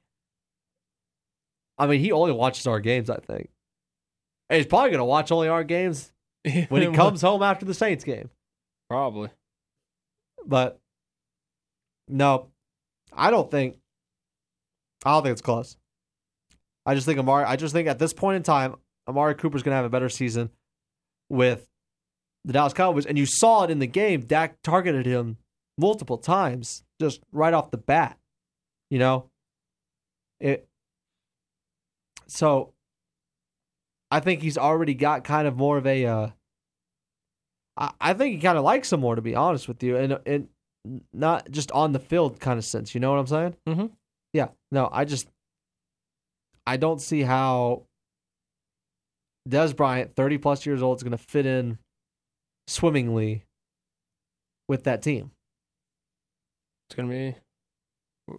B: I mean, he only watches our games. I think And he's probably gonna watch only our games [LAUGHS]
C: [LAUGHS]
B: when he comes home after the Saints game.
C: probably.
B: But no, I don't think. I don't think it's close. I just think Amari. I just think at this point in time, Amari Cooper's going to have a better season with the Dallas Cowboys, and you saw it in the game. Dak targeted him multiple times, just right off the bat. You know, it. So, I think he's already got kind of more of a. Uh, I, I think he kind of likes him more, to be honest with you, and and not just on the field kind of sense. You know what I'm saying?
C: Mhm.
B: Yeah. No, I just I don't see how Des Bryant, 30 plus years old, is going to fit in swimmingly with that team.
C: It's gonna be.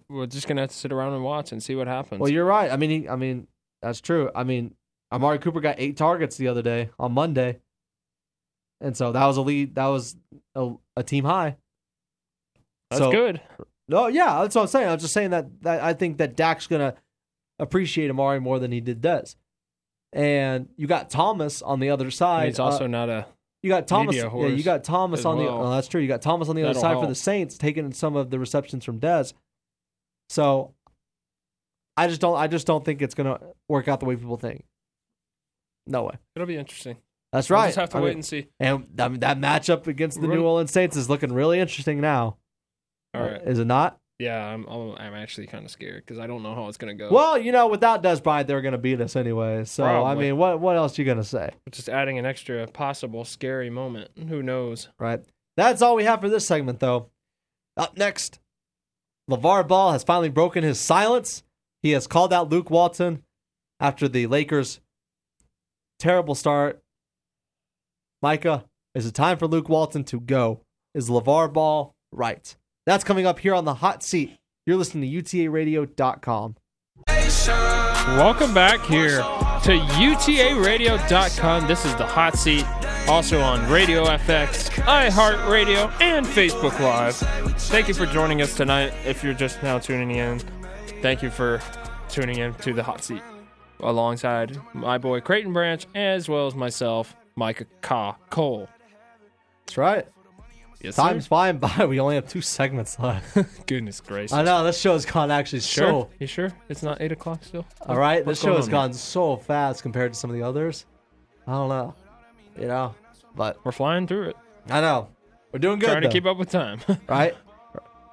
C: We're just gonna have to sit around and watch and see what happens.
B: Well, you're right. I mean, he, I mean, That's true. I mean, Amari Cooper got eight targets the other day on Monday, and so that was a lead. That was a, a team high.
C: That's
B: So-
C: good.
B: No, yeah, that's what I'm saying. I was just saying that, that I think that Dak's gonna appreciate Amari more than he did Dez. And you got Thomas on the other
C: And
B: side.
C: he's
B: uh,
C: also not a.
B: you got Thomas.
C: media
B: Yeah,
C: horse
B: you got Thomas
C: as
B: on the.
C: well.
B: oh, that's true. You got Thomas on the other
C: That'll
B: side for
C: help.
B: the Saints, taking some of the receptions from Dez. So, I just don't. I just don't think it's gonna work out the way people think. No way.
C: It'll be interesting.
B: That's
C: We'll
B: right.
C: just have to
B: I
C: wait
B: mean,
C: and see.
B: and I mean, that matchup against the
C: We're-
B: New Orleans Saints is looking really interesting now.
C: All right.
B: Is it not?
C: Yeah, I'm. I'm I'm actually kind of scared because I don't know how it's gonna go.
B: Well, you know, without Des Bryant, they're going to beat us anyway. So I
C: Probably.
B: mean, what what else you going to say,
C: Just adding an extra possible scary moment. Who knows?
B: right? That's all we have for this segment, though. Up next, LeVar Ball has finally broken his silence. He has called out Luke Walton after the Lakers' terrible start. Micah, is it time for Luke Walton to go? Is LeVar Ball right? That's coming up here on the hot seat. You're listening to UTARadio.com.
C: Welcome back here to UTARadio.com. This is the hot seat. Also on Radio FX, iHeartRadio, and Facebook Live. Thank you for joining us tonight. If you're just now tuning in, thank you for tuning in to the hot seat alongside my boy Creighton Branch as well as myself, Micah Ka Cole.
B: That's right.
C: Yes, sir.
B: Time's flying by. [LAUGHS] We only have two segments left. [LAUGHS]
C: Goodness gracious.
B: I know this show's gone actually
C: Sure.
B: so.
C: You sure? It's not eight o'clock still.
B: All right, this
C: What's
B: show
C: going
B: has
C: on
B: gone so fast compared to some of the others. I don't know, you know, but
C: We're flying through it,
B: I know we're doing good.
C: trying to
B: though,
C: keep up with time. [LAUGHS]
B: right?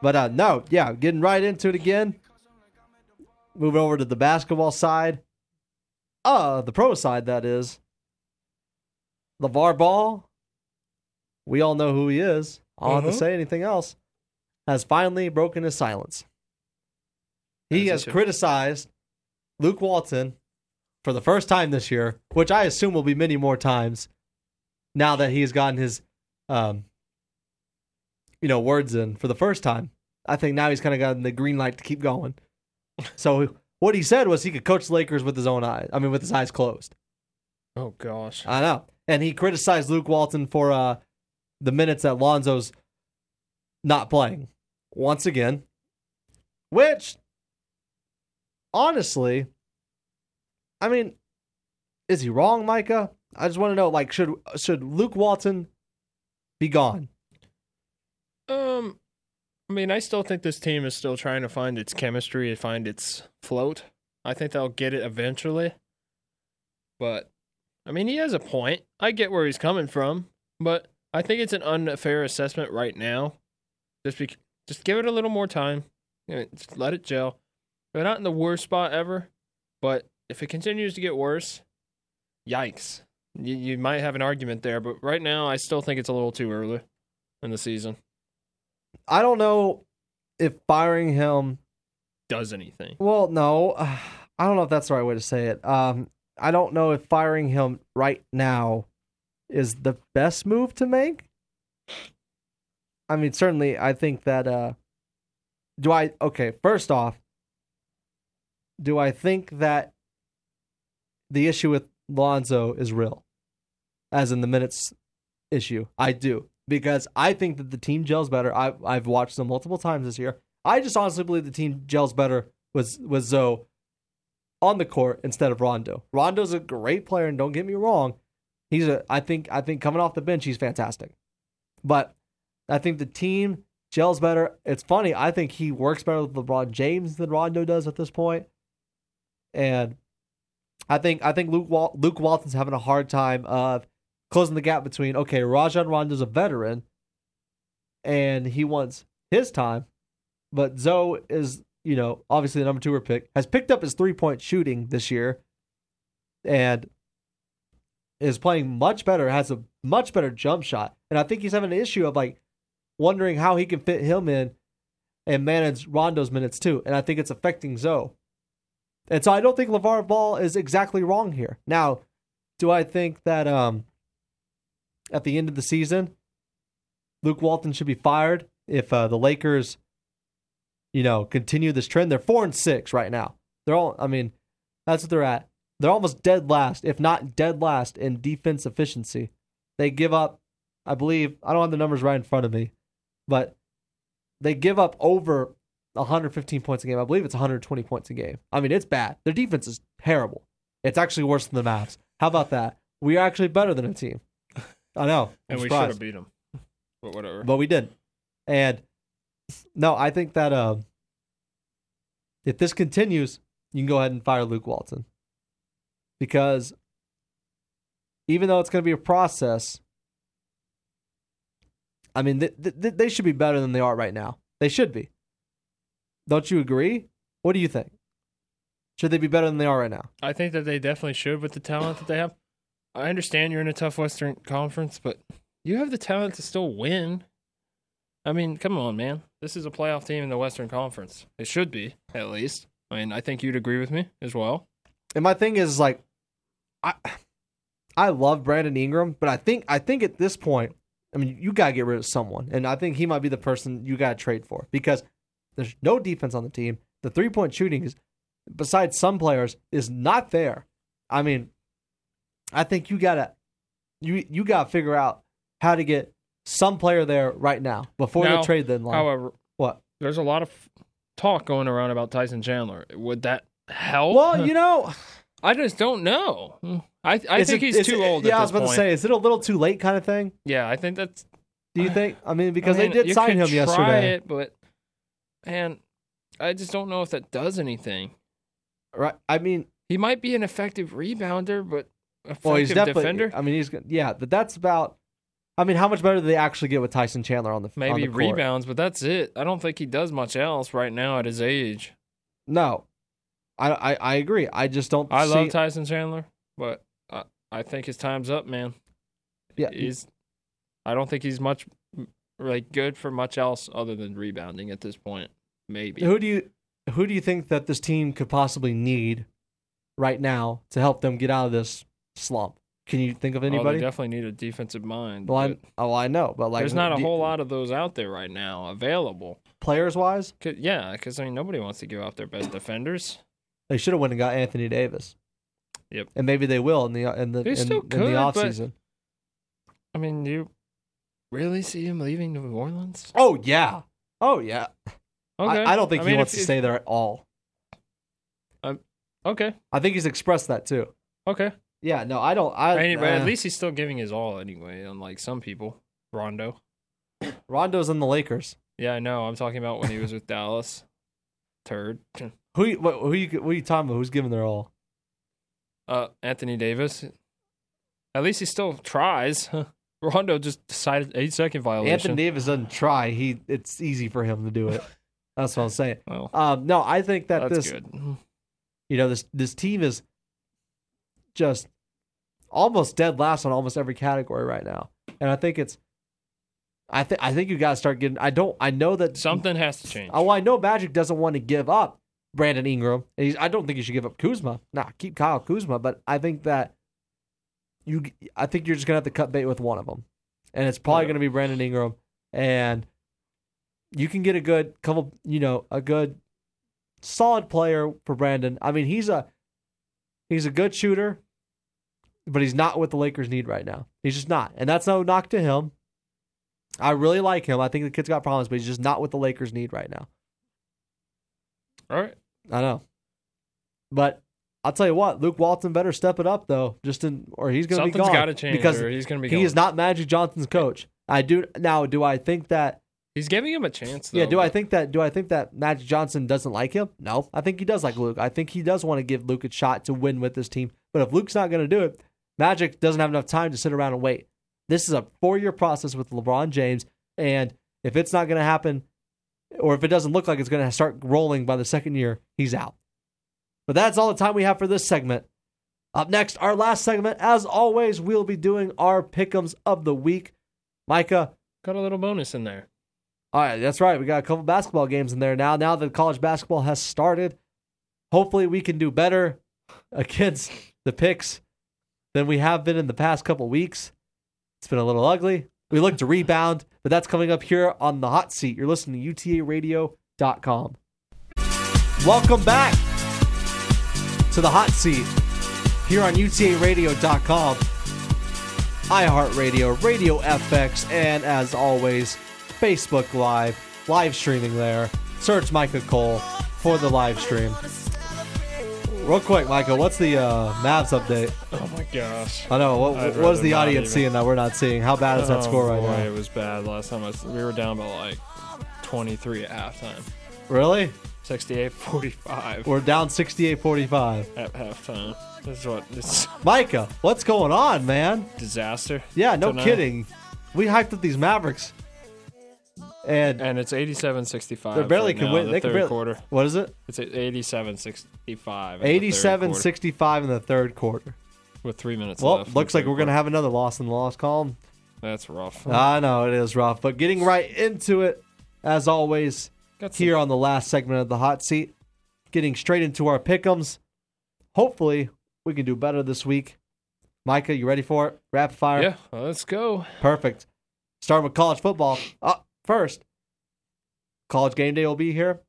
B: But uh, no, yeah, getting right into it again. Moving over to the basketball side, uh, the pro side that is. LeVar Ball, we all know who he is. I don't have
C: Mhm.
B: to say anything else. Has finally broken his silence.
C: As
B: He
C: he
B: has
C: should.
B: criticized Luke Walton for the first time this year, which I assume will be many more times now that he has gotten his, um, you know, words in for the first time. I think now he's kind of gotten the green light to keep going. So what he said was he could coach the Lakers with his own eyes. I mean, with his eyes closed.
C: oh gosh.
B: I know. And he criticized Luke Walton for uh, the minutes that Lonzo's not playing once again, which honestly, I mean, is he wrong, Micah? I just want to know, like, should should Luke Walton be gone?
C: Um, I mean, I still think this team is still trying to find its chemistry and find its float. I think they'll get it eventually. But, I mean, he has a point. I get where he's coming from, but I think it's an unfair assessment right now. Just be, just give it a little more time. You know, just let it gel. They're not in the worst spot ever, but if it continues to get worse, yikes. You, you might have an argument there, but right now I still think it's a little too early in the season.
B: I don't know if firing him
C: does anything.
B: Well, no, [SIGHS] I don't know if that's the right way to say it. Um, I don't know if firing him right now is the best move to make. I mean, certainly, I think that. Uh, do I okay? First off, do I think that the issue with Lonzo is real, as in the minutes issue? I do because I think that the team gels better. I, I've watched them multiple times this year. I just honestly believe the team gels better with with Zoe on the court instead of Rondo. Rondo's a great player, and don't get me wrong, he's a. I think I think coming off the bench, he's fantastic. But I think the team gels better. It's funny. I think he works better with LeBron James than Rondo does at this point, and I think I think Luke Wal- Luke Walton's having a hard time of closing the gap between okay, Rajon Rondo's a veteran, and he wants his time but Zoe is, you know, obviously the number two pick, has picked up his three point shooting this year and is playing much better, has a much better jump shot. And I think he's having an issue of like wondering how he can fit him in and manage Rondo's minutes too. And I think it's affecting Zoe. And so I don't think LeVar Ball is exactly wrong here. Now, do I think that um at the end of the season, Luke Walton should be fired if uh, the Lakers you know, continue this trend. They're four and six right now. They're all, I mean, that's what they're at. They're almost dead last, if not dead last, in defense efficiency. They give up, I believe, I don't have the numbers right in front of me, but they give up over 115 points a game. I believe it's 120 points a game. I mean, it's bad. Their defense is terrible. It's actually worse than the Mavs. How about that? We are actually better than a team. I know. I'm
C: and we should
B: surprised
C: have beat them. But whatever.
B: but we didn't. And no, I think that um, if this continues, you can go ahead and fire Luke Walton because even though it's going to be a process, I mean, th- th- th- they should be better than they are right now. They should be. Don't you agree? What do you think? Should they be better than they are right now?
C: I think that they definitely should with the talent that they have. I understand you're in a tough Western Conference, but you have the talent to still win. I mean, come on, man. This is a playoff team in the Western Conference. It should be, at least. I mean, I think you'd agree with me as well.
B: And my thing is like, I I love Brandon Ingram, but I think I think at this point, I mean, you gotta get rid of someone, and I think he might be the person you gotta trade for because there's no defense on the team. The three point shooting is, besides some players, is not there. I mean, I think you gotta you you gotta figure out how to get some player there right now before
C: Now,
B: the trade deadline.
C: However,
B: what?
C: there's a lot of talk going around about Tyson Chandler. Would that help?
B: Well, you know,
C: I just don't know. I [LAUGHS] I
B: is
C: think
B: it-
C: he's
B: is
C: too
B: it-
C: old.
B: Yeah,
C: at
B: I was
C: this
B: about to
C: point.
B: say, is it a little too late kind of thing?
C: Yeah, I think that's
B: Do you think? I mean, because
C: I mean,
B: they did
C: you
B: sign
C: could
B: him
C: try
B: yesterday,
C: It, but and I just don't know if that does anything.
B: right? I mean,
C: He might be an effective rebounder, but effective
B: well, he's definitely.
C: defender.
B: I mean, he's gonna- yeah, but that's about. I mean, how much better do they actually get with Tyson Chandler on the on
C: Maybe
B: the court?
C: rebounds, but that's it. I don't think he does much else right now at his age.
B: No, I, I I agree. I just don't.
C: I love
B: see-
C: Tyson Chandler, but I, I think his time's up, man.
B: Yeah.
C: He's I don't think he's much like good for much else other than rebounding at this point. Maybe.
B: Who do you who do you think that this team could possibly need right now to help them get out of this slump? Can you think of
C: Oh, they
B: anybody?
C: definitely need a defensive mind.
B: well, I
C: but
B: oh I know, but like
C: there's not a whole lot of those out there right now available.
B: players wise.
C: 'Cause- yeah, because I mean nobody wants to give out their best defenders.
B: They should have went and got Anthony Davis.
C: Yep.
B: And maybe they will in the in the
C: They
B: in,
C: still
B: in
C: could,
B: the
C: but-
B: off season.
C: I mean, do you really see him leaving New Orleans?
B: Oh yeah. Oh yeah.
C: Okay,
B: I, I don't think he
C: mean,
B: wants
C: if-
B: to
C: if-
B: stay there at all.
C: Okay,
B: I think he's expressed that too.
C: okay.
B: Yeah, no, I don't. I,
C: I mean, but
B: uh,
C: at least he's still giving his all anyway, unlike some people. Rondo.
B: Rondo's in the Lakers.
C: Yeah, I know. I'm talking about when
B: [LAUGHS]
C: he was with Dallas. Turd.
B: Who you- what, who you what are you talking about? Who's giving their all?
C: Uh, Anthony Davis. At least he still tries. [LAUGHS] Rondo just decided eight second violation.
B: Anthony Davis doesn't try. He it's easy for him to do it. That's what I'm saying.
C: Well,
B: Um, no, I think that
C: that's
B: this
C: good.
B: you know this this team is just almost dead last on almost every category right now, and I think it's I think I think you got to start getting. I don't. I know that
C: Something has to change.
B: Oh, well, I know Magic doesn't want to give up Brandon Ingram. And He's, I don't think you should give up Kuzma. Nah, keep Kyle Kuzma. But I think that you, I think you're just gonna have to cut bait with one of them, and it's probably
C: Yeah.
B: gonna be Brandon Ingram. And you can get a good couple, you know, a good solid player for Brandon. I mean, he's a he's a good shooter, but he's not what the Lakers need right now. He's just not, and that's no knock to him. I really like him. I think the kid's got problems, but he's just not what the Lakers need right now.
C: All right.
B: I know. But I'll tell you what, Luke Walton better step it up though, just in or he's gonna be
C: Something's
B: gone.
C: got to change.
B: because
C: or he's going to be.
B: he
C: gone.
B: is not Magic Johnson's coach. I do now. Do I think that?
C: He's giving him a chance. Though,
B: yeah. Do I
C: but-
B: think that? Do I think that Magic Johnson doesn't like him? No. I think he does like Luke. I think he does want to give Luke a shot to win with this team. But if Luke's not going to do it, Magic doesn't have enough time to sit around and wait. This is a four-year process with LeBron James, and if it's not going to happen, or if it doesn't look like it's going to start rolling by the second year, he's out. But that's all the time we have for this segment. Up next, our last segment, as always, we'll be doing our pickums of the week. Micah,
C: got a little bonus in there?
B: all right, that's right. We got a couple basketball games in there now. Now that college basketball has started, hopefully we can do better against the picks than we have been in the past couple weeks. It's been a little ugly. We look to rebound, but that's coming up here on the hot seat. You're listening to UTARadio.com. Welcome back to the hot seat here on utaradio.com, iHeartRadio, Radio FX, and as always, Facebook Live, live streaming there. Search Micah Cole for the live stream. Real quick, Micah, what's the uh, Mavs update?
C: Oh my gosh.
B: I know. What,
C: I'd
B: what was
C: rather
B: the
C: not
B: audience
C: even.
B: seeing that we're not seeing? How bad is that
C: Oh,
B: score right
C: boy,
B: now?
C: It was bad last time. I was, we were down by like 23 at halftime.
B: Really?
C: 68 45
B: We're down 68 45.
C: at halftime. This is what this is
B: Micah, what's going on, man?
C: a disaster.
B: Yeah, no
C: Tonight.
B: kidding. We hyped up these Mavericks, and,
C: And it's 87 65.
B: they're barely
C: right
B: can
C: now,
B: win.
C: The
B: they
C: third
B: can barely,
C: quarter.
B: What is it?
C: It's 87 65.
B: 87 65 in the third quarter.
C: With three minutes
B: Well,
C: left. in the
B: looks like
C: third
B: we're Uh, going to
C: quarter.
B: have another loss in the loss column.
C: That's rough.
B: I know it is rough, but getting right into it, as always,
C: Got some-
B: here on the last segment of the hot seat, getting straight into our pickums. Hopefully, we can do better this week. Micah, you ready for it? Rapid fire.
C: Yeah, well, let's go.
B: Perfect. Starting with college football. Uh, first, college game day will be here.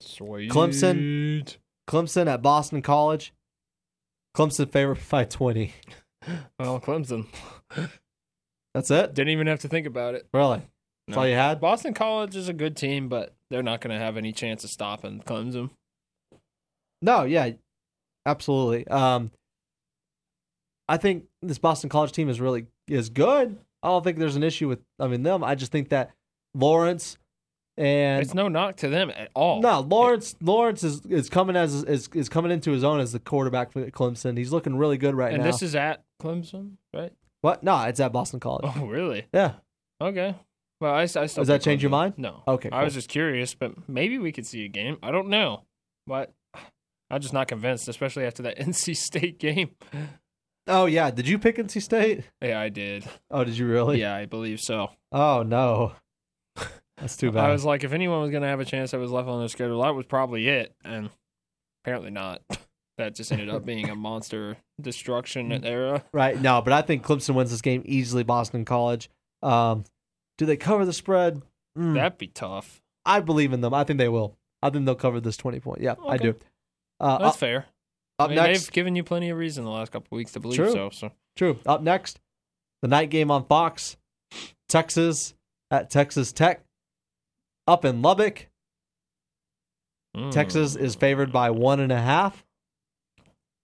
C: Sweet.
B: Clemson. Clemson at Boston College. Clemson favored [LAUGHS] by 20.
C: Well, Clemson.
B: That's it?
C: Didn't even have to think about it.
B: Really? That's all you had?
C: Boston College is a good team, but they're not going to have any chance of stopping Clemson.
B: No, yeah, absolutely. Um, I think this Boston College team is really is good. I don't think there's an issue with I mean them. I just think that Lawrence and
C: It's no knock to them at all.
B: no Lawrence Lawrence is, is coming as is, is coming into his own as the quarterback for Clemson. He's looking really good right
C: and
B: now.
C: this is at Clemson, right? [LAUGHS]
B: what? No, it's at Boston College.
C: Oh, really?
B: Yeah,
C: Okay. Well, I, I still
B: Does that
C: pick
B: change your mind?
C: Clemson. No.
B: Okay,
C: I was
B: cool.
C: just curious, but maybe we could see a game. I don't know, but I'm just not convinced, especially after that [LAUGHS] NC State game.
B: Oh yeah, did you pick NC State?
C: Yeah, I did.
B: Oh, did you really?
C: Yeah, I believe so.
B: Oh no, [LAUGHS] that's too bad.
C: I was like, if anyone was going to have a chance that was left on their schedule, that was probably it. And apparently not. [LAUGHS] That just ended up being a monster destruction
B: Mm.
C: era.
B: Right. No, but I think Clemson wins this game easily. Boston College. Um, do they cover the spread? Mm,
C: That'd be tough.
B: I believe in them. I think they will. I think they'll cover this twenty point. Yeah, I
C: Okay.
B: do. Uh,
C: That's
B: up,
C: fair.
B: up
C: I mean,
B: next,
C: They've given you plenty of reason the last couple weeks to believe
B: True.
C: so. So
B: true. Up next, the night game on Fox, Texas at Texas Tech. Up in Lubbock,
C: Mm.
B: Texas is favored by one and a half.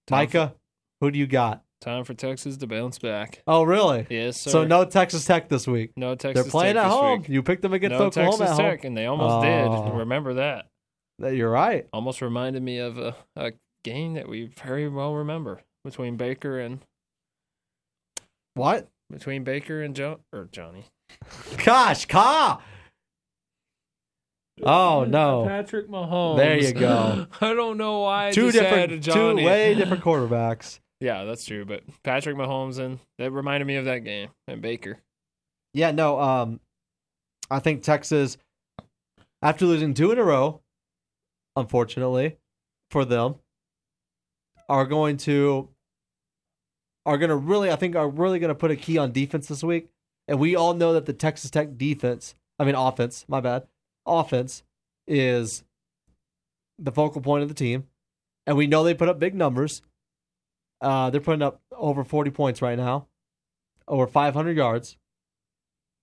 C: Time for-
B: Micah, who do you got?
C: Time for Texas to bounce back.
B: Oh, really?
C: Yes, sir.
B: so no Texas Tech this week.
C: no Texas.
B: They're playing
C: Tech
B: at
C: this
B: home.
C: week.
B: You picked them against
C: No
B: Oklahoma
C: Texas
B: at home.
C: Tech, and they almost
B: Oh.
C: did. Remember that?
B: That- You're right.
C: Almost reminded me of a, a game that we very well remember between Baker and
B: What?
C: between Baker and John or Johnny.
B: Gosh, Ka! Oh no,
C: Patrick Mahomes.
B: There you go.
C: [LAUGHS] I don't know why I
B: two
C: just added
B: different, two
C: Johnny.
B: way different quarterbacks.
C: [LAUGHS] Yeah, that's true. But Patrick Mahomes and that reminded me of that game and Baker.
B: Yeah, no. Um, I think Texas, after losing two in a row, unfortunately, for them, are going to are going to really, I think, are really going to put a key on defense this week. And we all know that the Texas Tech defense, I mean offense, my bad, offense is the focal point of the team, and we know they put up big numbers. Uh, they're putting up over forty points right now, over five hundred yards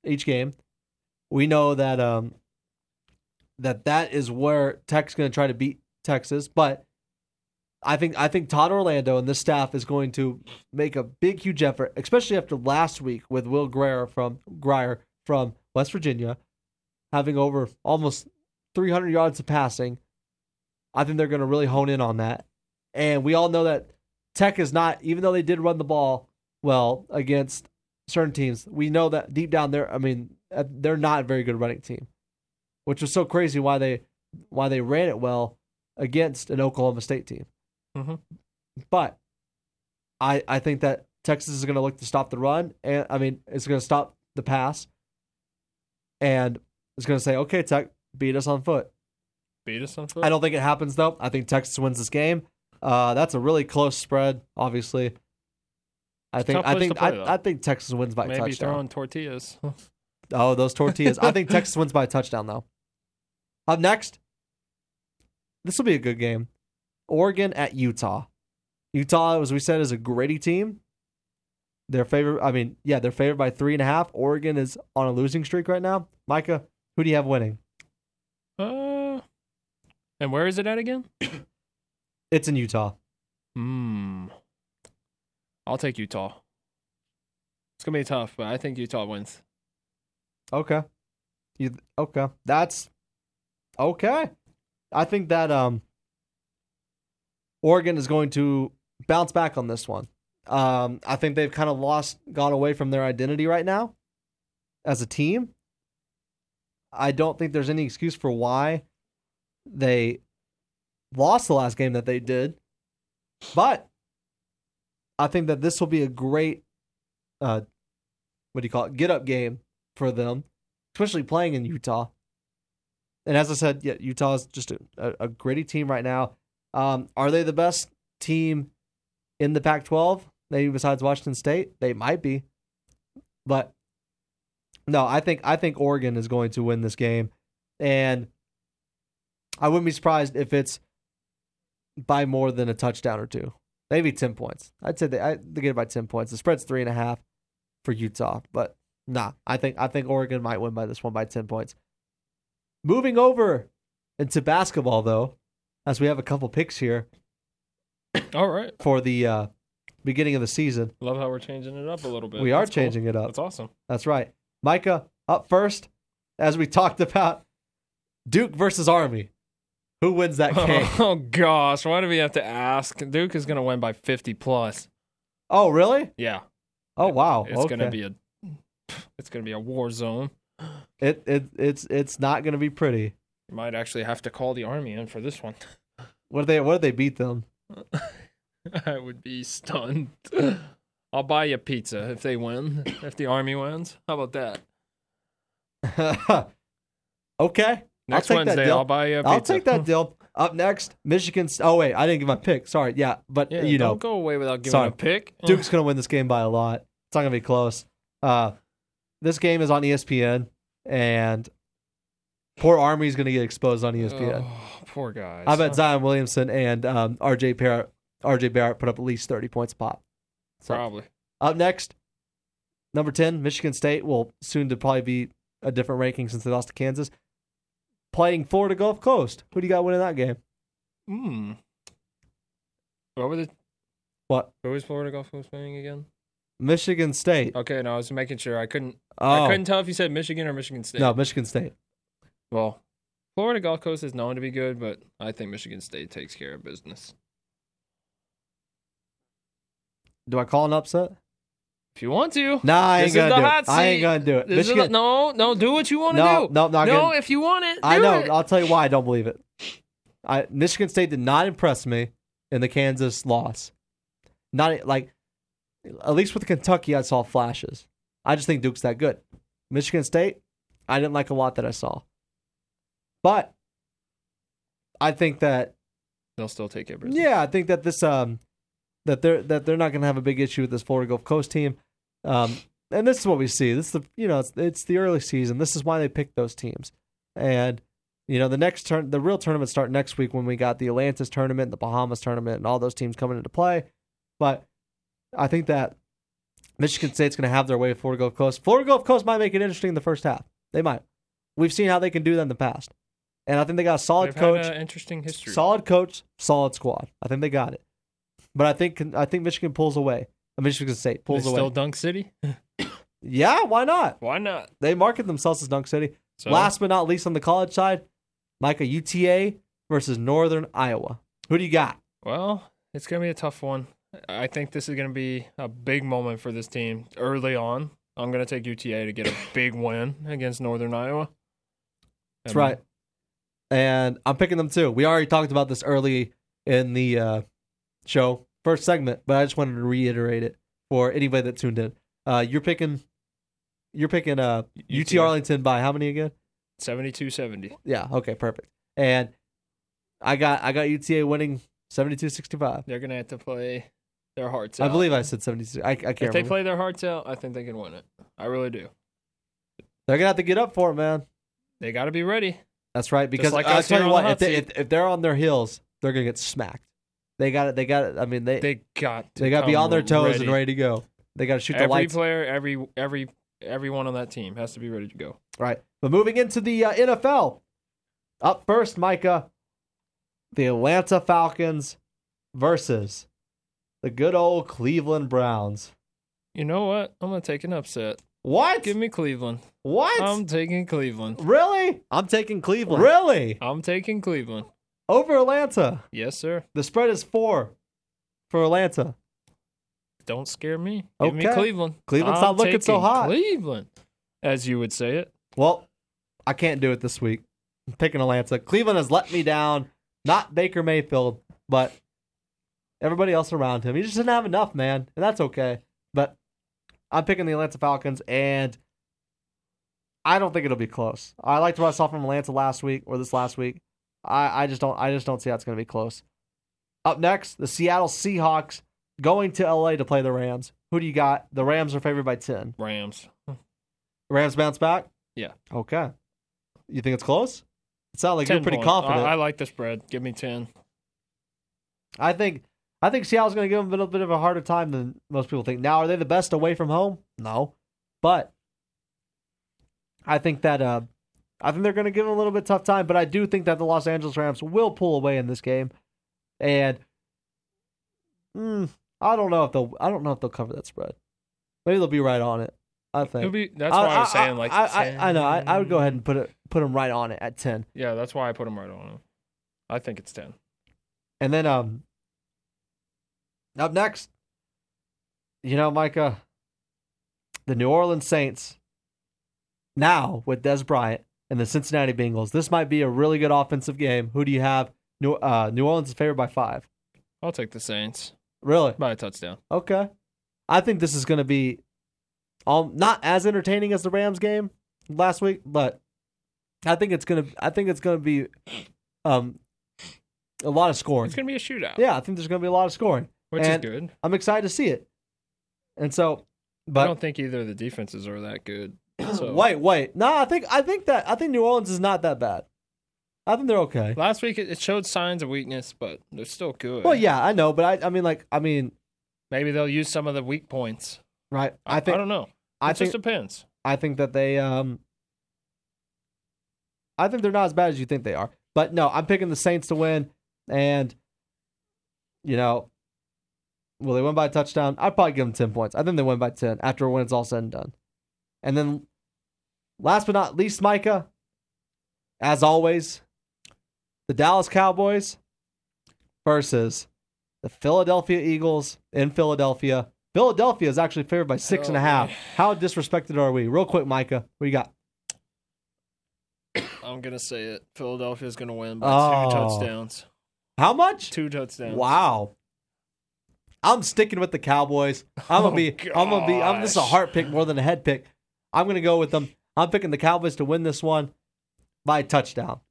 B: each game. We know that um that that is where Tech's going to try to beat Texas, but I think I think Todd Orlando and this staff is going to make a big huge effort, especially after last week with Will Greer from Greer from West Virginia having over almost 300 yards of passing. I think they're going to really hone in on that. And we all know that Tech is not even though they did run the ball well against certain teams, we know that deep down there, I mean, uh, they're not a very good running team, which was so crazy why they why they ran it well against an Oklahoma State team.
C: Mhm.
B: But I I think that Texas is going to look to stop the run, and I mean, it's going to stop the pass, and it's going to say, okay, Tech beat us on foot.
C: Beat us on foot.
B: I don't think it happens though. I think Texas wins this game. Uh, that's a really close spread, obviously. I think
C: tough
B: I
C: place
B: think
C: to play,
B: I,
C: though.
B: I think Texas wins by a
C: Maybe
B: touchdown.
C: throwing tortillas. [LAUGHS]
B: Oh, those tortillas. I think Texas wins by a touchdown, though. Up next, this will be a good game. Oregon at Utah. Utah, as we said, is a gritty team. They're favored. I mean, yeah, they're favored by three and a half. Oregon is on a losing streak right now. Micah, who do you have winning?
C: Uh, and where is it at again?
B: It's in Utah.
C: Hmm. I'll take Utah. It's gonna be tough, but I think Utah wins.
B: Okay. You okay? That's okay. I think that um Oregon is going to bounce back on this one. Um I think they've kind of lost gone away from their identity right now as a team. I don't think there's any excuse for why they lost the last game that they did. But I think that this will be a great uh what do you call it? Get up game for them, especially playing in Utah. And as I said, yeah, Utah's just a, a, a gritty team right now. Um, are they the best team in the Pac 12? Maybe besides Washington State? They might be. But no, I think I think Oregon is going to win this game. And I wouldn't be surprised if it's by more than a touchdown or two. Maybe ten points. I'd say they I they get it by ten points. The spread's three and a half for Utah, but Nah, I think I think Oregon might win by this one by ten points. Moving over into basketball though, as we have a couple picks here
C: All right.
B: for the uh, beginning of the season.
C: Love how we're changing it up a little bit.
B: We are
C: That's cool.
B: changing it up.
C: That's awesome.
B: That's right. Micah up first, as we talked about Duke versus Army. Who wins that game?
C: [LAUGHS] Oh gosh, why do we have to ask? Duke is gonna win by fifty plus.
B: oh, really?
C: Yeah,
B: Oh, wow.
C: it's
B: okay.
C: gonna be a it's gonna be a war zone.
B: it, it it's it's not gonna be pretty.
C: You might actually have to call the army in for this one. [LAUGHS]
B: What did they what did they beat them? [LAUGHS]
C: I would be stunned. I'll buy you pizza if they win. If the army wins, how about that?
B: okay.
C: Next
B: I'll take that
C: Wednesday,
B: deal.
C: I'll buy you. A pizza.
B: I'll take that deal. Up next, Michigan. St- Oh wait, I didn't give my pick. Sorry. Yeah, but
C: [LAUGHS] Yeah,
B: you know,
C: don't go away without giving
B: Sorry.
C: a pick. Oh,
B: Duke's gonna win this game by a lot. It's not gonna be close. Uh, this game is on E ESPN, and poor Army's gonna get exposed on E ESPN.
C: Oh, poor guys.
B: I bet Zion Williamson and um, RJ Barrett, RJ Barrett put up at least thirty points a pop. So-
C: Probably.
B: Up next, number 10, Michigan State will soon to probably be a different ranking since they lost to Kansas. Playing Florida Gulf Coast. Who do you got winning that game?
C: Hmm. What were the
B: What?
C: who was Florida Gulf Coast playing again?
B: Michigan State.
C: Okay, no, I was making sure. I couldn't.
B: Oh,
C: I couldn't tell if you said Michigan or Michigan State.
B: no, Michigan State.
C: Well, Florida Gulf Coast is known to be good, but I think Michigan State takes care of business.
B: Do I call an upset?
C: If you want to.
B: Nah, I ain't
C: This is
B: gonna
C: the
B: do
C: hot
B: it. I ain't
C: seat.
B: gonna do it.
C: This is
B: Michigan.
C: the- no, no, do what you want to
B: No,
C: do.
B: no, not
C: no,
B: good.
C: if you want it,
B: I
C: do
B: know.
C: it.
B: I'll tell you why I don't believe it. I Michigan State did not impress me in the Kansas loss. Not like at least with Kentucky, I saw flashes. I just think Duke's that good. Michigan State, I didn't like a lot that I saw. But I think that
C: They'll still take care of business.
B: yeah, I think that this um that they're that they're not going to have a big issue with this Florida Gulf Coast team. Um, and this is what we see. This is the you know it's, it's the early season. This is why they picked those teams. And you know the next turn, the real tournaments start next week when we got the Atlantis tournament, the Bahamas tournament, and all those teams coming into play. But I think that Michigan State's going to have their way with Florida Gulf Coast. Florida Gulf Coast might make it interesting in the first half. They might. We've seen how they can do that in the past, and I think they got a solid
C: They've
B: coach.
C: Had a interesting history.
B: Solid coach, solid squad. I think they got it. But I think I think Michigan pulls away. Uh, Michigan State
C: They
B: pulls away.
C: Still Dunk City.
B: yeah, why not?
C: [LAUGHS] Why not?
B: They market themselves as Dunk City.
C: So,
B: Last but not least on the college side, Micah UTA versus Northern Iowa. Who do you got?
C: Well, it's going to be a tough one. I think this is going to be a big moment for this team early on. I'm going to take UTA to get a big win against Northern Iowa.
B: That's right. And I'm picking them too. We already talked about this early in the uh, show, first segment, but I just wanted to reiterate it for anybody that tuned in. Uh, you're picking, you're picking uh, UT
C: UTA.
B: Arlington by how many again?
C: 72 70.
B: Yeah, okay, perfect. And I got I got UTA winning 72-65.
C: They're going to have to play their hearts
B: I
C: out.
B: believe I said 72. I, I can't
C: If they
B: remember.
C: play their hearts out, I think they can win it. I really do.
B: They're going to have to get up for it, man.
C: They got to be ready.
B: That's right because
C: like
B: I'll
C: us
B: tell
C: here
B: you what,
C: on the hot
B: if, they,
C: seat.
B: if, if they're on their heels, they're going to get smacked. They got it. They got it. I mean, they they,
C: They got to
B: got to be
C: come
B: on their toes
C: ready.
B: and ready to go. They got to shoot
C: Every
B: the lights.
C: player, every every everyone on that team has to be ready to go.
B: Right. But moving into the uh, NFL. Up first, Micah, the Atlanta Falcons versus the good old Cleveland Browns.
C: You know what? I'm gonna take an upset.
B: What?
C: Give me um, Cleveland.
B: what?
C: I'm taking Cleveland.
B: really?
F: I'm taking Cleveland.
B: Really?
C: I'm taking Cleveland.
B: Over Atlanta.
C: Yes, sir.
B: The spread is four for Atlanta.
C: Don't scare me. Give me
B: Okay.
C: Cleveland.
B: Cleveland's not
C: I'm
B: looking so
C: taking
B: hot.
C: Cleveland, as you would say it.
B: Well, I can't do it this week. I'm picking Atlanta. Cleveland has let me down. Not Baker Mayfield, but everybody else around him. He just didn't have enough, man, and that's okay. But I'm picking the Atlanta Falcons, and I don't think it'll be close. I liked what I saw from Atlanta last week or this last week. I, I just don't I just don't see how it's going to be close. Up next, the Seattle Seahawks going to LA to play the Rams. Who do you got? The Rams are favored by ten.
C: Rams.
B: Rams bounce back?
C: Yeah.
B: Okay. You think it's close? It sounded like you're
C: 10
B: pretty
C: points.
B: confident.
C: I, I
B: I,
C: like the spread. Give me ten.
B: think I think Seattle's gonna give them a little bit of a harder time than most people think. Now, are they the best away from home? No. But I think that uh I think they're gonna give them a little bit tough time, but I do think that the Los Angeles Rams will pull away in this game. And mm, I don't know if they'll I don't know if they'll cover that spread. Maybe they'll be right on it. I think.
C: It'll be, that's why I, was saying like
B: I, I, I know I, I would go ahead and put it put him right on it at ten,
C: Yeah, that's why I put them right on him. I think it's ten.
B: and then um up next, you know, Micah, the New Orleans Saints. Now with Des Bryant and the Cincinnati Bengals, this might be a really good offensive game. Who do you have? New uh, New Orleans is favored by five.
C: I'll take the Saints
B: Really?
C: by a touchdown.
B: Okay. I think this is going to be um not as entertaining as the Rams game last week, but I think it's going to I think it's going to be um a lot of scoring.
C: It's gonna be a shootout,
B: yeah, I think there's going to be a lot of scoring.
C: which
B: and-
C: is good.
B: I'm excited to see it. And so
C: I
B: but
C: don't think either of the defenses are
B: [CLEARS THROAT]
C: that good. So.
B: wait, wait. No, I think I think that I think New Orleans is not that bad. I think they're okay.
C: Last week it it showed signs of weakness, but they're still good.
B: Well, yeah, I know, but I I mean like I mean,
C: Maybe they'll use some of the weak points.
B: right. I think
C: I don't know. It
B: I
C: just
B: think
C: depends.
B: I think that they um I think they're not as bad as you think they are. But no, I'm picking the Saints to win and you know will they win by a touchdown? I'd probably give them 10 points. I think they win by 10 after when it's all said and done. And then last but not least, Micah, as always, the Dallas Cowboys versus the Philadelphia Eagles in Philadelphia. Philadelphia is actually favored by six and a
C: Oh,
B: half.
C: boy.
B: How disrespected are we? Real quick, Micah, what you got?
C: I'm gonna say it. Philadelphia's gonna win by
B: Oh.
C: two touchdowns.
B: How much?
C: Two touchdowns.
B: Wow. I'm sticking with the Cowboys. I'm gonna
C: Oh,
B: be. I'm gonna be. I'm, this is a
C: gosh.
B: heart pick more than a head pick. I'm gonna go with them. I'm picking the Cowboys to win this one by a touchdown.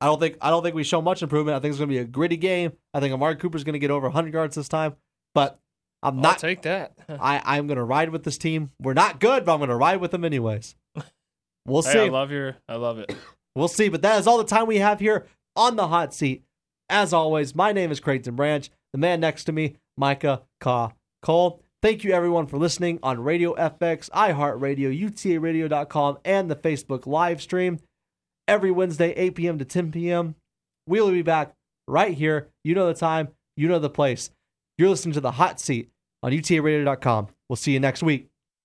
B: I don't think. I don't think we show much improvement. I think it's gonna be a gritty game. I think Amari Cooper's gonna get over 100 yards this time. But I'm
C: I'll
B: not. [LAUGHS]
C: take that.
B: I. I'm gonna ride with this team. We're not good, but I'm gonna ride with them anyways. We'll see.
C: Hey, I love your. I love it.
B: We'll see. But that is all the time we have here on the hot seat. As always, my name is Creighton Branch. The man next to me, Micah Ka Cole. Thank you everyone for listening on Radio FX, iHeartRadio, UTARadio.com, and the Facebook live stream every Wednesday, 8 p.m. to 10 p.m. We'll be back right here. You know the time, you know the place. You're listening to the hot seat on UTARadio.com. We'll see you next week.